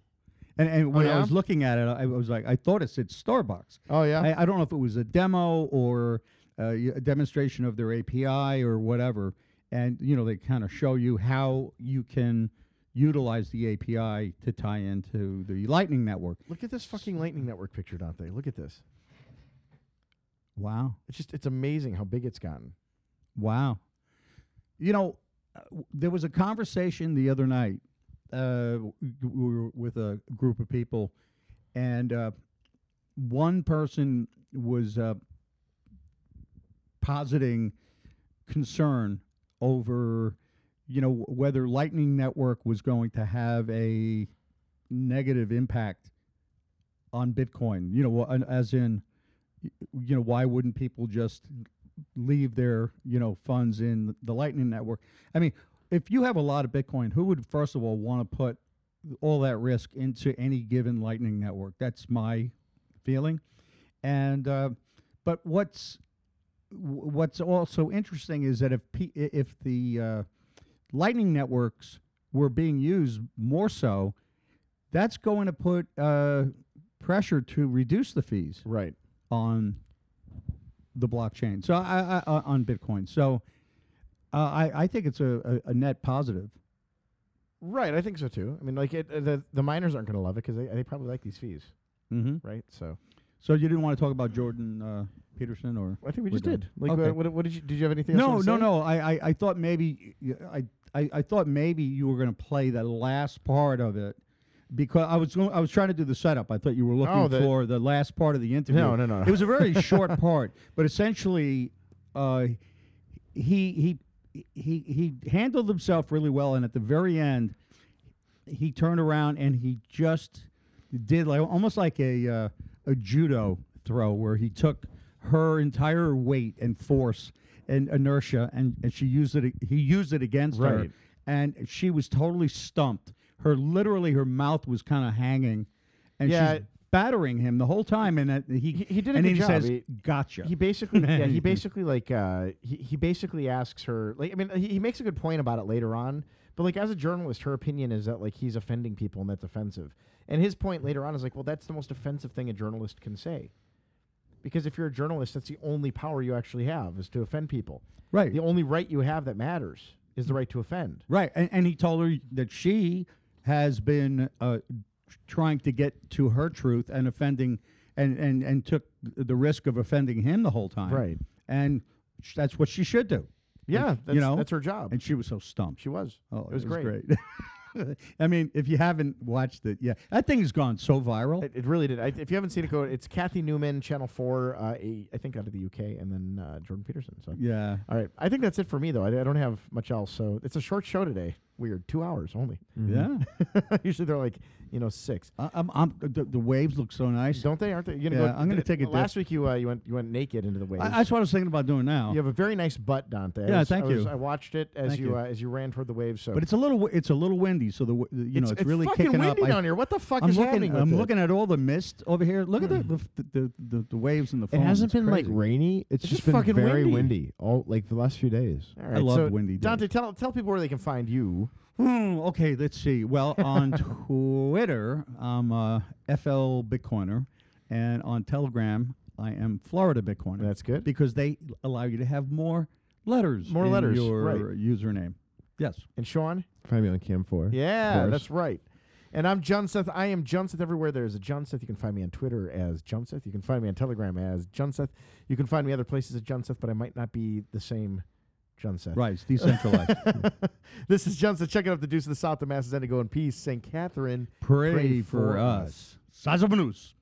[SPEAKER 2] And, and when I
[SPEAKER 1] yeah?
[SPEAKER 2] was looking at it, I was like, I thought it said Starbucks.
[SPEAKER 1] Oh yeah.
[SPEAKER 2] I, I don't know if it was a demo or uh, y- a demonstration of their API or whatever. And you know, they kind of show you how you can utilize the API to tie into the Lightning network.
[SPEAKER 1] Look at this fucking Lightning Network picture, Dante. Look at this.
[SPEAKER 2] Wow.
[SPEAKER 1] It's just it's amazing how big it's gotten.
[SPEAKER 2] Wow. You know, uh, w- there was a conversation the other night. Uh, w- we were with a group of people, and uh, one person was uh, positing concern over, you know, wh- whether Lightning Network was going to have a negative impact on Bitcoin. You know, wha- an- as in, y- you know, why wouldn't people just leave their you know funds in the Lightning Network? I mean, if you have a lot of Bitcoin, who would first of all want to put all that risk into any given Lightning Network? That's my feeling. And uh, but what's wh- what's also interesting is that if pe- i- if the uh, Lightning networks were being used more so, that's going to put uh, pressure to reduce the fees
[SPEAKER 1] Right.
[SPEAKER 2] on the blockchain. So I, I, I on Bitcoin. So uh, I I think it's a, a, a net positive.
[SPEAKER 1] Right. I think so too. I mean, like it, uh, the the miners aren't going to love it because they they probably like these fees,
[SPEAKER 2] Mm-hmm.
[SPEAKER 1] right? So
[SPEAKER 2] So you didn't want to talk about Jordan uh, Peterson or
[SPEAKER 1] I think we
[SPEAKER 2] We're
[SPEAKER 1] just
[SPEAKER 2] done.
[SPEAKER 1] did. Like,
[SPEAKER 2] Okay.
[SPEAKER 1] uh, what, what did you did you have anything?
[SPEAKER 2] no
[SPEAKER 1] else
[SPEAKER 2] no no I, I I thought maybe y- I I, I thought maybe you were going to play the last part of it. Because I was going, I was trying to do the setup. I thought you were looking
[SPEAKER 1] Oh, the-
[SPEAKER 2] for the last part of the interview.
[SPEAKER 1] No, no, no, no.
[SPEAKER 2] It was a very short part, but essentially, uh, he he he he handled himself really well, and at the very end, he turned around and he just did like almost like a uh, a judo throw where he took her entire weight and force and inertia and, and she used it he used it against her
[SPEAKER 1] Right.
[SPEAKER 2] and she was totally stumped her literally her mouth was kind of hanging and
[SPEAKER 1] Yeah.
[SPEAKER 2] she's battering him the whole time and that he
[SPEAKER 1] He- he did a good
[SPEAKER 2] and then he
[SPEAKER 1] job.
[SPEAKER 2] says
[SPEAKER 1] He-
[SPEAKER 2] gotcha
[SPEAKER 1] He basically, yeah, he basically like uh, he he basically asks her. Like, I mean, he, he makes a good point about it later on. But like, as a journalist, her opinion is that like he's offending people and that's offensive. And his point later on is like, well, that's the most offensive thing a journalist can say, because if you're a journalist, that's the only power you actually have is to offend people.
[SPEAKER 2] right
[SPEAKER 1] The only right you have that matters is the right to offend.
[SPEAKER 2] Right, and, and he told her that she has been uh, tr- trying to get to her truth and offending, and and and took the risk of offending him the whole time.
[SPEAKER 1] Right.
[SPEAKER 2] and sh- that's what she should do.
[SPEAKER 1] Yeah,
[SPEAKER 2] And,
[SPEAKER 1] that's,
[SPEAKER 2] you know,
[SPEAKER 1] that's her job.
[SPEAKER 2] and she was so stumped.
[SPEAKER 1] She was.
[SPEAKER 2] Oh,
[SPEAKER 1] it was, great.
[SPEAKER 2] I mean, if you haven't watched it, yeah, that thing has gone so viral.
[SPEAKER 1] It, it really did. I, if you haven't seen it, go. It's Kathy Newman, Channel Four, uh, a- I think out of the UK, and then uh, Jordan Peterson. So,
[SPEAKER 2] yeah,
[SPEAKER 1] all right, I think that's it for me though. I, I don't have much else. So it's a short show today. Weird, two hours only.
[SPEAKER 3] Mm-hmm.
[SPEAKER 2] yeah.
[SPEAKER 1] Usually they're like you know six.
[SPEAKER 2] I, I'm, I'm the, the waves look so nice.
[SPEAKER 1] Don't they? Aren't they? You're gonna
[SPEAKER 2] Yeah,
[SPEAKER 1] go,
[SPEAKER 2] I'm gonna
[SPEAKER 1] th-
[SPEAKER 2] take a
[SPEAKER 1] well, Last week you uh, you went you went naked into the waves.
[SPEAKER 2] I, that's what I was thinking about doing now.
[SPEAKER 1] you have a very nice butt, Dante. I
[SPEAKER 2] Yeah,
[SPEAKER 1] was- I
[SPEAKER 2] thank
[SPEAKER 1] was-
[SPEAKER 2] you.
[SPEAKER 1] I watched it as
[SPEAKER 2] Thank
[SPEAKER 1] you,
[SPEAKER 2] you.
[SPEAKER 1] Uh, as you ran toward the waves. So,
[SPEAKER 2] But it's a little, wi- it's a little windy, so the w- the- you know it's, really
[SPEAKER 1] fucking
[SPEAKER 2] kicking
[SPEAKER 1] windy
[SPEAKER 2] up. I-
[SPEAKER 1] down here. What the fuck
[SPEAKER 2] I'm
[SPEAKER 1] is
[SPEAKER 2] looking.
[SPEAKER 1] happening? with Hmm.
[SPEAKER 2] I'm
[SPEAKER 1] it?
[SPEAKER 2] looking at all the mist over here. Look at the the, the, the, the waves and the.
[SPEAKER 3] It
[SPEAKER 2] Foam.
[SPEAKER 3] hasn't
[SPEAKER 2] It's
[SPEAKER 3] been
[SPEAKER 2] crazy.
[SPEAKER 3] like rainy. It's,
[SPEAKER 1] It's
[SPEAKER 3] just
[SPEAKER 1] just
[SPEAKER 3] been
[SPEAKER 1] fucking
[SPEAKER 3] very
[SPEAKER 1] windy.
[SPEAKER 3] windy all like the last few days.
[SPEAKER 1] All right,
[SPEAKER 2] love
[SPEAKER 1] so
[SPEAKER 2] windy days.
[SPEAKER 1] Dante, tell tell people where they can find you.
[SPEAKER 2] Hmm, okay, let's see. Well, on Twitter, I'm uh, FL Bitcoiner, and on Telegram, I am Florida Bitcoiner.
[SPEAKER 1] That's good.
[SPEAKER 2] because they allow you to have more letters.
[SPEAKER 1] More
[SPEAKER 2] in
[SPEAKER 1] letters,
[SPEAKER 2] Your
[SPEAKER 1] right.
[SPEAKER 2] username. Yes.
[SPEAKER 1] And Sean?
[SPEAKER 3] Find me on Cam Four.
[SPEAKER 1] Yeah,
[SPEAKER 3] course.
[SPEAKER 1] that's right. And I'm John Seth. I am John Seth everywhere. There's a John Seth. You can find me on Twitter as John Seth. You can find me on Telegram as John Seth. You can find me other places at John Seth, but I might not be the same John Seth.
[SPEAKER 2] Right. It's decentralized.
[SPEAKER 1] this is John Seth checking out the Deuce of the South, the Masses, and to go in peace. St. Catherine.
[SPEAKER 2] Pray, for, us. Sazabanus.